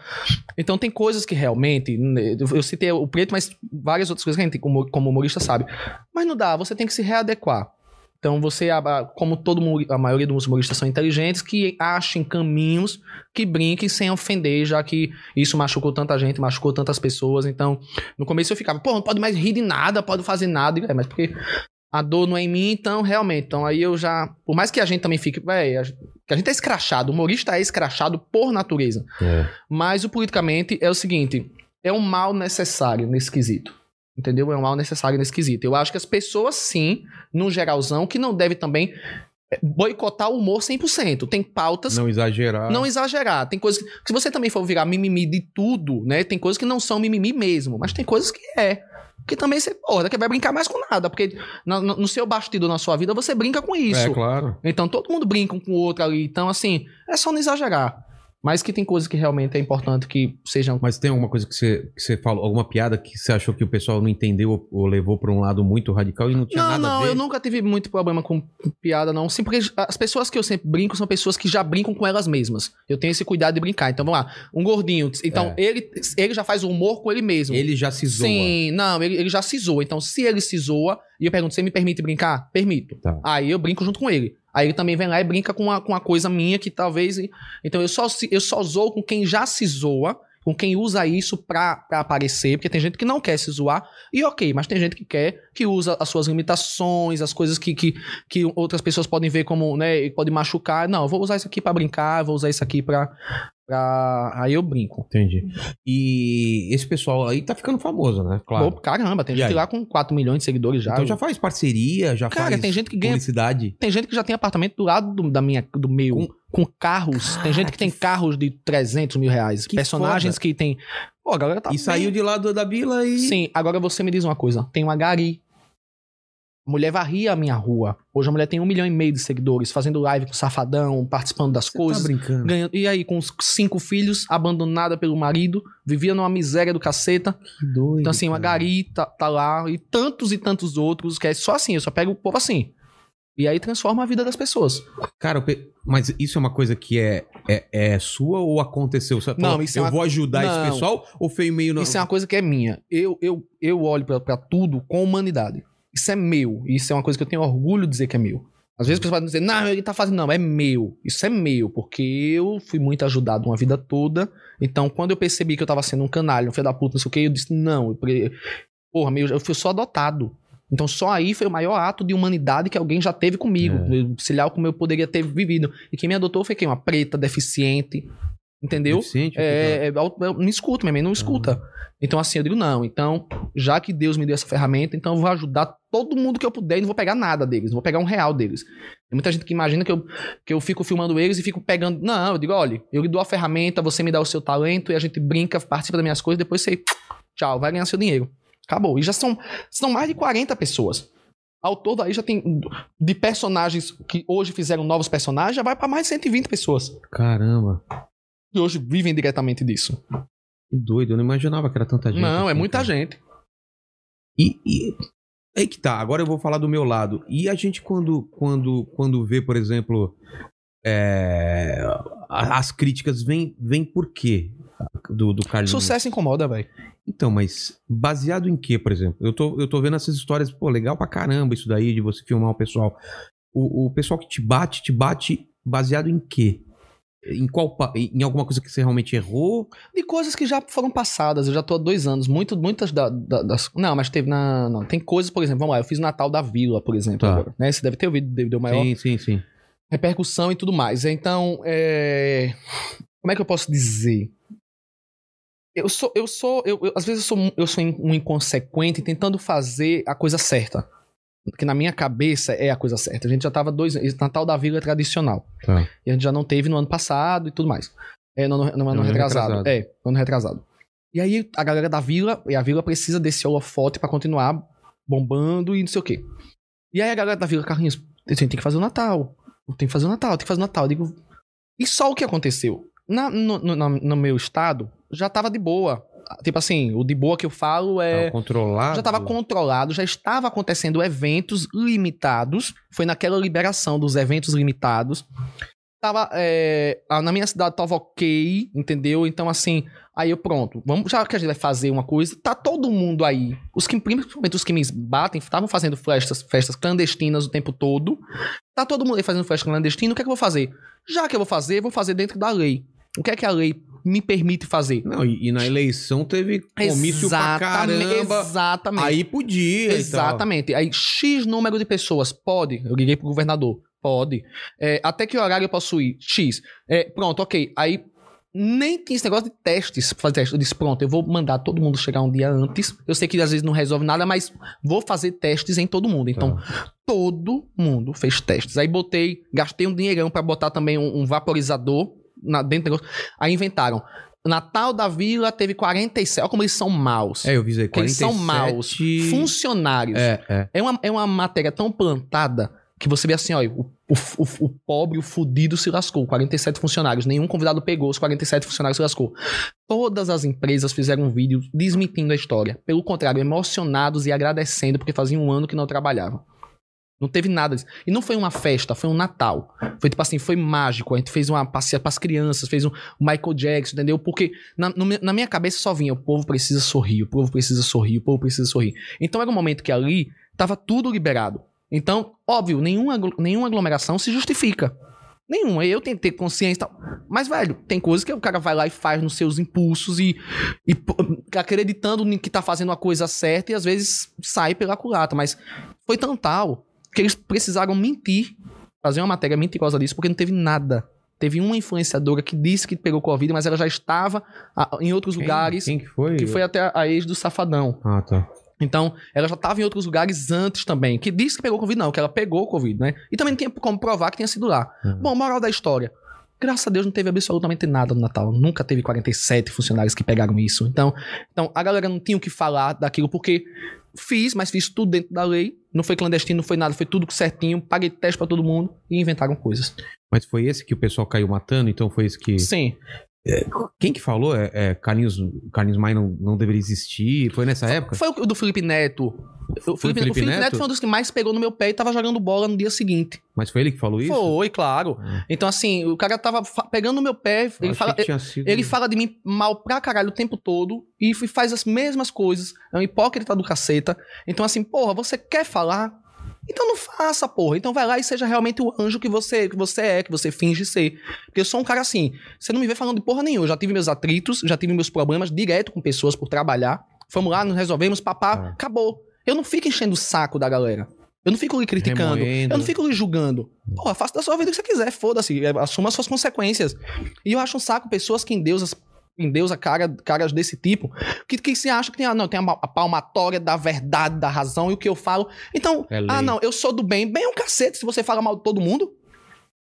C: então tem coisas que realmente. né, Eu eu citei o preto, mas várias outras coisas que a gente, como, como humorista, sabe. Mas não dá, você tem que se readequar. Então você, aba- como todo mundo, a maioria dos humoristas são inteligentes, que achem caminhos que brinquem sem ofender, já que isso machucou tanta gente, machucou tantas pessoas. Então, no começo eu ficava, pô, não pode mais rir de nada, pode fazer nada. É, mas porque a dor não é em mim, então realmente. Então aí eu já. Por mais que a gente também fique. Véi, a, gente- que a gente é escrachado, o humorista é escrachado por natureza.
D: É,
C: Mas o politicamente é o seguinte: é um mal necessário nesse quesito. Entendeu? É um mal necessário nesse quesito. Eu acho que as pessoas, sim, num geralzão, que não deve também eh, boicotar o humor 100%. Tem pautas
D: Não exagerar.
C: não é exagerar. Tem coisas que. Se você também for virar mimimi de tudo, né? Tem coisas que não são mimimi mesmo, mas tem coisas que é. Porque também você, porra, daqui vai brincar mais com nada. Porque na- no, no seu bastidor, na sua vida, você brinca com isso.
D: É, claro.
C: Então todo mundo brinca um com o outro ali. Então, assim, é só não exagerar. Mas que tem coisas que realmente é importante que sejam.
D: Mas tem alguma coisa que você, que você falou, alguma piada que você achou que o pessoal não entendeu ou, ou levou pra um lado muito radical e não tinha
C: Não,
D: nada a
C: não,
D: ver?
C: eu nunca tive muito problema com piada, não. Sim, porque as pessoas que eu sempre brinco são pessoas que já brincam com elas mesmas. Eu tenho esse cuidado de brincar. Então, vamos lá. Um gordinho. Então, ele, ele já faz o humor com ele mesmo.
D: Ele já se zoa.
C: Sim, não, ele, ele já se zoa. Então, se ele se zoa, e eu pergunto, você me permite brincar? Permito.
D: Tá.
C: Aí eu brinco junto com ele. Aí ele também vem lá e brinca com uma, com uma coisa minha que talvez. Então eu só, se- eu só zoo com quem já se zoa, com quem usa isso pra, pra aparecer, porque tem gente que não quer se zoar, e ok, mas tem gente que quer, que usa as suas limitações, as coisas que, que, que outras pessoas podem ver como, né, e pode machucar. Não, eu vou usar isso aqui pra brincar, eu vou usar isso aqui pra. pra... Aí eu brinco.
D: Entendi. E esse pessoal aí tá ficando famoso, né? Claro.
C: Opa, caramba, tem
D: E
C: gente
D: aí?
C: lá com 4 milhões de seguidores já.
D: então já faz parceria, já
C: Cara,
D: faz
C: tem gente que ganha-
D: publicidade.
C: Tem gente que já tem apartamento do lado do, da minha, do meu,
D: Com-
C: com, carros. tem gente que, tem carros de 300 mil reais.
D: Que
C: personagens que tem. Pô, a galera tá.
D: e saiu de lá do- da vila e...
C: Sim, agora você me diz uma coisa. Tem uma Gari. Mulher varria a minha rua. Hoje a mulher tem um milhão e meio de seguidores, fazendo live com safadão, participando das coisas.
D: tá brincando.
C: ganhando- E aí, com os cinco filhos, abandonada pelo marido, vivia numa miséria do caceta.
D: Que doido.
C: Então, assim, o
D: cara.
C: Agari tá, tá lá e tantos e tantos outros, que é só assim, eu só pego o povo assim. E aí transforma a vida das pessoas.
D: Cara, eu pe- mas isso é uma coisa que é, é, é sua ou aconteceu? Você
C: Não,
D: falou,
C: isso é
D: eu
C: uma-
D: vou ajudar
C: Não.
D: esse pessoal ou foi meio não?
C: Isso é uma coisa que é minha. Eu, eu, eu olho pra, pra tudo com humanidade. Isso é meu. Isso é uma coisa que eu tenho orgulho de dizer que é meu. Às vezes as pessoas podem dizer, não, ele tá fazendo. Não, é meu. Isso é meu, porque eu fui muito ajudado uma vida toda. Então, quando eu percebi que eu tava sendo um canalha, um filho da puta, não sei o que, eu disse, não, eu, pre- porra, meu, eu fui só adotado. Então, só aí foi o maior ato de humanidade que alguém já teve comigo. Eu- Se lá como eu poderia ter vivido. E quem me adotou foi quem? Uma preta, deficiente. Entendeu?
D: Deficiente,
C: É, é, auto- eu não escuta, minha mãe não escuta. Então, assim, eu digo, não. Então, já que Deus me deu essa ferramenta, então eu vou ajudar todo mundo que eu puder e não vou pegar nada deles, não vou pegar um real deles. Tem muita gente que imagina que eu, que eu fico filmando eles e fico pegando. Não, eu digo, olha, eu lhe dou a ferramenta, você me dá o seu talento e a gente brinca, participa das minhas coisas, depois você. Tchau, vai ganhar seu dinheiro. Acabou. E já são, são mais de 40 pessoas. Ao todo aí já tem de personagens que hoje fizeram novos personagens, já vai pra mais de 120 pessoas
D: Caramba,
C: que hoje vivem diretamente disso.
D: que doido. Eu não imaginava que era tanta gente.
C: Não, é
D: assim,
C: muita
D: cara.
C: gente.
D: E, e aí que tá, agora eu vou falar do meu lado. E a gente quando quando quando vê, por exemplo, é, a- as críticas vêm vem por quê? Do, do Carlinhos.
C: Sucesso incomoda, velho.
D: Então, mas baseado em quê, por exemplo? Eu tô, eu tô vendo essas histórias, pô, legal pra caramba isso daí de você filmar o pessoal. O, o pessoal que te bate, te bate baseado em quê? Em qual pa- em alguma coisa que você realmente errou?
C: De coisas que já foram passadas, eu já tô há dois anos. Muito, muitas da- da- das. Não, mas teve. na não. Tem coisas, por exemplo, vamos lá, eu fiz o Natal da Vila, por exemplo,
D: Tá.
C: agora. Né? Você deve ter ouvido, deve deu maior
D: Sim, sim, sim.
C: repercussão e tudo mais. Então, é... como é que eu posso dizer? Eu sou, eu sou, eu, eu- às vezes eu sou, um- eu sou in- um inconsequente tentando fazer a coisa certa. Que na minha cabeça é a coisa certa. A gente já tava dois esse Natal da Vila é tradicional.
D: Tá.
C: E a gente já não teve no ano passado e tudo mais. É, no, ano- no ano
D: ano
C: retrasado.
D: retrasado.
C: É, no ano retrasado. E aí a galera da Vila, e a Vila precisa desse holofote pra continuar bombando e não sei o quê. E aí a galera da Vila Carlinhos, a gente tem que fazer o Natal. Tem que fazer o Natal, tem que fazer o Natal. Eu digo, e só o que aconteceu? Na, no, no- na- no meu estado, já tava de boa. Tipo assim, o de boa que eu falo é.
D: Tava Tá controlado.
C: Já estava controlado, já estava acontecendo eventos limitados. Foi naquela liberação dos eventos limitados. Tava, é, ah, na minha cidade tava ok, entendeu? Então, assim, aí eu pronto, vamos, já que a gente vai fazer uma coisa, tá todo mundo aí. Os que, principalmente os que me batem, estavam fazendo festas, festas clandestinas o tempo todo. Tá todo mundo aí fazendo festa clandestina, o que é que eu vou fazer? Já que eu vou fazer, vou fazer dentro da lei. O que é que a lei me permite fazer?
D: Não, e, e na eleição teve comício pra
C: Exatamente,
D: caramba.
C: Exatamente.
D: Aí podia. e tal.
C: Exatamente. Aí, X número de pessoas, pode? Eu liguei pro governador, pode. É, até que horário eu posso ir? X. É, pronto, ok. Aí, nem tinha esse negócio de testes, pra fazer teste. Eu disse, pronto, eu vou mandar todo mundo chegar um dia antes. Eu sei que às vezes não resolve nada, mas vou fazer testes em todo mundo. Então,
D: Tá.
C: todo mundo fez testes. Aí botei, gastei um dinheirão pra botar também um, um vaporizador na, dentro do negócio. Aí inventaram. Natal da Vila teve 47. Olha como eles são maus.
D: É, eu visei
C: Porque eles
D: 47.
C: são maus. Funcionários. É.
D: É, é.
C: uma, é uma matéria tão plantada que você vê assim, ó, o, o, o, o pobre, o fudido se lascou. 47 funcionários. Nenhum convidado pegou, os 47 funcionários se lascou. Todas as empresas fizeram um vídeo desmentindo a história. Pelo contrário, emocionados e agradecendo porque fazia um ano que não trabalhavam. Não teve nada disso. E não foi uma festa, foi um Natal. Foi tipo assim, foi mágico. A gente fez uma passeia pras crianças, fez um Michael Jackson, entendeu? Porque na, no meu- na minha cabeça só vinha, o povo precisa sorrir, o povo precisa sorrir, o povo precisa sorrir. Então era um momento que ali tava tudo liberado. Então, óbvio, nenhuma, aglo- nenhuma aglomeração se justifica. Nenhuma. Eu tentei consciência e tal. Mas, velho, tem coisa que o cara vai lá e faz nos seus impulsos e, e pô, acreditando em que tá fazendo a coisa certa e às vezes sai pela culata. Mas foi tão tal que eles precisaram mentir, fazer uma matéria mentirosa disso, porque não teve nada. Teve uma influenciadora que disse que pegou Covid, mas ela já estava ah, em outros
D: Quem-
C: lugares,
D: Quem que é? foi?
C: que foi até a- a ex do Safadão.
D: Ah, tá.
C: Então, ela já estava em outros lugares antes também. Que disse que pegou Covid, não, que ela pegou Covid, né? E também não tinha como provar que tinha sido lá.
D: Uhum.
C: Bom, moral da história. Graças a Deus não teve absolutamente nada no Natal. Nunca teve 47 funcionários que pegaram isso. Então, então a galera não tinha o que falar daquilo, porque fiz, mas fiz tudo dentro da lei. Não foi clandestino, não foi nada, foi tudo certinho. Paguei teste pra todo mundo e inventaram coisas.
D: Mas foi esse que o pessoal caiu matando, então foi esse que.
C: Sim.
D: Quem que falou? É, é, Carlinhos, Carlinhos Maia não, não deveria existir? Foi nessa época?
C: Foi o do Felipe Neto. O Felipe,
D: Felipe
C: o Felipe
D: Neto?
C: Neto? foi um dos que mais pegou no meu pé e tava jogando bola no dia seguinte.
D: Mas foi ele que falou isso?
C: Foi, claro.
D: Ah.
C: Então, assim, o cara tava fa- pegando no meu pé.
D: Eu
C: Ele
D: achei
C: fala,
D: que tinha sido-
C: Ele fala de mim mal pra caralho o tempo todo e f- faz as mesmas coisas. É um hipócrita do caceta. Então, assim, porra, você quer falar? Então não faça, porra. Então vai lá e seja realmente o anjo que você, que você é, que você finge ser. Porque eu sou um cara assim, você não me vê falando de porra nenhuma. Eu já tive meus atritos, já tive meus problemas direto com pessoas por trabalhar. Fomos lá, nos resolvemos, papá,
D: Ah.
C: acabou. Eu não fico enchendo o saco da galera. Eu não fico lhe criticando.
D: Remoendo.
C: Eu não fico lhe julgando. Porra, faça da sua vida o que você quiser, foda-se. É, Assuma as suas consequências. E eu acho um saco pessoas que endeusas, endeusam cara, caras desse tipo, que, que se acham que tem, a- não, tem a, ma- a palmatória da verdade, da razão e o que eu falo. Então,
D: É lei.
C: ah, não, eu sou do bem. Bem é um cacete se você fala mal de todo mundo.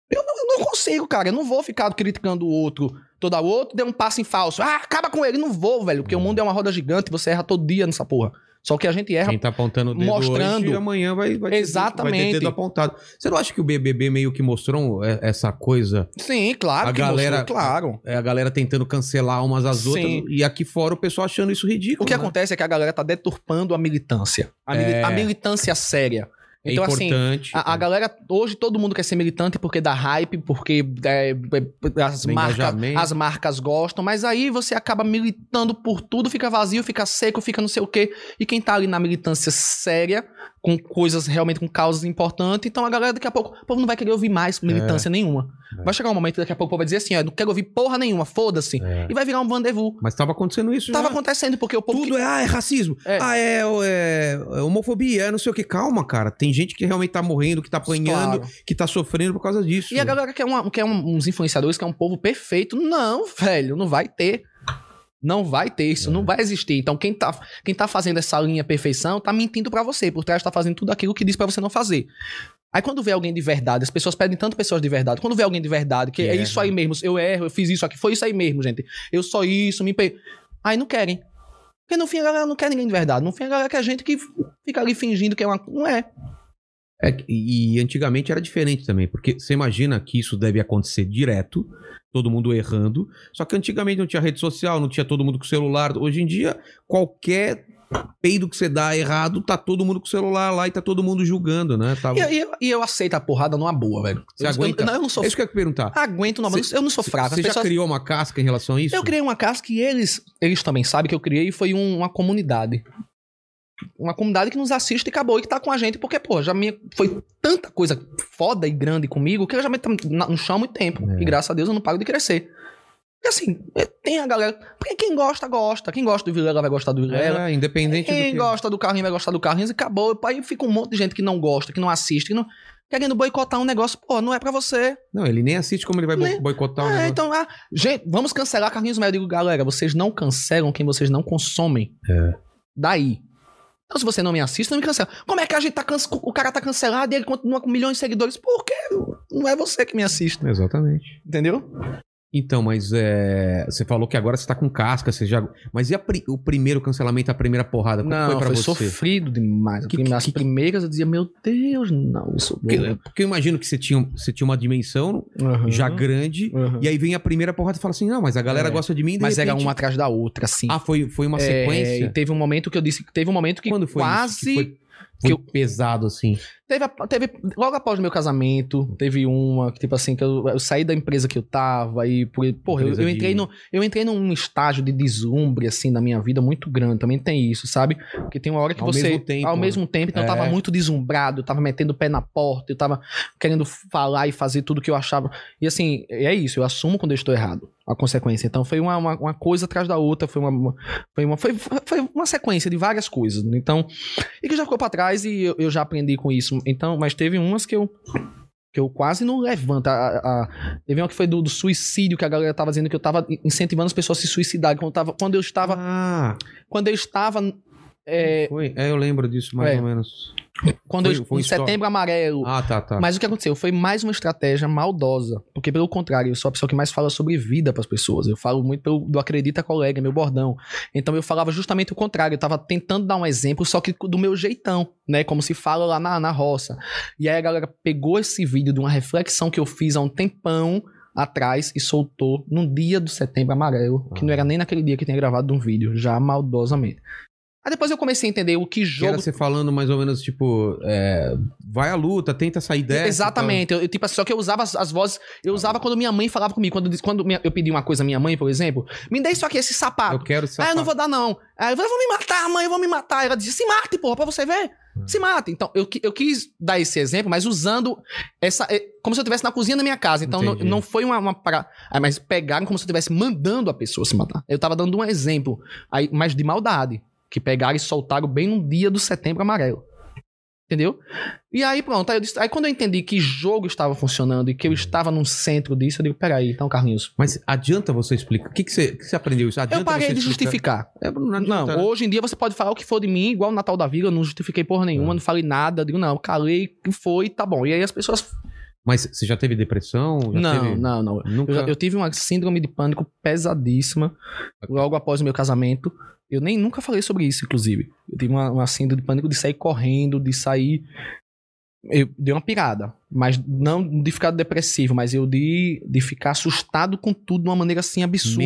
C: Eu não, eu não consigo, cara. Eu não vou ficar criticando o outro. Toda o outro deu um passo em falso. Ah, acaba com ele. Não vou, velho.
D: Hum.
C: Porque o mundo é uma roda gigante. Você erra todo dia nessa porra. Só que a gente erra.
D: Quem tá apontando o dedo
C: Mostrando.
D: hoje, amanhã vai, vai, ter-
C: Exatamente.
D: vai ter dedo apontado. Você não acha que o BBB meio que mostrou é, essa coisa?
C: Sim, claro.
D: A
C: mostrou,
D: galera-
C: claro.
D: É a galera tentando cancelar umas às
C: Sim.
D: outras e aqui fora o pessoal achando isso ridículo.
C: O que
D: né?
C: acontece é que a galera tá deturpando a militância. A, mili-
D: É.
C: a militância séria.
D: É
C: Então, assim,
D: importante.
C: A, a galera, hoje todo mundo quer ser militante porque dá hype, porque é, é, as,
D: Do
C: marcas,
D: engajamento.
C: as marcas gostam, mas aí você acaba militando por tudo, fica vazio, fica seco, fica não sei o quê. E quem tá ali na militância séria, com coisas realmente com causas importantes, então a galera daqui a pouco, o povo não vai querer ouvir mais militância nenhuma.
D: É.
C: Vai chegar um momento que daqui a pouco o povo vai dizer assim, ó, não quero ouvir porra nenhuma, foda-se.
D: É.
C: E vai virar um vandevu.
D: Mas tava acontecendo isso
C: Tava
D: já.
C: acontecendo, porque o povo.
D: Tudo é, ah, é racismo,
C: É.
D: ah, é, é- é homofobia, é não sei o que. Calma, cara. Tem gente que realmente tá morrendo, que tá apanhando,
C: Claro.
D: que tá sofrendo por causa disso.
C: E a galera quer, uma, quer um- uns influenciadores, quer um povo perfeito. Não, velho, não vai ter. Não vai ter isso,
D: É.
C: não vai existir. Então, quem tá, quem tá fazendo essa linha perfeição tá mentindo pra você. Por trás tá fazendo tudo aquilo que diz pra você não fazer. Aí quando vê alguém de verdade, as pessoas pedem tanto pessoas de verdade. Quando vê alguém de verdade, que
D: Que
C: é,
D: erra.
C: isso aí mesmo, eu erro, eu fiz isso aqui, foi isso aí mesmo, gente. Eu só isso, me pe... Aí não querem. Porque no fim a galera não quer ninguém de verdade. No fim a galera quer gente que fica ali fingindo que é uma. Não é.
D: É que- e antigamente era diferente também, porque você imagina que isso deve acontecer direto, todo mundo errando. Só que antigamente não tinha rede social, não tinha todo mundo com celular. Hoje em dia, qualquer peido que você dá errado, tá todo mundo com celular lá e tá todo mundo julgando, né? Tá-
C: E, e eu- e eu aceito a porrada numa boa, velho.
D: Você
C: eu,
D: aguenta?
C: Eu, não, eu não sou
D: É isso que eu ia perguntar.
C: Aguento, não, mas eu não sou fraco.
D: Você
C: As
D: já
C: pessoas-
D: criou uma casca em relação a isso?
C: Eu criei uma casa que eles, eles também sabem que eu criei, foi um- uma comunidade. Uma comunidade que nos assiste e acabou e que tá com a gente, porque, pô, já me foi tanta coisa foda e grande comigo que eu já me tá na- no chão há muito tempo.
D: É.
C: E graças a Deus eu não paro de crescer. E assim, é, tem a galera. Porque quem gosta, gosta. Quem gosta do Vilela vai gostar do Vilela.
D: É, independente
C: Quem
D: do que...
C: gosta do Carrinho vai gostar do Carrinho e acabou. Aí fica um monte de gente que não gosta, que não assiste, que não. Querendo boicotar um negócio, pô, não é pra você.
D: Não, ele nem assiste como ele vai bo-
C: Né?
D: boicotar o
C: É,
D: negócio.
C: então, ah, gente, vamos cancelar Carlinhos Maia. Eu digo, galera, vocês não cancelam quem vocês não consomem.
D: É.
C: Daí. Então, se você não me assiste, não me cancela. Como é que a gente tá canse- o cara tá cancelado e ele continua com milhões de seguidores? Por quê? Não é você que me assiste,
D: Exatamente.
C: entendeu?
D: Então, mas é, você falou que agora você tá com casca, você já. Mas e a pri- o primeiro cancelamento, a primeira porrada? Como foi pra você?
C: sofrido demais.
D: Que- que-
C: As primeiras eu dizia, meu Deus, não, isso...
D: Porque, porque eu imagino que você tinha, você tinha uma dimensão
C: Uhum.
D: já grande,
C: Uhum.
D: e aí vem a primeira porrada e fala assim: não, mas a galera
C: É.
D: gosta de mim. e de
C: Mas era
D: repente-
C: uma atrás da outra, assim.
D: Ah, foi, foi uma
C: É,
D: sequência?
C: e teve um momento que eu disse que teve um momento que
D: Quando foi isso?
C: quase
D: Que foi foi
C: que eu-
D: pesado assim.
C: Teve, a- teve- logo após o meu casamento, teve uma que, tipo assim, que eu, eu saí da empresa que eu tava e, por, porra, eu,
D: Empresa
C: eu
D: de-
C: entrei no, eu entrei num estágio de deslumbre, assim, na minha vida muito grande. Também tem isso, sabe? Porque tem uma hora que
D: Ao
C: você.
D: mesmo tempo,
C: ao
D: né?
C: mesmo tempo, então eu tava
D: É.
C: muito deslumbrado, eu tava metendo o pé na porta, eu tava querendo falar e fazer tudo que eu achava. E assim, é isso, eu assumo quando eu estou errado. A consequência. Então foi uma, uma, uma coisa atrás da outra, foi uma, uma- foi uma, foi, foi uma sequência de várias coisas. Então, e que já ficou pra trás e eu, eu já aprendi com isso. Então, mas teve umas que eu que eu quase não levanto. A, a- a- teve uma que foi do, do suicídio que a galera tava dizendo que eu tava incentivando as pessoas a se suicidarem quando, eu tava- quando eu estava
D: Ah,
C: quando eu estava é,
D: foi. É, eu lembro disso mais
C: É.
D: ou menos.
C: Quando
D: Foi- um,
C: eu,
D: foi
C: em
D: história.
C: setembro amarelo.
D: Ah, tá, tá.
C: Mas o que aconteceu foi mais uma estratégia maldosa. Porque, pelo contrário, eu sou a pessoa que mais fala sobre vida pras pessoas. Eu falo muito pelo- do Acredita Colega, meu bordão. Então eu falava justamente o contrário. Eu tava tentando dar um exemplo, só que do meu jeitão, né? Como se fala lá na, na roça. E aí a galera pegou esse vídeo de uma reflexão que eu fiz há um tempão atrás e soltou num dia do setembro amarelo, que
D: Ah.
C: não era nem naquele dia que tinha gravado um vídeo, já maldosamente. Aí depois eu comecei a entender o que
D: Que
C: jogo
D: era você falando mais ou menos, tipo, é, vai à luta, tenta sair dessa. então.
C: Exatamente. Eu, eu, tipo, só que eu usava as, as vozes. Eu usava quando minha mãe falava comigo. Quando, eu disse- quando minha- eu pedi uma coisa à minha mãe, por exemplo, me dê isso aqui, esse
D: tal.
C: sapato.
D: Eu quero
C: Ah, eu não
D: sapato.
C: vou dar, não. Aí eu falei, eu vou me matar, mãe, eu vou me matar. Ela dizia, se mate, porra, pra você ver.
D: Hum.
C: Se mate. Então, eu, qui- eu quis dar esse exemplo, mas usando essa. é, Como se eu estivesse na cozinha da minha casa. Então, não,
D: Entendi.
C: não foi uma. uma para... ah, mas pegaram como se eu estivesse mandando a pessoa se matar. Eu tava dando um exemplo, aí, mas de maldade. Que pegaram e soltaram bem no dia do setembro amarelo. Entendeu? E aí, pronto. Aí, eu disse- aí quando eu entendi que jogo estava funcionando e que eu estava no centro disso, eu digo: peraí, então, Carlinhos.
D: Mas adianta você explicar. O que, que, você, o que você aprendeu isso? Adianta
C: Eu parei
D: você
C: de
D: explicar?
C: justificar.
D: É, não,
C: Não,
D: adianta, né?
C: hoje em dia você pode falar o que for de mim, igual no Natal da Vila, eu não justifiquei porra nenhuma,
D: Ah.
C: não falei nada, digo, não, calei, que foi, tá bom. E aí as pessoas.
D: Mas você já teve depressão? Já
C: não,
D: teve...
C: não, não.
D: Nunca.
C: Eu, já- eu tive uma síndrome de pânico pesadíssima logo após o meu casamento. Eu nem nunca falei sobre isso, inclusive. Eu tive uma, uma síndrome de pânico de sair correndo, de sair. Eu dei uma pirada. Mas não de ficar depressivo, mas eu de, de ficar assustado com tudo de uma maneira assim absurda.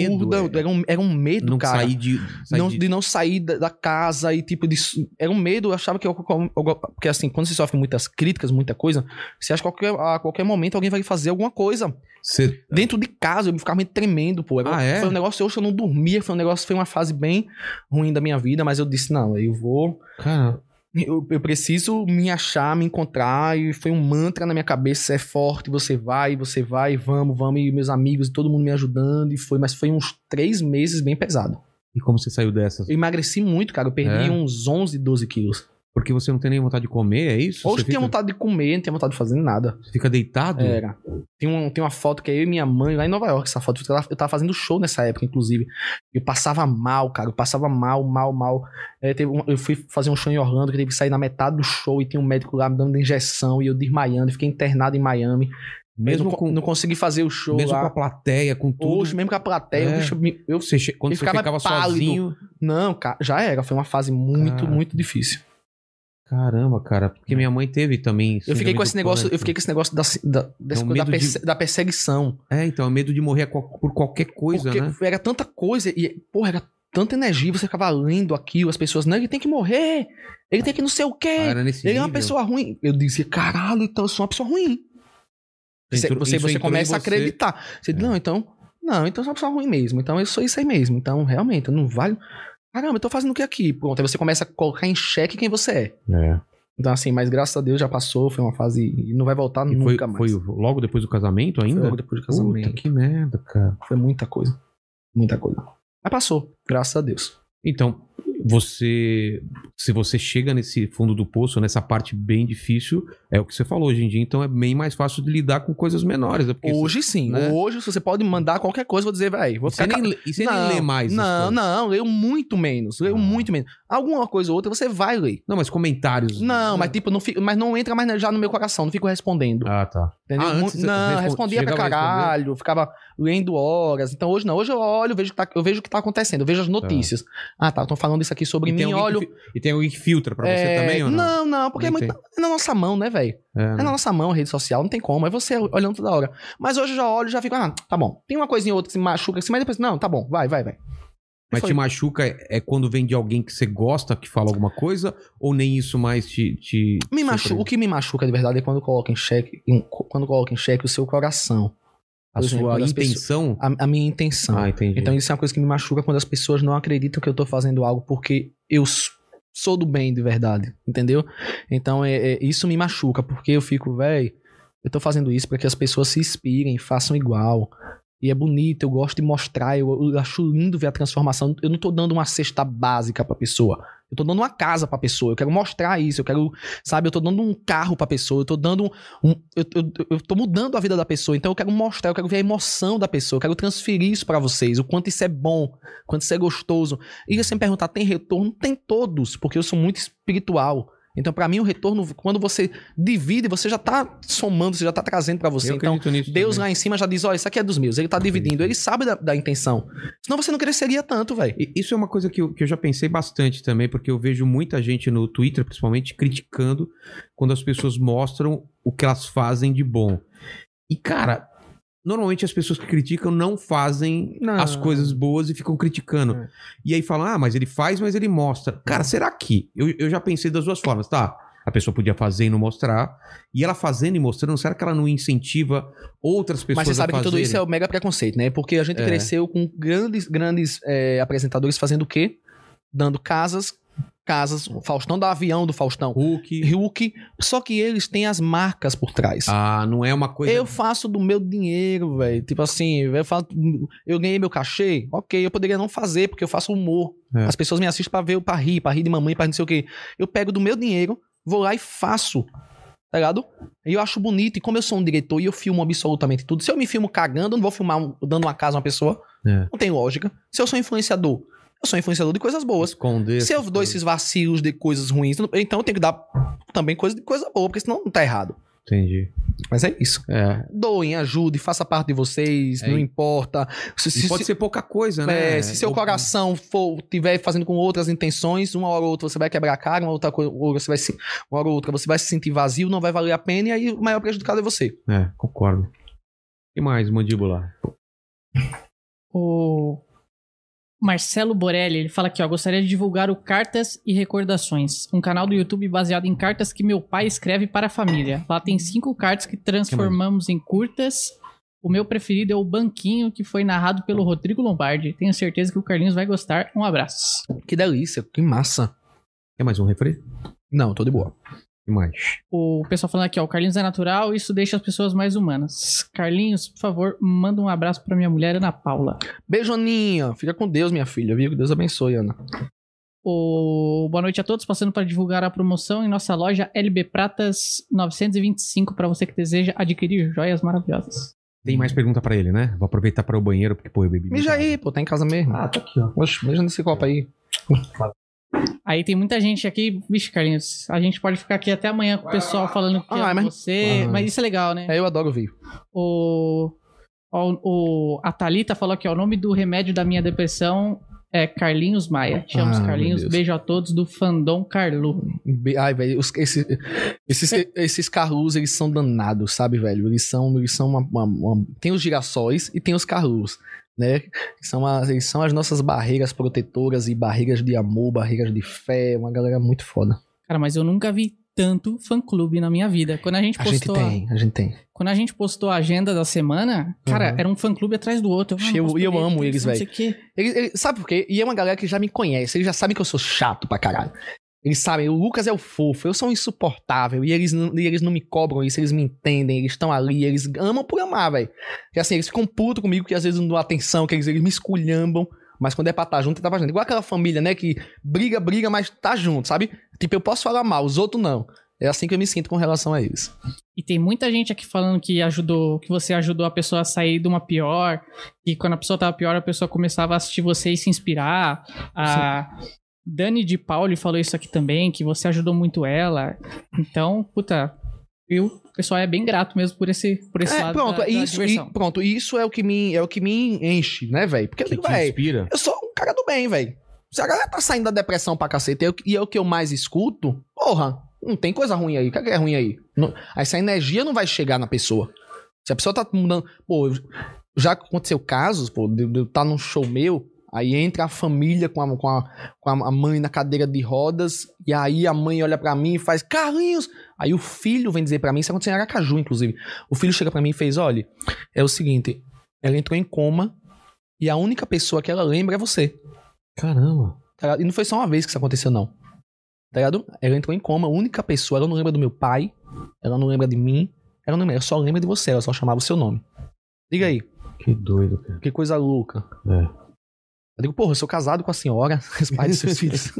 D: Medo, é.
C: era, um, era um medo,
D: Nunca
C: cara
D: saí de. saí
C: não,
D: de-
C: de... não sair da, da casa e tipo de su- era um medo eu achava que eu, eu- eu- porque assim quando você sofre muitas críticas muita coisa você acha que qualquer, a qualquer momento alguém vai fazer alguma coisa
D: Você-
C: dentro de casa eu ficava meio tremendo pô Era-
D: É. Ah, é?
C: foi um negócio hoje eu não dormia foi um negócio foi uma fase bem ruim da minha vida mas eu disse não eu vou
D: Cara,
C: eu, eu preciso me achar me encontrar e foi um mantra na minha cabeça "Você é forte você vai você vai vamos vamos e meus amigos todo mundo me ajudando e foi mas foi uns três meses bem pesado
D: e como você saiu dessas?
C: eu emagreci muito, cara. Eu perdi
D: É?
C: uns 11, 12 quilos.
D: Porque você não tem nem vontade de comer, é isso?
C: Hoje
D: você
C: eu tinha
D: fica, Hum.
C: vontade de comer, não tinha vontade de fazer nada.
D: você fica deitado?
C: Era. Tem, um, tem uma foto que é eu e minha mãe lá em Nova York, essa foto. Eu tava, eu tava fazendo show nessa época, inclusive. Eu passava mal, cara. Eu passava mal, mal, mal. É, teve um- eu fui fazer um show em Orlando, que teve que sair na metade do show e tinha um médico lá me dando injeção e eu desmaiando. Fiquei internado em Miami.
D: Mesmo
C: Eu não, co-
D: com.
C: não consegui fazer o show
D: Mesmo com
C: lá.
D: a plateia, com tudo.
C: Hoje, mesmo com a plateia,
D: É.
C: o bicho me- eu...
D: Você che- Quando
C: eu
D: você
C: ficava
D: ficava
C: pálido.
D: sozinho.
C: Não, cara, já era. Foi uma fase muito,
D: Cara.
C: muito difícil.
D: Caramba, cara. Porque minha mãe teve também.
C: É. Eu fiquei
D: síndrome
C: com
D: do
C: esse negócio,
D: pânico.
C: eu fiquei com esse negócio da, da, dessa
D: É
C: coisa da,
D: um medo de-
C: perse- da perseguição.
D: É, então, é medo de morrer a qual- por qualquer coisa,
C: porque
D: né?
C: era tanta coisa e, porra, era tanta energia, você ficava lendo aquilo, as pessoas, não, ele tem que morrer, ele tem que não sei o quê,
D: Ah, era nesse
C: ele é uma
D: nível.
C: pessoa ruim. Eu disse, caralho, então eu sou uma pessoa ruim. Você,
D: Entrou-
C: você,
D: Então, isso
C: você
D: entrou
C: começa
D: em
C: a acreditar. Você diz,
D: É.
C: não, então, não, então eu sou uma pessoa ruim mesmo, então eu sou isso aí mesmo, então realmente, eu não valho. Caramba, eu tô fazendo o que aqui? Pronto, aí você começa a colocar em xeque quem você é.
D: É.
C: Então, assim, mas graças a Deus já passou, foi uma fase. E não vai voltar
D: E foi,
C: nunca mais.
D: foi logo depois do casamento ainda?
C: Foi logo depois do
D: Puta,
C: casamento.
D: que merda, cara.
C: Foi muita coisa. Muita coisa. Mas passou, graças a Deus.
D: Então, você. Se você chega nesse fundo do poço, nessa parte bem difícil, é o que você falou hoje em dia, então é bem mais fácil de lidar com coisas menores. Né? Porque
C: Hoje sim.
D: né?
C: Hoje, se você pode mandar qualquer coisa, eu vou dizer, vai, vou
D: Você, você
C: ficar.
D: nem,
C: ca-
D: lê- e você
C: Não,
D: nem lê mais. as
C: Não,
D: coisas.
C: não, leio muito menos. Leio
D: Ah.
C: muito menos. Alguma coisa ou outra você vai ler.
D: Não, mas comentários.
C: Não,
D: né?
C: mas tipo, não fico, mas não entra mais já no meu coração, não fico respondendo.
D: Ah, tá.
C: entendeu?
D: Ah, antes
C: Mu-
D: você
C: não,
D: responde-
C: respondia pra
D: chegava a responder?
C: caralho, ficava lendo horas. Então hoje não, hoje eu olho, vejo o que tá, eu vejo o que tá acontecendo, eu vejo as notícias. Ah, tá, estão falando isso aqui sobre
D: tem
C: mim,
D: alguém
C: olho.
D: que fi- e tem alguém que filtra pra você
C: é,
D: também ou não?
C: Não, não, porque é,
D: Nem
C: muito, é na nossa mão, né, velho?
D: É,
C: É
D: né?
C: na nossa mão, rede social, não tem como. É você olhando toda hora. Mas hoje eu já olho e já fico, ah, tá bom. Tem uma coisinha ou outra que se machuca assim, mas depois, não, tá bom, vai, vai, vai.
D: Mas
C: Foi.
D: te machuca é quando vem de alguém que você gosta que fala alguma coisa? Ou nem isso mais te. te
C: Me machu... O que me machuca de verdade é quando coloca em xeque, em- quando coloca em xeque o seu coração,
D: A
C: por exemplo,
D: sua
C: das
D: intenção.
C: a, a minha intenção.
D: Ah, entendi.
C: então isso é uma coisa que me machuca quando as pessoas não acreditam que eu tô fazendo algo porque eu s- sou do bem de verdade, entendeu? Então é, é- isso me machuca porque eu fico, véi, eu tô fazendo isso pra que as pessoas se inspirem, façam igual. E é bonito, eu gosto de mostrar, eu, eu acho lindo ver a transformação. Eu não tô dando uma cesta básica pra pessoa. Eu tô dando uma casa pra pessoa, eu quero mostrar isso, eu quero, sabe, eu tô dando um carro pra pessoa, eu tô dando um. um- eu, eu, eu tô mudando a vida da pessoa, então eu quero mostrar, eu quero ver a emoção da pessoa, eu quero transferir isso pra vocês, o quanto isso é bom, o quanto isso é gostoso. E você me perguntar, tem retorno? Tem todos, porque eu sou muito espiritual. Então, pra mim, o retorno, quando você divide, você já tá somando, você já tá trazendo pra você.
D: Eu
C: então,
D: acredito nisso
C: Deus
D: também.
C: lá em cima já diz: ó, isso aqui é dos meus. Ele tá dividindo, ele sabe da, da intenção. Senão você não cresceria tanto, velho.
D: E Isso é uma coisa que eu, que eu já pensei bastante também, porque eu vejo muita gente no Twitter, principalmente, criticando quando as pessoas mostram o que elas fazem de bom. E, cara, normalmente as pessoas que criticam não fazem
C: Não.
D: as coisas boas e ficam criticando.
C: É.
D: E aí falam, ah, mas ele faz, mas ele mostra. Cara, será que? Eu, eu já pensei das duas formas, tá? A pessoa podia fazer e não mostrar. E ela fazendo e mostrando, será que ela não incentiva outras pessoas
C: Mas você sabe
D: a
C: que tudo
D: fazerem?
C: isso é o mega preconceito, né? Porque a gente
D: É.
C: cresceu com grandes, grandes é, apresentadores fazendo o quê? Dando casas, casas, o Faustão da Avião do Faustão,
D: Hulk.
C: Hulk, só que eles têm as marcas por trás.
D: Ah, não é uma coisa...
C: Eu faço do meu dinheiro, velho. Tipo assim, eu, faço, eu ganhei meu cachê, ok, eu poderia não fazer, porque eu faço humor.
D: É.
C: As pessoas me assistem pra ver, pra rir, pra rir de mamãe, pra não sei o quê. Eu pego do meu dinheiro, vou lá e faço. Tá ligado? E eu acho bonito, e como eu sou um diretor e eu filmo absolutamente tudo, se eu me filmo cagando, eu não vou filmar um- dando uma casa a uma pessoa.
D: É.
C: Não tem lógica. Se eu sou influenciador, eu sou influenciador de coisas boas.
D: Esconder.
C: Se eu
D: essas
C: dou
D: coisas.
C: esses vacilos de coisas ruins, então eu tenho que dar também coisa de coisa boa, porque senão não tá errado.
D: Entendi.
C: Mas é isso.
D: É.
C: Doem, ajudem, faça parte de vocês,
D: É,
C: não
D: e-
C: importa. Se, se,
D: E pode
C: se-
D: ser pouca coisa, né?
C: é, se seu coração for tiver fazendo com outras intenções, uma hora ou outra você vai quebrar a cara, uma outra coisa, ou você vai se, uma hora ou outra você vai se sentir vazio, não vai valer a pena e aí o maior prejudicado é você.
D: É, concordo. E mais, mandíbula?
B: O Marcelo Borelli, ele fala aqui, ó, gostaria de divulgar o Cartas e Recordações, um canal do YouTube baseado em cartas que meu pai escreve para a família. Lá tem cinco cartas que transformamos em curtas. O meu preferido é o Banquinho, que foi narrado pelo Rodrigo Lombardi. Tenho certeza que o Carlinhos vai gostar. Um abraço.
C: Que delícia, que massa.
D: Quer mais um refri?
C: Não, tô de boa.
D: E mais?
B: O pessoal falando aqui, ó, o Carlinhos é natural, isso deixa as pessoas mais humanas. Carlinhos, por favor, manda um abraço pra minha mulher Ana Paula.
C: Beijo, Aninha. Fica com Deus, minha filha, viu? Que Deus abençoe, Ana.
B: O boa noite a todos, passando para divulgar a promoção em nossa loja LB Pratas 925 para você que deseja adquirir joias maravilhosas.
D: Tem mais pergunta pra ele, né? Vou aproveitar pra ir ao banheiro, porque, pô, eu bebi.
C: Mija
D: muita água.
C: aí, pô, tá em casa mesmo. Ah, tá aqui, ó. Oxe, mija nesse copo aí.
B: Aí tem muita gente aqui, vixe, Carlinhos, a gente pode ficar aqui até amanhã com o pessoal falando que
C: Ah,
B: é
C: mas-
B: você,
C: Ah.
B: mas isso é legal, né?
C: É, eu adoro vinho.
B: O, o, o- a Thalita falou que ó, o nome do remédio da minha depressão é Carlinhos Maia. Te amo,
C: Ah, meu
B: Carlinhos.
C: Deus.
B: Beijo a todos do Fandom Carlu.
C: Be- Ai, velho, os- esses, esses, esses Carlus, eles são danados, sabe, velho? Eles são, eles são uma, uma- uma- Tem os girassóis e tem os Carlus, né? São as, eles são as nossas barreiras protetoras e barreiras de amor, barreiras de fé, uma galera muito foda.
B: Cara, mas eu nunca vi tanto fã-clube na minha vida. Quando a gente
C: A gente
B: postou a,
C: tem, a gente tem.
B: quando a gente postou a agenda da semana, cara,
C: Uhum.
B: era um fã-clube atrás do outro. Ah, não
C: Eu-
B: posso
C: e eu
B: perder,
C: amo
B: tem
C: eles,
B: não
C: velho.
B: sei o quê.
C: Ele- ele- sabe por quê? E é uma galera que já me conhece, eles já sabem que eu sou chato pra caralho. Eles sabem, o Lucas é o fofo, eu sou um insuportável, e eles, não- e eles não me cobram isso, eles me entendem, eles estão ali, eles amam por amar, velho. E assim, eles ficam putos comigo que às vezes eu não dou atenção, que eles, eles me esculhambam, mas quando é pra estar junto, tá junto. Igual aquela família, né, que briga, briga, mas tá junto, sabe? Tipo, eu posso falar mal, os outros não. É assim que eu me sinto com relação a eles.
B: E tem muita gente aqui falando que ajudou, que você ajudou a pessoa a sair de uma pior, que quando a pessoa tava pior, a pessoa começava a assistir você e se inspirar. A Dani de Pauli falou isso aqui também, que você ajudou muito ela. Então, puta, viu? O pessoal é bem grato mesmo por esse, por esse
C: É,
B: lado
C: pronto,
B: da, da
C: isso, e,
B: diversão.
C: pronto, isso é o que me, é o que me enche, né, velho? Porque eu
D: Que
C: digo,
D: te
C: véi,
D: inspira.
C: Eu sou um cara do bem, velho. Se a galera tá saindo da depressão pra cacete eu- e é o que eu mais escuto, porra, não tem coisa ruim aí. O que é que é ruim aí? Não- essa energia não vai chegar na pessoa. Se a pessoa tá mudando. Pô, eu- já aconteceu casos, pô, de de eu tá num show meu, aí entra a família com a, com, a, com a mãe na cadeira de rodas, e aí a mãe olha pra mim e faz, Carlinhos! Aí o filho vem dizer pra mim, isso aconteceu em Aracaju, inclusive. O filho chega pra mim e fez, olha, é o seguinte, ela entrou em coma, e a única pessoa que ela lembra é você.
D: Caramba.
C: Tá ligado? E não foi só uma vez que isso aconteceu, não. Tá ligado? Ela entrou em coma, a única pessoa, ela não lembra do meu pai, ela não lembra de mim, ela não lembra, ela só lembra de você, ela só chamava o seu nome. Diga aí,
D: Que doido, cara.
C: que coisa louca.
D: É.
C: Eu digo, porra, eu sou casado com a senhora, os pais dos seus filhos.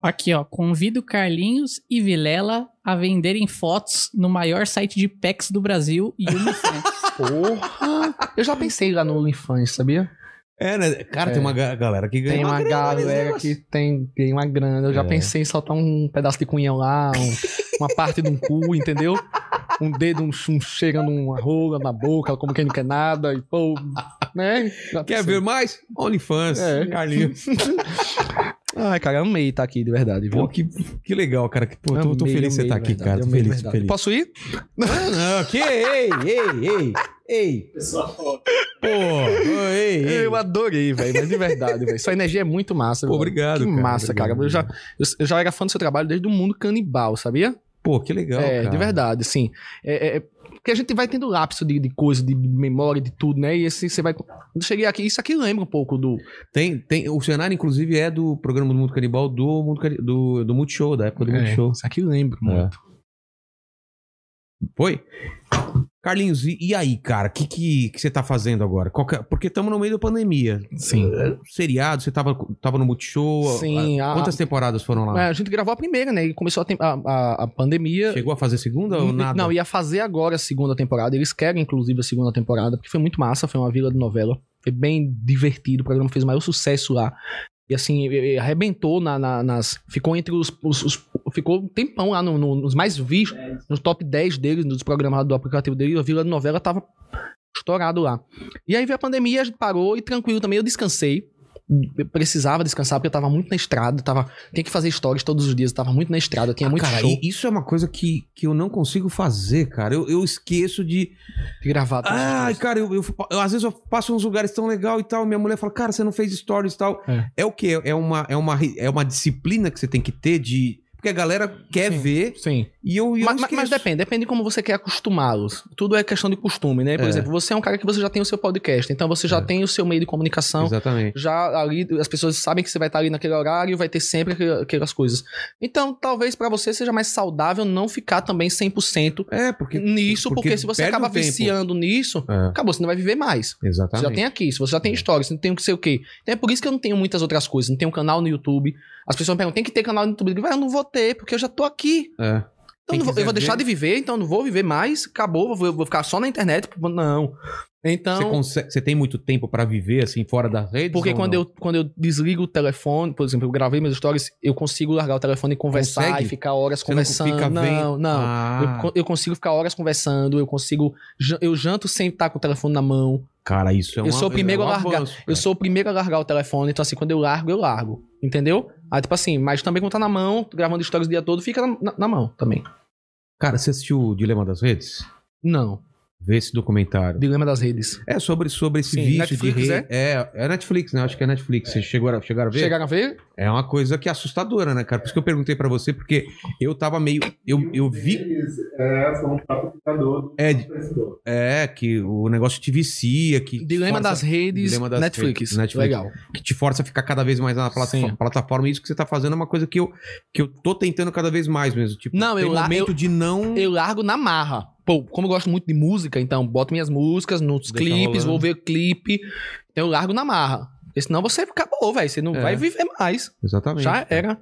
B: Aqui, ó. Convido Carlinhos e Vilela a venderem fotos no maior site de PEX do Brasil e Unifan.
C: Porra! Eu já pensei lá no OnlyFans, sabia?
D: É, né? Cara, tem uma ga- galera que ganha
C: Tem uma
D: grana nesse
C: galera
D: negócio.
C: que tem, tem uma grana. Eu já
D: É.
C: pensei em soltar um pedaço de cunhão lá, um- uma parte de um cu, entendeu? Um dedo, um, um cheirando uma rola na boca, como quem não quer nada, e pô, né? Já
D: Quer
C: pensei.
D: ver mais? OnlyFans.
C: É.
D: Carlinhos.
C: Ai, cara, eu amei estar aqui, de verdade, viu?
D: Pô, que, que legal, cara. Que- Pô, tô, tô
C: Amei,
D: feliz que você
C: amei,
D: tá aqui,
C: verdade,
D: cara. Tô
C: amei,
D: feliz,
C: verdade. Ah,
D: feliz.
C: Posso ir?
D: Não, não, que ei, ei, ei, ei. Pô, ô, ei, ei.
C: Eu adorei, velho, mas de verdade, velho. Sua energia é muito massa,
D: Pô,
C: velho.
D: obrigado,
C: Que
D: cara,
C: massa,
D: obrigado,
C: cara. Eu já, eu, eu já era fã do seu trabalho desde o mundo canibal, sabia?
D: Pô, que legal,
C: é,
D: cara.
C: de verdade, assim. É, é, é, porque a gente vai tendo lapso de, de coisa, de memória, de tudo, né? E assim, você vai. Quando cheguei aqui, isso aqui lembra um pouco do.
D: Tem, tem, o cenário, inclusive, é do programa do Mundo Canibal do, Mundo Cani- do, do Multishow, da época do Multishow. É.
C: Isso aqui lembra É, muito.
D: Foi? Carlinhos, e, e aí, cara? O que, que, que você tá fazendo agora? Qual que é- porque estamos no meio da pandemia.
C: Sim.
D: Seriado, você tava, tava no Multishow.
C: Sim,
D: a-
C: a-
D: Quantas temporadas foram
C: É,
D: lá?
C: a gente gravou a primeira, né? E começou a, tem- a, a, a pandemia.
D: Chegou a fazer segunda ou nada?
C: Não, ia fazer agora a segunda temporada. Eles querem, inclusive, a segunda temporada, porque foi muito massa, foi uma vila de novela. Foi bem divertido, o programa fez o maior sucesso lá. E assim, e- e arrebentou na- na- nas. Ficou entre os. os- os- ficou um tempão lá no- no- nos mais vistos, nos top 10 deles, nos programados do aplicativo dele. A vila de novela tava estourado lá. E aí veio a pandemia, a gente parou e tranquilo também, eu descansei. Eu precisava descansar, porque eu tava muito na estrada, tava. Tinha que fazer stories todos os dias, eu tava muito na estrada, tinha
D: Ah,
C: muito
D: cara,
C: show
D: e isso é uma coisa que, que eu não consigo fazer, cara. Eu, eu esqueço de.
C: de gravar todos os
D: Ai,
C: dias.
D: cara, eu, eu- eu- às vezes eu passo uns lugares tão legal e tal. Minha mulher fala, cara, você não fez stories e tal. É,
C: É.
D: o quê? É uma, é, uma, é uma disciplina que você tem que ter de. Porque a galera quer
C: Sim.
D: ver
C: Sim.
D: e eu. e eu
C: Ma- ma- Mas,
D: esqueço.
C: depende, depende de como você quer acostumá-los. Tudo é questão de costume, né? Por
D: É.
C: exemplo, você é um cara que você já tem o seu podcast, então você já
D: É.
C: tem o seu meio de comunicação.
D: Exatamente.
C: Já ali, as pessoas sabem que você vai estar ali naquele horário, vai ter sempre aquele- aquelas coisas. Então, talvez pra você seja mais saudável não ficar também 100%
D: É, porque.
C: nisso, porque,
D: porque
C: se você
D: perde
C: acaba
D: um tempo.
C: viciando nisso,
D: É,
C: acabou, você não vai viver mais. Você
D: exatamente. É.
C: já tem aqui, se você já tem história, você não tem o que sei o quê. Então é por isso que eu não tenho muitas outras coisas, não tenho canal no YouTube. As pessoas me perguntam, tem que ter canal no YouTube? Eu digo, "Vai, eu não vou ter, porque eu já tô aqui.
D: É.
C: Então
D: Quem
C: não vou-
D: quiser
C: eu vou deixar
D: ver-
C: de viver, então não vou viver mais, acabou, vou, vou ficar só na internet. Não.
D: Você,
C: Então,
D: consegue- você tem muito tempo pra viver, assim, fora das redes?
C: porque
D: ou
C: quando
D: não?
C: eu, quando eu desligo o telefone, por exemplo, eu gravei meus stories, eu consigo largar o telefone e conversar
D: Consegue?
C: e ficar horas
D: Você
C: conversando. Não, não. Eu,
D: Ah,
C: co- eu consigo ficar horas conversando, eu consigo. ja- Eu janto sem estar com o telefone na mão.
D: Cara, isso é
C: eu
D: uma-
C: sou o primeiro
D: é um
C: a largar.
D: avanço,
C: Eu
D: cara.
C: sou o primeiro a largar o telefone, então assim, quando eu largo, eu largo. Entendeu? Aí, tipo assim, mas também quando tá na mão, gravando stories o dia todo, fica na- na- na mão também.
D: Cara, você assistiu o Dilema das Redes?
C: Não.
D: Vê esse documentário.
C: Dilema das redes.
D: É sobre, sobre esse
C: Sim,
D: vício
C: Netflix,
D: de rede. É? é, Netflix, né? Acho que é Netflix. Vocês chegaram, a- chegaram a ver?
C: Chegaram a ver?
D: É uma coisa que é assustadora, né, cara? Por isso que eu perguntei pra você, porque eu tava meio. Eu, eu vi.
F: Eles, é, são um patrocinador
D: É,
F: do pessoa.
D: é, que o negócio te vicia, que.
C: Dilema
D: força-
C: das redes,
D: Dilema das
C: Netflix.
D: redes, Netflix.
C: Legal.
D: que te força a ficar cada vez mais na plataforma.
C: Sim.
D: plataforma. E isso que você tá fazendo é uma coisa que eu, que eu tô tentando cada vez mais mesmo. Tipo,
C: Não,
D: tem
C: eu É. lá-
D: momento de não.
C: Eu largo na marra. Pô, como eu gosto muito de música, então boto minhas músicas nos
D: Deixa
C: clipes,
D: rolando.
C: vou ver clipe. Então eu largo na marra. Porque senão você acabou, velho. Você não
D: É.
C: vai viver mais.
D: Exatamente.
C: Já era.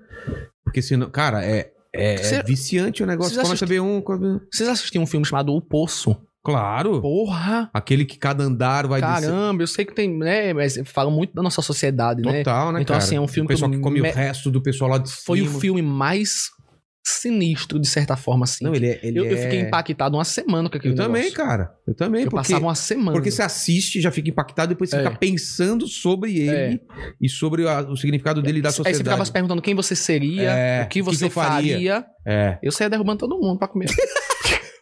D: Porque senão. Cara, é. É, é
C: Você-
D: viciante o negócio.
C: vocês
D: Começa a ver um. começa-
C: Vocês assistiram um filme chamado O Poço?
D: Claro.
C: Porra!
D: Aquele que cada andar vai descer.
C: Caramba, eu sei que tem, né? Mas fala muito da nossa sociedade, né?
D: Total, né,
C: Então,
D: cara?
C: assim, é um filme
D: o pessoal
C: que
D: que,
C: eu
D: come
C: me-
D: o resto do pessoal lá de cima.
C: Foi o filme mais sinistro, de certa forma, assim.
D: Não, ele é. ele
C: eu, eu
D: é-
C: fiquei impactado uma semana com aquele
D: Eu também,
C: negócio.
D: cara. Eu também,
C: Eu
D: porque.
C: passava uma semana.
D: Porque você assiste, já fica impactado, depois você
C: É.
D: fica pensando sobre ele e sobre a- o significado dele é da
C: Aí
D: sociedade.
C: você ficava se perguntando quem você seria,
D: É,
C: o que
D: o que
C: você
D: que eu faria?
C: faria.
D: É.
C: Eu saía derrubando todo mundo pra comer.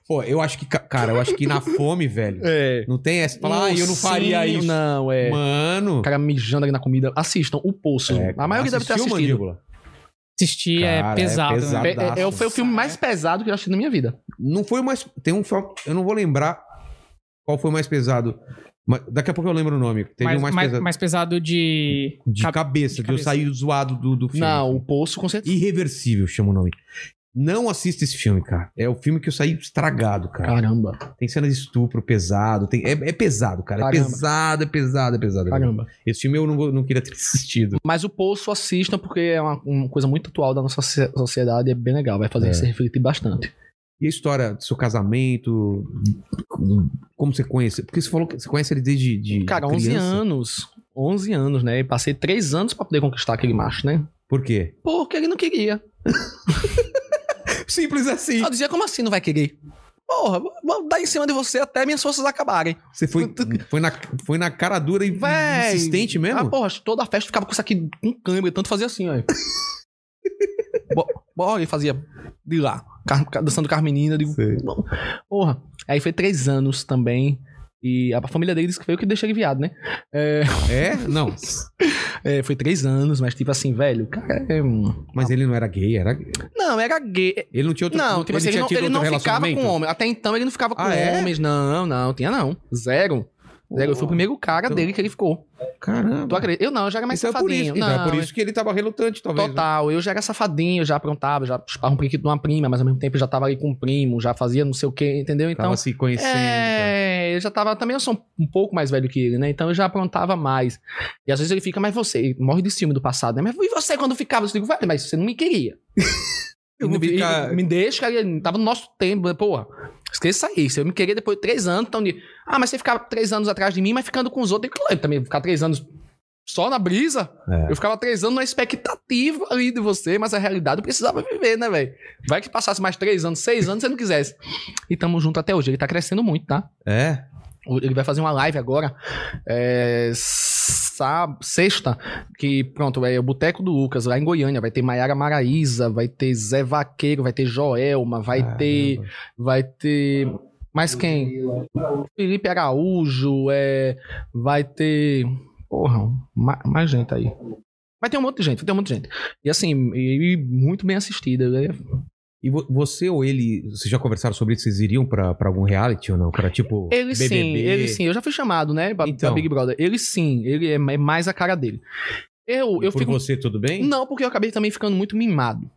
D: Pô, eu acho que, ca- cara, eu acho que na fome, velho,
C: É.
D: não tem essa. Falar, ah, eu não faria isso.
C: Não, é.
D: Mano.
C: O cara mijando ali na comida. Assistam o Poço.
D: É,
C: a maioria deve ter
D: assistiu,
C: assistido.
D: Mandíbula?
B: Assistir
D: Cara, é
B: é pesado. né?
D: pesado.
C: É, é, é- foi o filme mais pesado que eu assisti na minha vida.
D: Não foi o mais. Tem um filme. Eu não vou lembrar qual foi o mais pesado. Mas daqui a pouco eu lembro o nome. Teve
B: mais,
D: um mais,
B: mais-
D: pesado.
B: mais pesado de.
D: De
B: Ca-
D: cabeça,
B: de
D: de eu
B: cabeça.
D: sair zoado do, do filme.
C: Não, o Poço com certeza.
D: Irreversível chama o nome. Não assista esse filme, cara. É o filme que eu saí estragado, cara.
C: Caramba,
D: Tem cena de estupro pesado. Tem... É, é pesado, cara. É
C: Caramba.
D: pesado, é pesado, é pesado.
C: caramba.
D: Esse filme eu não, vou- não queria ter assistido.
C: Mas o Poço assistam porque é uma, uma coisa muito atual da nossa socie- sociedade. É bem legal. Vai fazer
D: É.
C: você refletir bastante.
D: E a história do seu casamento? Como você conhece? Porque você falou que você conhece ele desde de,
C: Cara,
D: de
C: 11
D: criança.
C: anos. 11 anos, né? E passei 3 anos pra poder conquistar aquele macho, né?
D: Por quê?
C: Porque ele não queria.
D: Simples assim.
C: Eu dizia, como assim não vai querer? Porra, vou- vou dar em cima de você até minhas forças acabarem.
D: Você foi, foi, na, foi na cara dura e
C: Véi.
D: insistente mesmo?
C: Ah, porra, toda a festa ficava com isso aqui com câmera, tanto fazia assim, ó. Bo- Bora, e fazia de lá, car- car- dançando com as meninas, eu digo, "Não." porra. Aí foi três anos também. E a família dele disse que foi eu que deixei ele viado, né? É,
D: É? Não.
C: é, foi três anos, mas tipo assim, velho, o cara. é um-
D: Mas ele não era gay, era.
C: Não, era gay.
D: Ele não tinha outro.
C: não, tipo assim, ele
D: tinha
C: não,
D: tido
C: ele não
D: outro
C: ficava com
D: relacionamento?
C: homem. Até então ele não ficava com
D: Ah, é?
C: homens, não, não, tinha não. Zero. Zero. Eu fui o primeiro cara
D: Então-
C: dele que ele ficou. Tu
D: Caramba.
C: acredita? Eu não, eu já era mais
D: Então é por
C: safadinho.
D: isso, então é
C: Não,
D: por isso que ele tava relutante, talvez. né?
C: Total, eu já era safadinho, já aprontava, já chupava um brinquedo de uma prima, mas ao mesmo tempo eu já tava ali com um primo, já fazia não sei o que, entendeu? Então.
D: Tava assim, se conhecendo. tá.
C: é, eu já tava. Também eu sou um, um pouco mais velho que ele, né? Então eu já aprontava mais. E às vezes ele fica, mas você, ele morre de ciúme do passado, né? Mas e você quando ficava? Eu digo, velho, mas você não me queria.
D: Eu
C: E
D: vou
C: me-
D: ficar-
C: e Me deixa, cara, tava no nosso tempo, né? Porra, esqueça isso. Eu me queria depois de três anos, então de. Ah, mas você ficava três anos atrás de mim, mas ficando com os outros. Eu claro, também ficar três anos só na brisa.
D: É.
C: Eu ficava três anos na expectativa ali de você, mas a realidade eu precisava viver, né, velho? Vai que passasse mais três anos, seis anos, você não quisesse. E tamo junto até hoje. Ele tá crescendo muito, tá?
D: É?
C: Ele vai fazer uma live agora. É. Sábado, sexta, que pronto, é o Boteco do Lucas, lá em Goiânia. Vai ter Maiara Maraíza, vai ter Zé Vaqueiro, vai ter Joelma, vai ter.
D: Caramba.
C: Vai ter. Mas quem? Felipe Araújo, é, vai ter. Porra, ma- mais gente aí. Vai ter um monte de gente, vai ter um monte de gente. E assim, e, e muito bem assistida. né?
D: E vo- você ou ele, vocês já conversaram sobre isso? Vocês iriam pra, pra algum reality ou não? Pra tipo.
C: Ele sim, ele sim. Eu já fui chamado, né, pra, pra
D: Então.
C: Big Brother. Ele sim, ele é ma- é mais a cara dele. Eu, eu
D: Por
C: fico.
D: você, tudo bem?
C: Não, porque eu acabei também ficando muito mimado.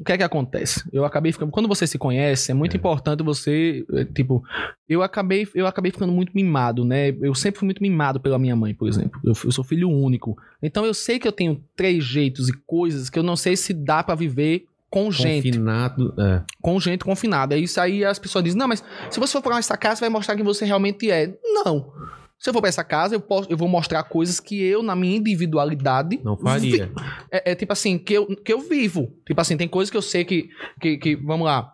C: O que é que acontece? Eu acabei ficando. Quando você se conhece, é muito importante você. eh, Tipo, eu acabei, eu acabei ficando muito mimado, né? Eu sempre fui muito mimado pela minha mãe, por exemplo. Eu, eu sou filho único. Então eu sei que eu tenho três jeitos e coisas que eu não sei se dá pra viver com gente
D: Confinado. É.
C: com gente confinada. É Isso aí as pessoas dizem, não, mas se você for pra essa casa, vai mostrar quem você realmente é. Não. Se eu for pra essa casa, eu, posso, eu vou mostrar coisas que eu, na minha individualidade...
D: Não faria.
C: É, é tipo assim, que eu, que eu vivo. Tipo assim, tem coisas que eu sei que, que, que- Vamos lá.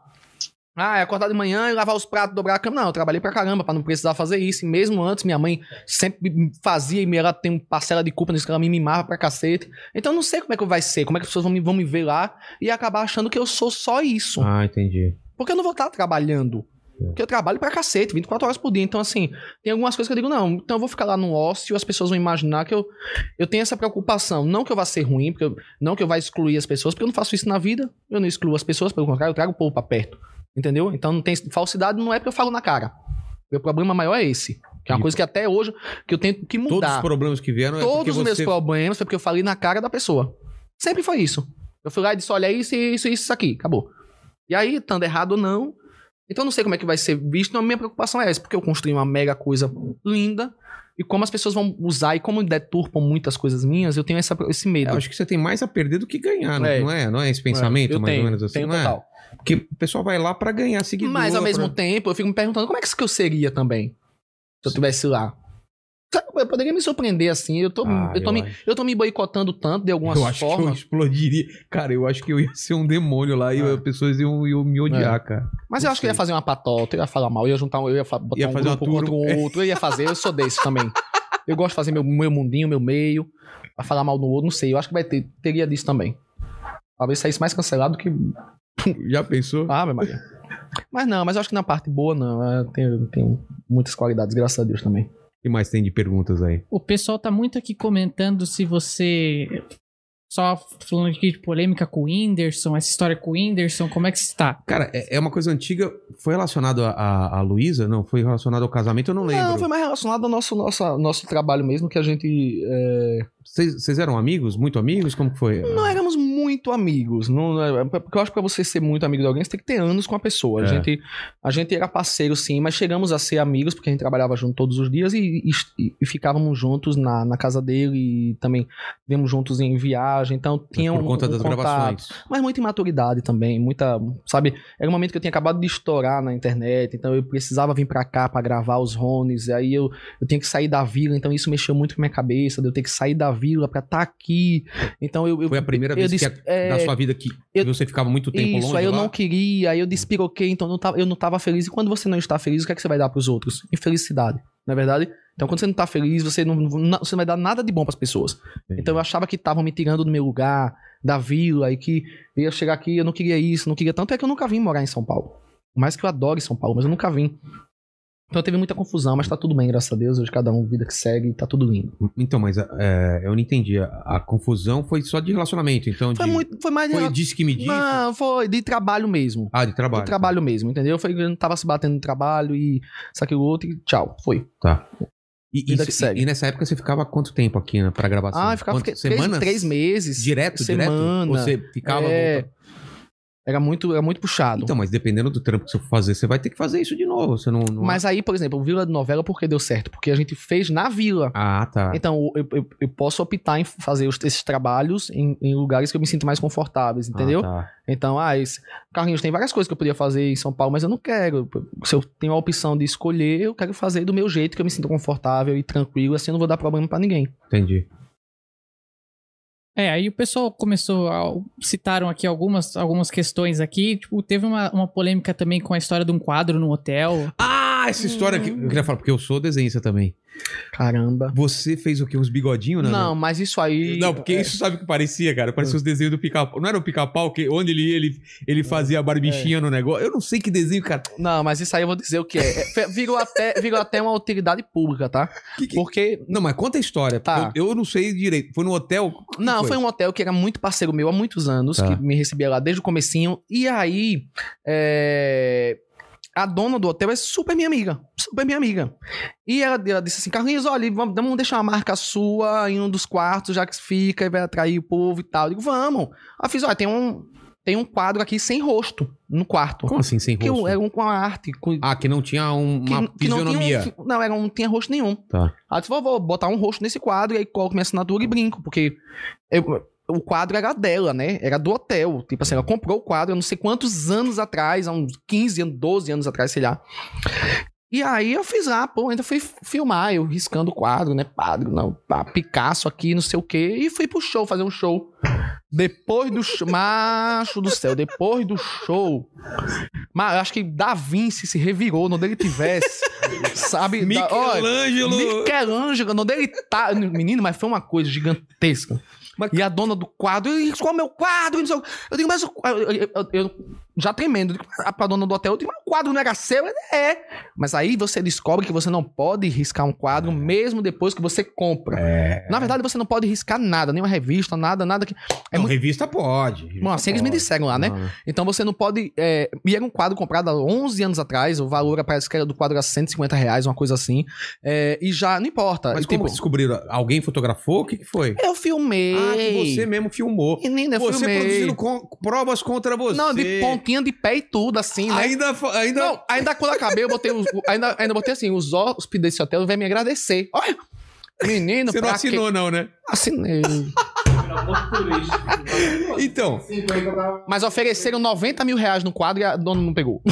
C: Ah, é acordar de manhã e lavar os pratos, dobrar a cama. Não, eu trabalhei pra caramba pra não precisar fazer isso. E mesmo antes, minha mãe sempre me fazia e ela tem uma parcela de culpa nisso que ela me mimava pra cacete. Então eu não sei como é que vai ser, como é que as pessoas vão me, vão me ver lá e acabar achando que eu sou só isso.
D: Ah, entendi.
C: Porque eu não vou estar trabalhando.
D: É.
C: Porque eu trabalho pra cacete, 24 horas por dia. Então, assim, tem algumas coisas que eu digo, não, então eu vou ficar lá no ócio, as pessoas vão imaginar que eu, eu tenho essa preocupação. Não que eu vá ser ruim, porque eu- não que eu vá excluir as pessoas, porque eu não faço isso na vida, eu não excluo as pessoas, pelo contrário, eu trago o povo pra perto. Entendeu? Então não tem falsidade, não é porque eu falo na cara. Meu problema maior é esse. Que é uma
D: E-
C: coisa que até hoje que eu tenho que
D: Todos os
C: mudar.
D: problemas que vieram é porque
C: Todos os meus
D: você
C: problemas foi porque eu falei na cara da pessoa. Sempre foi isso. Eu fui lá e disse: olha, é isso, isso, isso, isso aqui. Acabou. E aí, estando errado ou não. Então, eu não sei como é que vai ser visto. Então, a minha preocupação é essa, porque eu construí uma mega coisa linda. E como as pessoas vão usar e como deturpam muitas coisas minhas, eu tenho essa- esse medo.
D: Eu acho que você tem mais a perder do que ganhar, não
C: É.
D: não é? Não é esse pensamento,
C: eu
D: mais
C: tenho,
D: ou menos assim,
C: tenho
D: não é? né?
C: total.
D: Porque o pessoal vai lá pra ganhar seguidor.
C: Mas, ao
D: pra-
C: mesmo tempo, eu fico me perguntando como é que isso que eu seria também se eu estivesse lá. Sabe, Eu poderia me surpreender assim. Eu tô,
D: Ah,
C: eu tô,
D: eu
C: me,
D: acho.
C: eu tô me boicotando tanto de algumas
D: eu acho que eu
C: formas.
D: explodiria. Cara, eu acho que eu ia ser um demônio lá e
C: É.
D: as pessoas iam, iam me odiar, cara.
C: Mas
D: Não
C: eu acho que eu ia
D: sei.
C: fazer uma patota, eu ia falar mal, eu ia juntar um, eu ia fa- botar
D: Ia
C: um
D: fazer uma
C: grupo contra
D: turma.
C: o outro, eu ia fazer, eu sou desse também. Eu gosto de fazer meu, meu mundinho, meu meio, pra falar mal do outro, não sei, eu acho que vai ter, teria disso também. Talvez saísse mais cancelado que...
D: Já pensou?
C: Ah, meu Maria. Mas não, mas eu acho que na parte boa não, eu tenho, tenho muitas qualidades, graças a Deus também.
D: O que mais tem de perguntas aí?
B: O pessoal tá muito aqui comentando se você. Só falando aqui de polêmica com o Whindersson, essa história com o Whindersson, como é que está?
D: Cara, é, é uma coisa antiga. Foi relacionado a, a, a Luísa? Não, foi relacionado ao casamento, eu não lembro.
C: Não, foi mais relacionado ao nosso, nosso, nosso trabalho mesmo, que a gente... é,
D: Vocês vocês eram amigos? Muito amigos? Como que foi?
C: Não éramos muito amigos. Não, não é- porque eu acho que pra você ser muito amigo de alguém, você tem que ter anos com a pessoa. A,
D: É.
C: gente, a gente era parceiro, sim, mas chegamos a ser amigos, porque a gente trabalhava junto todos os dias e, e- e ficávamos juntos na, na casa dele e também vivemos juntos em viagem. Então tinha
D: Por
C: um-
D: conta
C: um
D: das
C: contato.
D: gravações.
C: Mas muita imaturidade também, muita, sabe? Era um momento que eu tinha acabado de estourar na internet, então eu precisava vir pra cá pra gravar os rones, e aí eu, eu tinha que sair da vila, então isso mexeu muito com a minha cabeça, de eu ter que sair da vila pra estar aqui. Então eu, eu
D: Foi a primeira
C: eu
D: vez
C: disse,
D: que a- da
C: é,
D: sua vida que
C: eu-
D: você ficava muito tempo
C: isso,
D: longe
C: aí eu
D: lá?
C: não queria, aí eu despiroquei, então não tava- eu não tava feliz. E quando você não está feliz, o que é que você vai dar pros outros? Infelicidade, não é verdade? Então quando você não tá feliz, você não, não- você não vai dar nada de bom pras pessoas.
D: Entendi.
C: Então eu achava que estavam me tirando do meu lugar, da vila, e que eu ia chegar aqui, eu não queria isso, não queria tanto. É que eu nunca vim morar em São Paulo. Por mais que eu adore São Paulo, mas eu nunca vim. Então teve muita confusão, mas tá tudo bem, graças a Deus. Hoje cada um, vida que segue, tá tudo lindo.
D: Então, mas é, eu não entendi. A, a confusão foi só de relacionamento, então
C: Foi
D: de...
C: muito, foi mais...
D: Foi disse que me disse?
C: não, foi de trabalho mesmo.
D: Ah, de
C: do
D: trabalho.
C: trabalho mesmo, entendeu? Foi, eu não tava se batendo no trabalho e saquei o outro e tchau, foi.
D: E,
C: Vida
D: e-
C: que segue.
D: e nessa época você ficava quanto tempo aqui né, pra gravação?
C: ah, eu ficava
D: Quanto-
C: fiquei três, três meses.
D: Direto,
C: semana.
D: direto? Ou você ficava...
C: É.
D: voltava?
C: Era muito, era muito puxado.
D: Então, mas dependendo do trampo que você for fazer, você vai ter que fazer isso de novo. Você não... não-
C: Mas aí, por exemplo, o Vila de Novela, por que deu certo? Porque a gente fez na vila.
D: Ah, tá.
C: Então, eu, eu, eu posso optar em fazer os- esses trabalhos em, em lugares que eu me sinto mais confortáveis, entendeu?
D: Ah, tá.
C: Então, ah, esse... Carlinhos, tem várias coisas que eu podia fazer em São Paulo, mas eu não quero. Se eu tenho a opção de escolher, eu quero fazer do meu jeito, que eu me sinto confortável e tranquilo, assim eu não vou dar problema pra ninguém.
D: Entendi.
B: É, aí o pessoal começou a, citaram aqui algumas, algumas questões aqui, tipo, teve uma, uma polêmica também com a história de um quadro no hotel.
D: Ah, essa história que
C: Hum.
D: eu queria falar, porque eu sou desenhista também.
C: Caramba.
D: Você fez o quê? Uns bigodinhos, né?
C: Não, mas isso aí.
D: Não, porque
C: é,
D: isso sabe o que parecia, cara? Parecia os desenhos do pica-pau. Não era o pica-pau que onde ele ia, ele,
C: É.
D: ele fazia a barbichinha no negócio. Eu não sei que desenho, cara.
C: Não, mas isso aí eu vou dizer o que é. É, fe- Virou até, virou até uma utilidade pública, tá?
D: Que que-
C: Porque.
D: Não, mas conta a história.
C: Tá.
D: Eu, eu não sei direito. Foi no hotel?
C: Não,
D: foi?
C: foi? um hotel que era muito parceiro meu há muitos anos,
D: Tá.
C: que me recebia lá desde o comecinho. E aí. é, A dona do hotel é super minha amiga. Super minha amiga. E ela, ela disse assim: Carlinhos, olha, vamos, vamos deixar uma marca sua em um dos quartos, já que fica e vai atrair o povo e tal. Eu digo, vamos. Ela fez: olha, tem um, tem um quadro aqui sem rosto no quarto.
D: Como assim, sem
C: que eu-
D: rosto?
C: era um com a arte, com,
D: Ah, que não tinha um- uma
C: que não
D: fisionomia.
C: tinha um- não, era, não tinha rosto nenhum.
D: Tá.
C: Aí eu disse, vou, vou botar um rosto nesse quadro, e aí coloco minha assinatura e brinco, porque eu- o quadro era dela, né? Era do hotel. Tipo assim, ela comprou o quadro há não sei quantos anos atrás, há uns 15, anos, 12 anos atrás, sei lá. E aí eu fiz lá, pô, ainda fui filmar, eu riscando o quadro, né? Padre, não, pá, Picasso aqui, não sei o quê, e fui pro show, fazer um show. Depois do show. Macho do céu, depois do show. Mas eu acho que Da Vinci se revirou onde ele tivesse. sabe? Da- olha,
D: Michelangelo!
C: Michelangelo, onde ele tá. Menino, mas foi uma coisa gigantesca.
D: Mas-
C: E a dona do quadro, "Ih, qual é o meu quadro? E não sei o quê. Eu digo, mas o quadro. Eu, eu- eu- já tremendo, eu digo, pra- pra dona do hotel, eu digo, mas o quadro não era seu? Ela, É. Mas aí você descobre que você não pode riscar um quadro
D: É.
C: mesmo depois que você compra. Na verdade, você não pode riscar nada, nenhuma revista, nada, nada que. É
D: Não,
C: muito-
D: revista pode. Revista
C: Bom, assim eles me
D: pode.
C: disseram lá, né?
D: Não,
C: Então você não pode. É, e era um quadro comprado há 11 anos atrás, o valor parece que era do quadro era 150 reais, uma coisa assim. É, e já, não importa.
D: Ah, Mas
C: E,
D: como
C: tipo,
D: descobriram? Alguém fotografou? O que, que foi?
C: eu filmei.
D: Ah, que você mesmo filmou.
C: Menina, eu
D: você
C: filmei.
D: produzindo con- provas contra você.
C: Não, de pontinha de pé e tudo, assim, né?
D: Ainda, fa- ainda
C: Não, ainda quando acabei, eu botei os, o- ainda, ainda botei assim, os hóspedes desse hotel vêm me agradecer. Olha! Menino,
D: você não
C: pra quê?
D: assinou, não, né?
C: Assinei.
D: Então,
E: 50 da...
C: Mas ofereceram 90 mil reais no quadro e a dona não pegou.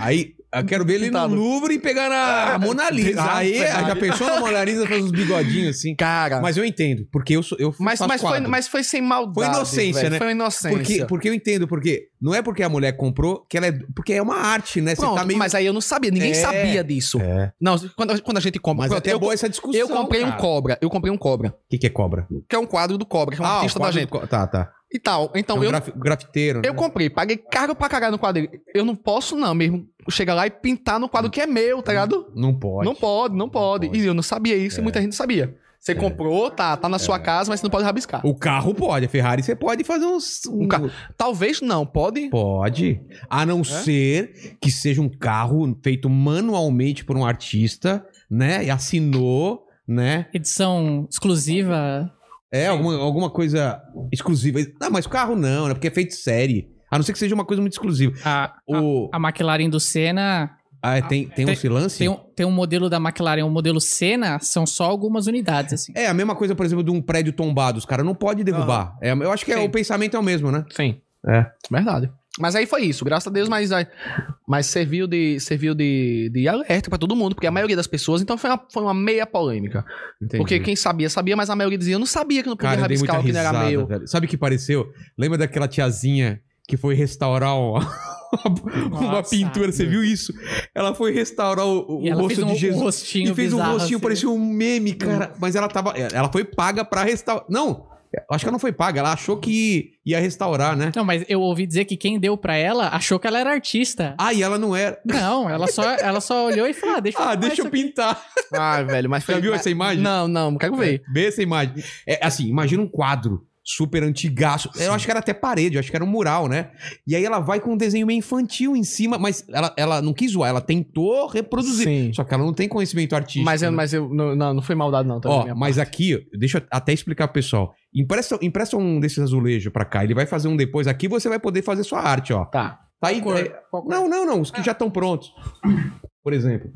D: aí eu quero ver ele no
C: Pintado.
D: Louvre e pegar na a Mona Lisa.
C: Ah, Exato,
D: Aí,
C: verdade.
D: já pensou na Mona Lisa faz uns bigodinhos assim?
C: Cara.
D: Mas eu entendo, porque eu sou. Eu
C: Mas,
D: faço
C: mas, foi,
D: quadro.
C: mas foi sem maldade.
D: Foi inocência,
C: velho.
D: né?
C: Foi uma inocência.
D: porque, porque eu entendo, porque não é porque a mulher comprou que ela é. Porque é uma arte, né?
C: Pronto,
D: você tá meio.
C: mas aí eu não sabia, ninguém
D: É.
C: sabia disso.
D: É.
C: Não, quando, quando a gente compra.
D: Mas
C: Pronto,
D: até é
C: eu,
D: boa essa discussão.
C: eu comprei um
D: cara.
C: cobra, eu comprei um cobra,
D: O que, que é cobra?
C: que é um quadro do cobra, que é um
D: Ah, o
C: artista da
D: quadro
C: gente.
D: do co- Tá, tá.
C: E tal. Então
D: É um
C: eu,
D: graf- grafiteiro.
C: eu
D: né?
C: comprei, paguei caro pra caralho no quadro dele. Eu não posso, não, mesmo chegar lá e pintar no quadro que é meu, tá ligado?
D: Não pode.
C: Não pode, não pode.
D: pode. É.
C: E eu não sabia isso e muita gente não sabia. Você comprou, tá, tá na sua casa, mas você não pode rabiscar.
D: O carro pode, a Ferrari você pode fazer uns. Um,
C: Um ca- Talvez não, pode.
D: Pode. A não ser que seja um carro feito manualmente por um artista, né? E assinou, né?
B: Edição exclusiva.
D: É, alguma, alguma coisa exclusiva. Ah, mas carro não, né? Porque é feito série. A não ser que seja uma coisa muito exclusiva.
B: A, a,
D: O,
B: a McLaren do Senna.
D: ah, é, tem, tem, um
B: Ah, tem-
D: silêncio?
B: Tem um, tem um modelo da McLaren, um modelo Senna, são só algumas unidades, assim.
D: É, a mesma coisa, por exemplo, de um prédio tombado. Os caras não podem derrubar. É, eu acho que é,
C: Sim.
D: o pensamento é o mesmo, né?
C: Sim.
D: É.
C: Verdade. Mas aí foi isso, graças a Deus, mas, mas serviu de serviu de, de alerta pra todo mundo, porque a maioria das pessoas, então foi uma, foi uma meia polêmica.
D: Entendi.
C: Porque quem sabia, sabia, mas a maioria dizia, eu não sabia que não podia
D: Cara, eu dei
C: rabiscar
D: muita
C: o que não
D: risada,
C: era meu.
D: velho. Sabe o que pareceu? Lembra daquela tiazinha que foi restaurar um- uma
B: Nossa.
D: pintura? Você viu isso? Ela foi restaurar o, o
B: E ela
D: rosto
B: fez um,
D: de Jesus.
B: um rostinho
D: E fez um
B: bizarro, assim.
D: rostinho,
B: Hum.
D: parecia um meme, cara. Mas ela tava. é, Ela foi paga pra restaurar. Não! Acho que ela não foi paga, ela achou que ia restaurar, né?
B: Não, mas eu ouvi dizer que quem deu pra ela achou que ela era artista.
D: Ah, e ela não era.
B: Não, ela só, ela só olhou e falou: ah, deixa eu
D: Ah,
B: arrumar
D: deixa
B: isso
D: eu
B: aqui.
D: pintar.
C: Ah, velho, mas foi.
D: Já viu essa imagem?
C: Não, não, quero ver.
D: Vê essa imagem. É assim, imagina um quadro super antigaço. Eu acho que era até parede, eu acho que era um mural, né? E aí ela vai com um desenho meio infantil em cima, mas ela, ela não quis zoar, ela tentou reproduzir.
C: Sim.
D: Só que ela não tem conhecimento artístico.
C: Mas, eu,
D: né?
C: mas eu, não, não, não foi maldade, não. também, é
D: Ó,
C: minha
D: mas aqui, deixa eu até explicar pro pessoal. Empresta, empresta um desses azulejos pra cá, ele vai fazer um depois aqui, você vai poder fazer sua arte, ó.
C: Tá.
D: Tá aí.
B: Cor,
D: é-
B: qual cor?
D: não, não, não, os que já estão prontos. Por exemplo,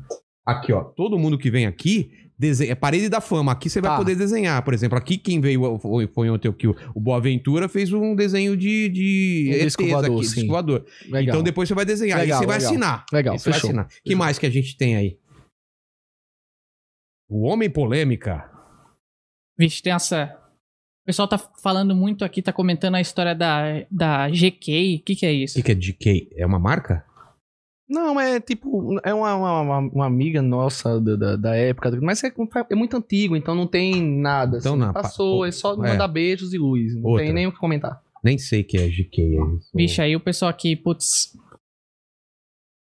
D: aqui, ó, todo mundo que vem aqui desenha, é parede da fama. Aqui você vai
C: Tá.
D: poder desenhar, por exemplo, aqui quem veio foi, foi ontem aqui, o, o Boaventura fez um desenho de de
C: Um
D: ETs
C: disco voador,
D: disco
C: sim.
D: voador.
C: Legal.
D: Então depois você vai desenhar,
C: Legal,
D: aí você vai
C: legal.
D: assinar.
C: Legal,
D: Aí você vai
C: fechou.
D: assinar. Que mais que a gente tem aí? O homem polêmica.
B: Vixe, tem essa. O pessoal tá falando muito aqui, tá comentando a história da, da GK. O que, que é
D: O
B: isso?
D: que, que é GK? É uma marca?
C: Não, é tipo, é uma, uma, uma- uma amiga nossa da, da, da época, mas é, com- é muito antigo, então não tem nada.
D: Então não,
C: Passou,
D: pa-
C: é só
D: é.
C: mandar beijos e luz. Não
D: Outra.
C: tem nem o que comentar.
D: Nem sei o que é GK. é isso.
B: Vixe, aí o pessoal aqui, putz.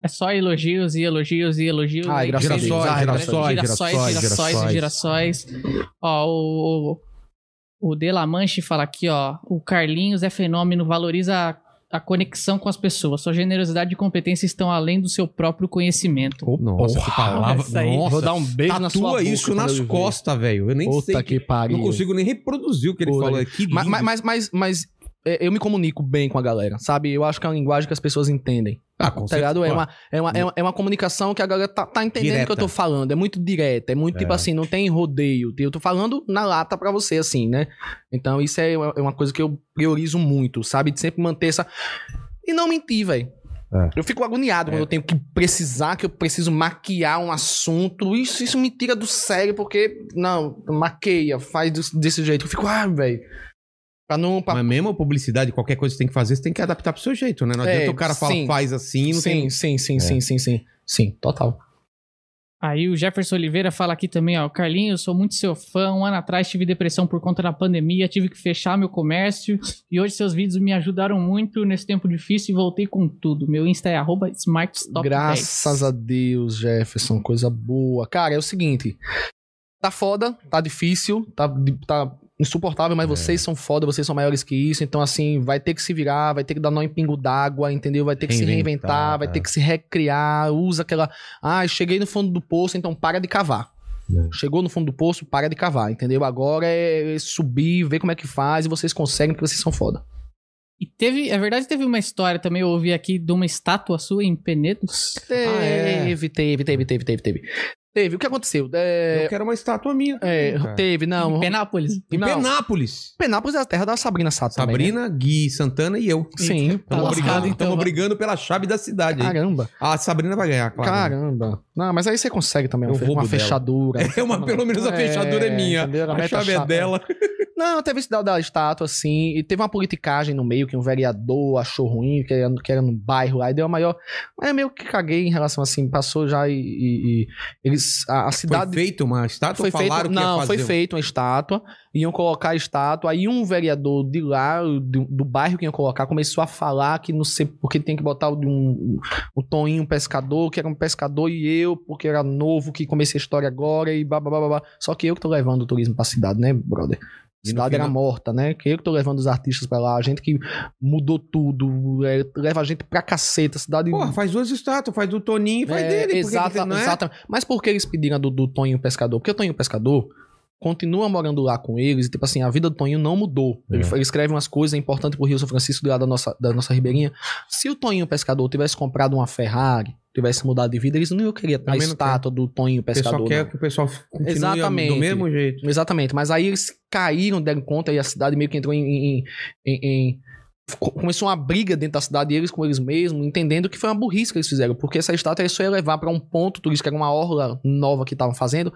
B: É só elogios e elogios e elogios.
C: Ah,
B: Aí
C: graças a Deus.
B: girassóis,
C: Ah,
D: girassóis,
B: girassóis, girassóis,
D: girassóis,
B: girassóis. Ó, o, o De La Manche fala aqui, ó. O Carlinhos é fenômeno, valoriza a, a conexão com as pessoas. Sua generosidade e competência estão além do seu próprio conhecimento.
D: Nossa, que palavra.
B: essa aí.
D: Nossa,
C: Vou dar um beijo na sua
D: tatua
C: boca
D: isso
C: quando
D: nas
C: eu ver.
D: costas, velho. Eu nem sei.
C: Puta
D: que-
C: que pariu.
D: Não consigo nem reproduzir o que ele
C: Puta
D: falou
C: que-
D: aqui.
C: Ma- ma- Mas, mas, mas, é, eu me comunico bem com a galera, sabe? Eu acho que é uma linguagem que as pessoas entendem.
D: ah, com
C: Tá ligado? É
D: certeza. hum.
C: uma, é, uma, é, uma, é uma comunicação que a galera tá, tá entendendo o que eu
D: Direta.
C: tô falando. É muito direta. É muito tipo assim, não tem rodeio. Eu tô falando na lata pra você, assim, né? Então isso é uma, é uma coisa que eu priorizo muito, sabe? De sempre manter essa. E não mentir, velho.
D: É.
C: Eu fico agoniado quando eu tenho que precisar, que eu preciso maquiar um assunto. Isso, isso me tira do sério, porque. Não, maqueia, faz des- desse jeito. Eu fico, ah, velho. Pra não. Pra...
D: Mas mesmo a publicidade, qualquer coisa que você tem que fazer, você tem que adaptar pro seu jeito, né? Não
C: É,
D: adianta o cara falar,
C: sim.
D: faz assim, não
C: Sim,
D: tem.
C: sim, sim,
D: É.
C: sim, sim, sim. Sim, total.
B: Aí o Jefferson Oliveira fala aqui também, ó. Carlinhos, sou muito seu fã. Um ano atrás tive depressão por conta da pandemia, tive que fechar meu comércio. E hoje seus vídeos me ajudaram muito nesse tempo difícil e voltei com tudo. Meu Insta é arroba smartstop10.
C: Graças a Deus, Jefferson, coisa boa. Cara, é o seguinte. Tá foda, tá difícil, tá, di- tá insuportável,
D: É.
C: mas vocês são foda, vocês são maiores que isso. Então, assim, vai ter que se virar, vai ter que dar nó em pingo d'água, entendeu? Vai ter que se
D: Reinventar,
C: reinventar, vai
D: é.
C: ter que se recriar, usa aquela. Ah, cheguei no fundo do poço, então para de cavar.
D: É.
C: Chegou no fundo do poço, para de cavar, entendeu? Agora é subir, ver como é que faz e vocês conseguem, porque vocês são foda.
B: E teve, é verdade, teve uma história também, eu ouvi aqui, de uma estátua sua em Penedos.
D: Ah, é.
C: Teve, teve, teve, teve, teve, teve. Teve. O que aconteceu? É,
D: Eu quero uma estátua minha.
C: É,
D: Cara.
C: teve, não.
B: Em Penápolis.
D: Em
C: não.
D: Penápolis.
C: Penápolis é a terra da Sabrina Sato também, né?
D: Sabrina, Gui, Santana e eu.
C: Sim.
B: Tá
D: Estamos
B: lascado,
D: brigando,
B: então,
D: tamo
C: né?
B: vai.
D: brigando pela chave da cidade. aí.
C: Caramba.
D: A Sabrina vai ganhar, claro.
C: Caramba. Não, mas aí você consegue também
D: Eu
C: uma, fe-
D: roubo
C: uma
D: dela.
C: fechadura.
D: É uma, pelo menos a fechadura é, minha.
C: entendeu?
D: A
C: meta
D: chave é
C: chata.
D: dela.
C: Não, teve esse da, da estátua, assim, e teve uma politicagem no meio que um vereador achou ruim, que era, que era no bairro lá, e deu a maior. Mas meio que caguei em relação assim, passou já e. e- e eles, a, a
D: Foi
C: cidade.
D: feito uma estátua?
C: Foi feito,
D: falaram que
C: não,
D: ia fazer um.
C: foi feito uma estátua, iam colocar a estátua, aí um vereador de lá, do, do bairro que iam colocar, começou a falar que não sei porque tem que botar o de um, o Toninho pescador, que era um pescador, e eu, porque era novo, que comecei a história agora, e blá, blá, blá, blá, blá. Só que eu que tô levando o turismo pra cidade, né, brother?
D: E no
C: Cidade era
D: final-
C: morta, né? Que eu que tô levando os artistas pra lá, a gente que mudou tudo, é, leva a gente pra caceta, a cidade...
D: Porra, faz duas estátuas, faz do Toninho e faz
C: É,
D: dele. por que que
C: Exata,
D: não é?
C: exatamente. Mas por que eles pediram a do, do Tonho Pescador? Porque o Tonho Pescador, continua morando lá com eles. E, tipo assim, a vida do Toninho não mudou.
D: É.
C: Ele, fa- ele escreve umas coisas importantes pro Rio São Francisco, do lado da nossa, da nossa ribeirinha. Se o Toninho Pescador tivesse comprado uma Ferrari, tivesse mudado de vida, eles não iam querer a
D: Também não
C: estátua do Toninho
D: O pessoal
C: Pescador.
D: quer
C: não.
D: que o pessoal continue
C: Exatamente.
D: do mesmo jeito.
C: Exatamente, mas aí eles caíram, deram conta e a cidade meio que entrou em. em- em- em- co- começou uma briga dentro da cidade, eles com eles mesmos, entendendo que foi uma burrice que eles fizeram, porque essa estátua eles só ia levar pra um ponto turístico, que era uma orla nova que estavam fazendo.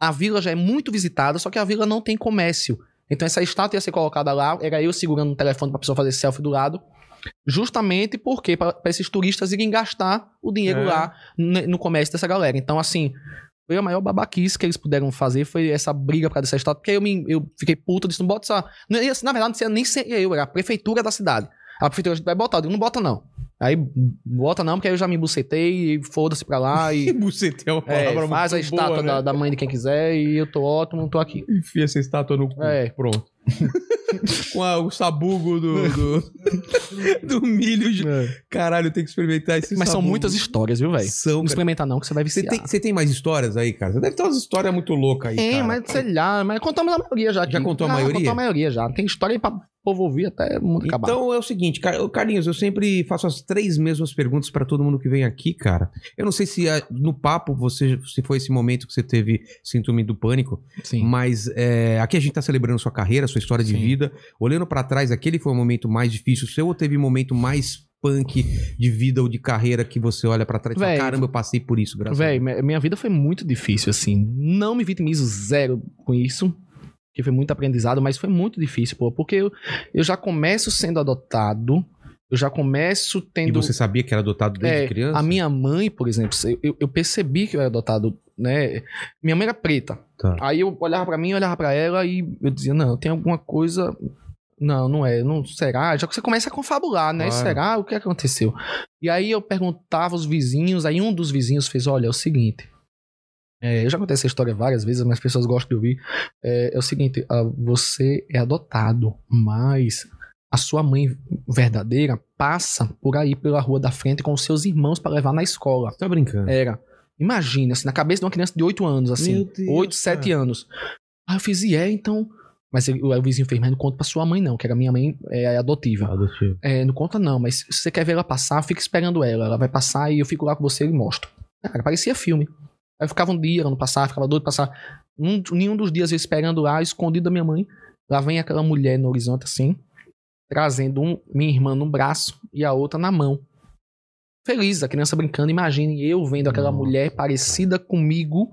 C: A vila já é muito visitada, só que a vila não tem comércio. Então essa estátua ia ser colocada lá, era eu segurando o telefone pra pessoa fazer selfie do lado. Justamente porque para esses turistas irem gastar o dinheiro
D: É.
C: lá ne- no comércio dessa galera. Então, assim, foi a maior babaquice que eles puderam fazer, foi essa briga por causa dessa estátua, porque eu, me, eu fiquei puto, disse, não bota essa... Não, ia- na verdade, não seria nem seria eu, era a prefeitura da cidade. A prefeitura vai botar, eu digo, não bota não. Aí, bota não, porque aí eu já me bucetei, e foda-se pra lá,
D: E
C: e...
D: buceta é uma
C: É,
D: palavra
C: faz a
D: muito boa,
C: estátua
D: né?
C: da, da mãe de quem quiser e eu tô ótimo, tô aqui.
D: Enfia essa estátua no cu.
C: É.
D: Pronto. Com a- o sabugo do, do, do milho. de- Caralho, eu tenho que experimentar esse
C: É. Mas são
D: sabugo.
C: muitas histórias, viu, velho?
D: São,
C: Não
D: cara.
C: experimenta não, que você vai
D: um Você
C: viciar.
D: tem, você tem mais histórias aí, cara? Você deve ter umas histórias muito loucas aí,
C: Tem,
D: cara.
C: mas sei lá, mas contamos a maioria é já aqui.
D: Já contou a
C: Ah,
D: maioria?
C: Contou a maioria já. Tem história aí pra povo ouvir até o mundo acabar.
D: Então é o seguinte, Car- ô, Carlinhos, eu sempre faço as três mesmas perguntas pra todo mundo que vem aqui, cara. Eu não sei se ah, no papo você se foi esse momento que você teve síntoma do pânico,
C: Sim.
D: mas é, aqui a gente tá celebrando sua carreira, sua história de
C: Sim.
D: vida. Olhando pra trás, aquele foi o momento mais difícil seu ou teve momento mais punk de vida ou de carreira que você olha pra trás e fala,
C: Véi,
D: caramba, eu passei por isso, graças a
C: Véi,
D: Deus.
C: me- minha vida foi muito difícil, assim. Não me vitimizo zero com isso. Que foi muito aprendizado, mas foi muito difícil, pô. Porque eu, eu já começo sendo adotado. Eu já começo
D: E
C: tendo.
D: você sabia que era adotado desde
C: É,
D: criança?
C: A minha mãe, por exemplo, eu- eu, eu percebi que eu era adotado, né? Minha mãe era preta.
D: Tá.
C: Aí eu olhava pra mim, olhava pra ela e eu dizia, não, tem alguma coisa. Não, não é, não será? Já que você começa a confabular, né?
D: Claro.
C: Será? O que aconteceu? E aí eu perguntava aos vizinhos, aí um dos vizinhos fez, olha, é o seguinte. é, eu já contei essa história várias vezes, mas as pessoas gostam de ouvir. É, é o seguinte, ah, você é adotado, mas a sua mãe verdadeira passa por aí pela rua da frente com os seus irmãos pra levar na escola.
D: Você tá brincando.
C: Era. Imagina, assim, na cabeça de uma criança de 8 anos, é, assim.
D: Meu Deus,
C: 8, 7 anos. Aí eu fiz, e é, então. Mas ele- o vizinho fez, mas não conta pra sua mãe, não, que era minha mãe é, adotiva.
D: Adotivo.
C: É, não conta, não, mas se você quer ver ela passar, fica esperando ela. Ela vai passar e eu fico lá com você e mostro. Cara, parecia filme. Aí eu ficava um dia, ela não passava, ficava doido pra passar. Num- nenhum dos dias eu esperando lá, escondido da minha mãe. Lá vem aquela mulher no horizonte assim, trazendo um, minha irmã no braço e a outra na mão. Feliz, a criança brincando. Imagine eu vendo aquela
D: Nossa.
C: mulher parecida comigo,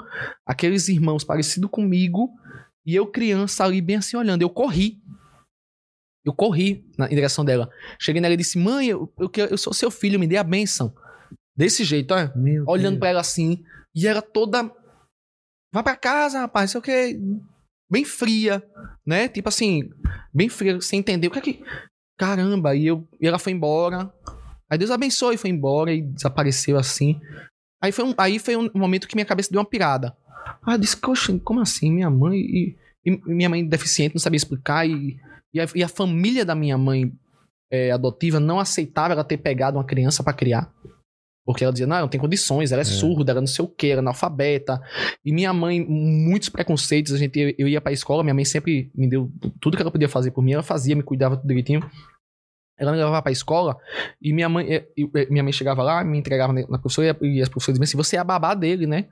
C: aqueles irmãos parecidos comigo, e eu criança ali bem assim olhando. Eu corri. Eu corri na, em direção dela. Cheguei nela e disse: Mãe, eu, eu, quero- eu sou seu filho, me dê a bênção. Desse jeito, olha
D: Meu
C: olhando
D: Deus.
C: pra ela assim, e ela toda. Vai pra casa, rapaz, sei o que. Bem fria, né? Tipo assim, bem fria, sem entender o que é que. Caramba, e, eu, e ela foi embora. Aí Deus abençoe, e foi embora e desapareceu assim. Aí foi um, aí foi um momento que minha cabeça deu uma pirada. Aí eu disse, "Oxe, como assim? Minha mãe. E, e minha mãe deficiente, não sabia explicar. E, e, a, e a família da minha mãe é, adotiva não aceitava ela ter pegado uma criança pra criar. Porque ela dizia, não, não tem condições, ela é, surda, ela não sei o que, ela é analfabeta. E minha mãe, muitos preconceitos, a gente, eu ia pra escola, minha mãe sempre me deu tudo que ela podia fazer por mim, ela fazia, me cuidava tudo direitinho. Ela me levava pra escola e minha mãe, eh, eu- eh, minha mãe chegava lá, me entregava na na professora e a- e as professoras diziam assim, você é a babá dele, né?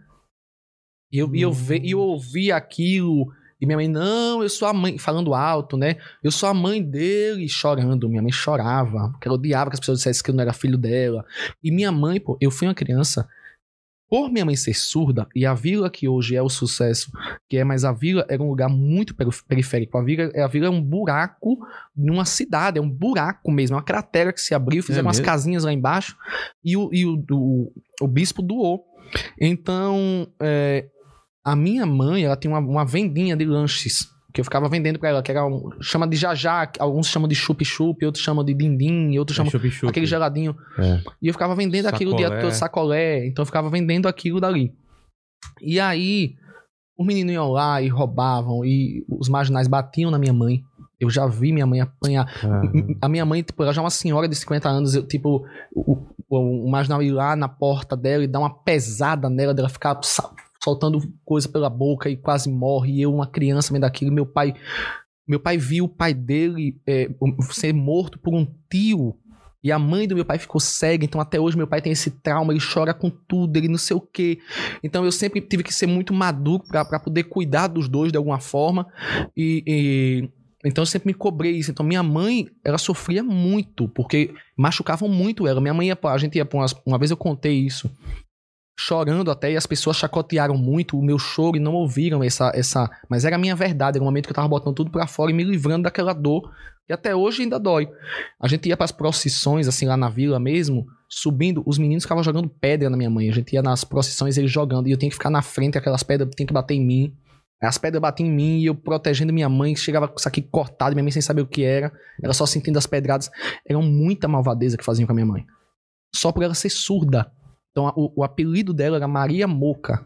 C: E eu, e eu, ve, e eu ouvi aquilo e minha mãe, não, eu sou a mãe, falando alto, né? Eu sou a mãe dele, chorando. Minha mãe chorava, porque ela odiava que as pessoas dissessem que eu não era filho dela. E minha mãe, pô, eu fui uma criança. Por minha mãe ser surda, e a vila que hoje é o sucesso que é, mas a vila era um lugar muito peri- periférico. A vila, a vila é um buraco numa cidade, é um buraco mesmo, é uma cratera que se abriu, fizeram umas
D: mesmo?
C: casinhas lá embaixo, e o, e o, do- o bispo doou. Então, é, a minha mãe, ela tem uma, uma vendinha de lanches. Que eu ficava vendendo pra ela, que era um, chama de jajá, alguns chamam de chup-chup, outros chamam de dindim, outros chamam
D: É Chup-chup.
C: aquele geladinho.
D: É.
C: E eu ficava vendendo aquilo o dia
D: Sacolé.
C: todo, sacolé. Então eu ficava vendendo aquilo dali. E aí, os meninos iam lá e roubavam, e os marginais batiam na minha mãe. Eu já vi minha mãe apanhar.
D: Caramba.
C: A minha mãe, tipo, ela já é uma senhora de 50 anos. Eu, tipo, o, o, o marginal ir lá na porta dela e dar uma pesada nela, dela ficar sa- soltando coisa pela boca e quase morre. E eu, uma criança, vendo aquilo, meu pai. Meu pai viu o pai dele é, ser morto por um tio. E a mãe do meu pai ficou cega, então até hoje meu pai tem esse trauma, ele chora com tudo, ele não sei o quê. Então eu sempre tive que ser muito maduro para poder cuidar dos dois de alguma forma. E, e- então eu sempre me cobrei isso. Então minha mãe, ela sofria muito, porque machucavam muito ela. Minha mãe ia, pra- a gente ia pra umas, uma vez eu contei isso. Chorando até, e as pessoas chacotearam muito o meu choro e não ouviram essa. essa Mas era a minha verdade, era o momento que eu tava botando tudo pra fora e me livrando daquela dor, que até hoje ainda dói. A gente ia pras procissões, assim, lá na vila mesmo, subindo, os meninos ficavam jogando pedra na minha mãe. A gente ia nas procissões, eles jogando, e eu tinha que ficar na frente, aquelas pedras tinham que bater em mim. As pedras batiam em mim e eu protegendo minha mãe, chegava com isso aqui cortado, minha mãe sem saber o que era, ela só sentindo as pedradas. Era muita malvadeza que faziam com a minha mãe. Só por ela ser surda. Então a- o, o apelido dela era Maria Moca.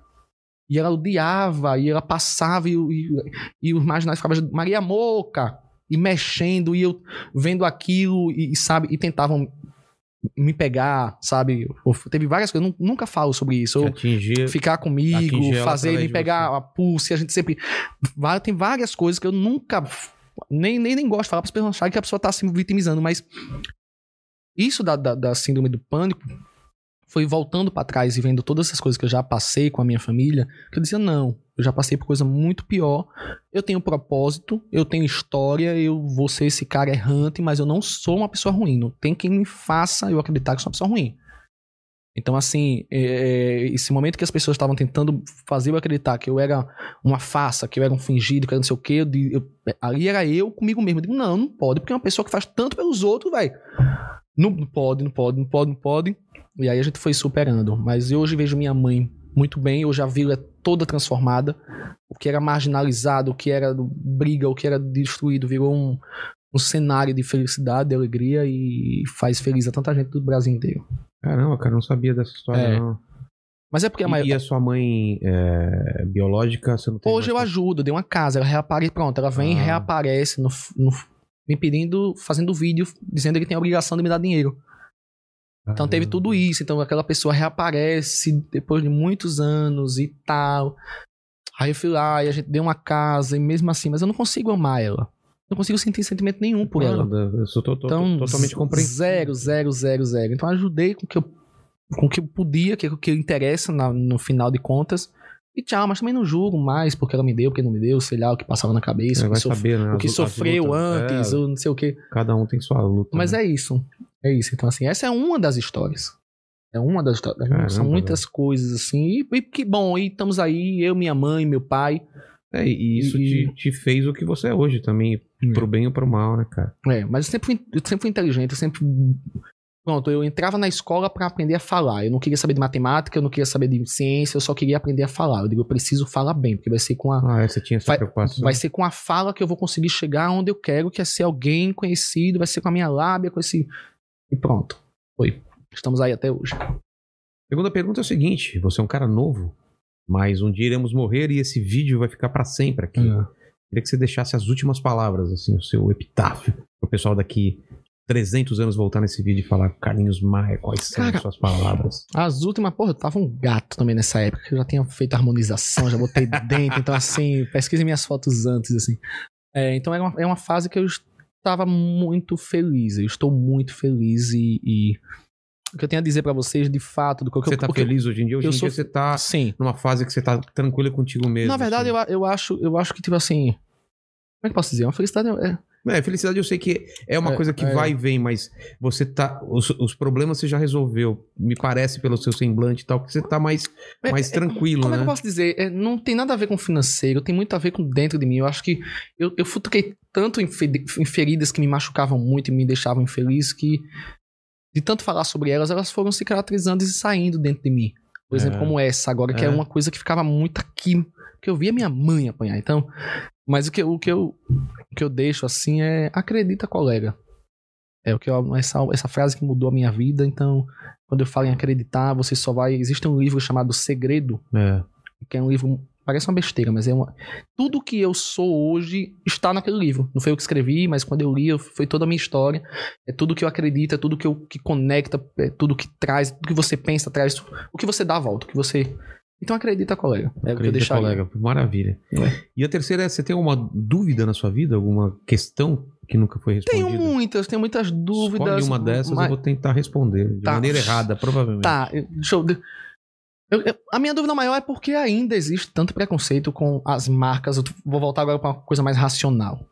C: E ela odiava, e ela passava, e, o- e, e os marginais ficavam Maria Moca! E mexendo, e eu vendo aquilo e, e, sabe, e tentavam me pegar, sabe? Ou f- Teve várias coisas, eu nu- nunca falo sobre isso.
D: É.
C: Ou
D: Atingir.
C: ficar comigo,
D: atingir ela
C: fazer
D: através
C: me
D: de
C: pegar a pulse, a gente sempre va- tem várias coisas que eu nunca nem nem, nem gosto de falar para pessoas acharem que a pessoa tá se vitimizando, mas isso da, da, da síndrome do pânico foi voltando para trás e vendo todas essas coisas que eu já passei com a minha família, que eu dizia não, eu já passei por coisa muito pior. Eu tenho propósito, eu tenho história, eu vou ser esse cara errante, mas eu não sou uma pessoa ruim. Não tem quem me faça eu acreditar que sou uma pessoa ruim. Então, assim, é, esse momento que as pessoas estavam tentando fazer eu acreditar que eu era uma farsa, que eu era um fingido, que eu era não sei o quê, eu di- eu- ali era eu comigo mesmo. Eu digo, não, não pode, porque é uma pessoa que faz tanto pelos outros, velho. Não, não pode, não pode, não pode, não pode. E aí a gente foi superando. Mas eu hoje vejo minha mãe muito bem, hoje a vila é toda transformada. O que era marginalizado, o que era do- briga, o que era destruído, virou um, um cenário de felicidade, de alegria e faz feliz a tanta gente do Brasil inteiro.
D: Caramba, cara, não sabia dessa história,
C: É.
D: não.
C: Mas é porque a
D: E,
C: maioria.
D: e a sua mãe é, biológica, você não tem
C: Hoje eu
D: mais-
C: ajudo, eu dei uma casa, ela reaparece, pronto, ela vem e
D: Ah.
C: reaparece no, no- me pedindo, fazendo vídeo, dizendo que tem a obrigação de me dar dinheiro. Então
D: Ah.
C: teve tudo isso, então aquela pessoa reaparece depois de muitos anos e tal. Aí eu fui lá e a gente deu uma casa e mesmo assim, mas eu não consigo amar ela. Não consigo sentir sentimento nenhum por ela.
D: Nada, Eu sou to- to-
C: Então,
D: totalmente compreensível.
C: Zero, zero, zero, zero. Então ajudei com o que eu, com o que eu podia, que é o que interessa na- no final de contas. E tchau, mas também não julgo mais porque ela me deu, porque não me deu, sei lá, o que passava na cabeça, o
D: Vai
C: que, sof-
D: saber, né?
C: o que
D: As- as
C: sofreu
D: lutas.
C: antes,
D: É,
C: ou não sei o quê.
D: Cada um tem sua luta.
C: Mas é isso. É isso. Então, assim, essa é uma das histórias. É uma das histórias.
D: Caramba,
C: São muitas coisas, assim. E, e que bom, e estamos aí, eu, minha mãe, meu pai.
D: É, e isso
C: E-
D: te, te fez o que você é hoje também, pro bem ou pro mal, né, cara?
C: É, mas eu sempre fui, eu sempre fui inteligente, eu sempre. Pronto, eu entrava na escola pra aprender a falar. Eu não queria saber de matemática, eu não queria saber de ciência, eu só queria aprender a falar. Eu digo, eu preciso falar bem, porque vai ser com a.
D: Ah, é, você tinha essa
C: Vai-
D: preocupação.
C: Vai ser com a fala que eu vou conseguir chegar onde eu quero, que é ser alguém conhecido, vai ser com a minha lábia, com esse. E pronto. Foi. Estamos aí até hoje.
D: Segunda pergunta é o seguinte: você é um cara novo, mas um dia iremos morrer e esse vídeo vai ficar pra sempre aqui.
C: É.
D: Queria que você deixasse as últimas palavras, assim, o seu epitáfio, pro pessoal daqui 300 anos voltar nesse vídeo e falar: Carlinhos Maia, quais são
C: Cara,
D: as suas palavras?
C: As últimas, porra, eu tava um gato também nessa época, que eu já tinha feito harmonização, já botei dente, então assim, pesquisem minhas fotos antes, assim. É, então é uma, é uma fase que eu estava muito feliz, eu estou muito feliz e, e o que eu tenho a dizer pra vocês, de fato, do que
D: Você
C: eu...
D: tá
C: o que eu-
D: feliz hoje em dia? Hoje
C: eu
D: em
C: sou-
D: dia você tá
C: Sim.
D: numa fase que você tá tranquilo contigo mesmo.
C: Na verdade,
D: assim.
C: eu, a- eu acho eu acho que, tipo assim... Como é que eu posso dizer? Uma felicidade é- é...
D: É, felicidade eu sei que é uma
C: É,
D: coisa que
C: é.
D: vai e vem, mas você tá. Os, os problemas você já resolveu, me parece, pelo seu semblante e tal, que você tá mais,
C: é-
D: mais
C: é-
D: tranquilo,
C: Como é
D: né?
C: que eu posso dizer? É, não tem nada a ver com financeiro, tem muito a ver com dentro de mim. Eu acho que eu, eu futuquei tanto em, fe- em feridas que me machucavam muito e me deixavam infeliz que, de tanto falar sobre elas, elas foram se caracterizando e saindo dentro de mim. Por
D: É.
C: exemplo, como essa agora, que é.
D: É.
C: uma coisa que ficava muito aqui. Porque eu via minha mãe apanhar, então. Mas o que, o que, eu, o que eu deixo assim é acredita, colega. É o que eu, essa, essa frase que mudou a minha vida, então. Quando eu falo em acreditar, você só vai. Existe um livro chamado Segredo,
D: É.
C: que é um livro. Parece uma besteira, mas é uma. Tudo que eu sou hoje está naquele livro. Não foi eu que escrevi, mas quando eu li, eu- foi toda a minha história. É tudo que eu acredito, é tudo que, eu, que conecta, é tudo que traz, tudo que você pensa traz, o que você dá a volta, o que você Então acredita, colega. É o que eu
D: Acredita,
C: deixaria.
D: colega. Maravilha. E a terceira é, você tem alguma dúvida na sua vida? Alguma questão que nunca foi respondida?
C: Tenho muitas, tenho muitas dúvidas.
D: Escolhe uma dessas,
C: mas-
D: eu vou tentar responder. De
C: Tá.
D: maneira errada, provavelmente.
C: Tá, eu- deixa eu... eu- eu- a minha dúvida maior é porque ainda existe tanto preconceito com as marcas. Eu t- vou voltar agora pra uma coisa mais racional.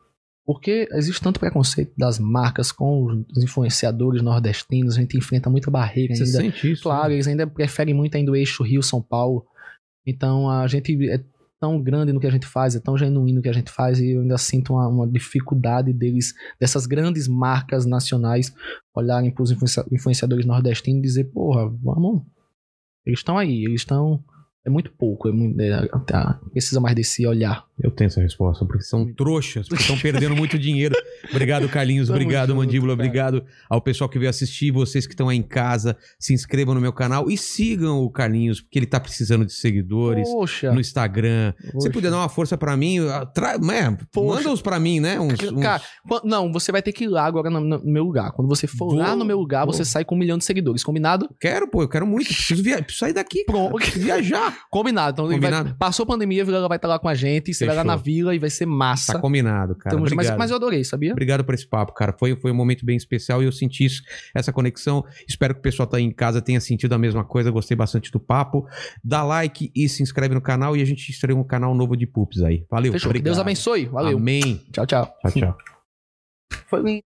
C: Porque existe tanto preconceito das marcas com os influenciadores nordestinos, a gente enfrenta muita barreira
D: Você
C: ainda.
D: sente isso?
C: Claro, eles ainda preferem muito ainda o eixo Rio-São Paulo. Então a gente é tão grande no que a gente faz, é tão genuíno no que a gente faz, e eu ainda sinto uma, uma dificuldade deles, dessas grandes marcas nacionais, olharem para os influenciadores nordestinos e dizer, porra, vamos. Eles estão aí, eles estão. É muito pouco, é muito- é, tá, precisa mais desse olhar.
D: Eu tenho essa resposta, porque são trouxas, porque estão perdendo muito dinheiro. Obrigado, Carlinhos.
C: Tamo
D: obrigado,
C: junto,
D: Mandíbula.
C: cara.
D: Obrigado ao pessoal que veio assistir, vocês que estão aí em casa. Se inscrevam no meu canal e sigam o Carlinhos, porque ele tá precisando de seguidores.
C: Poxa,
D: No Instagram. Você
C: poxa.
D: puder dar uma força pra mim, ah, tra... né,
C: Poxa.
D: manda uns pra mim, né? Uns, uns-
C: Cara, quan- não, você vai ter que ir lá agora no, no meu lugar. Quando você for
D: Vou,
C: lá no meu lugar,
D: vou.
C: você sai com um milhão de seguidores, combinado?
D: Quero, pô, eu quero muito. Preciso, via... preciso sair daqui. cara.
C: Pronto.
D: Preciso viajar.
C: Combinado. Então, ele
D: Combinado?
C: vai- passou a pandemia, a Vilela vai estar lá com a gente. Você vai lá
D: Fechou.
C: na vila e vai ser massa.
D: Tá combinado, cara.
C: Tamo junto.
D: obrigado.
C: mas, mas eu adorei, sabia?
D: Obrigado por esse papo, cara. Foi, foi um momento bem especial e eu senti isso, essa conexão. Espero que o pessoal tá aí em casa tenha sentido a mesma coisa. Gostei bastante do papo. Dá like e se inscreve no canal e a gente estreia um canal novo de pups aí. Valeu,
C: Fechou. Que
D: obrigado.
C: Deus abençoe. Valeu.
D: Amém.
C: Tchau, tchau.
D: Tchau, tchau.
C: Foi lindo.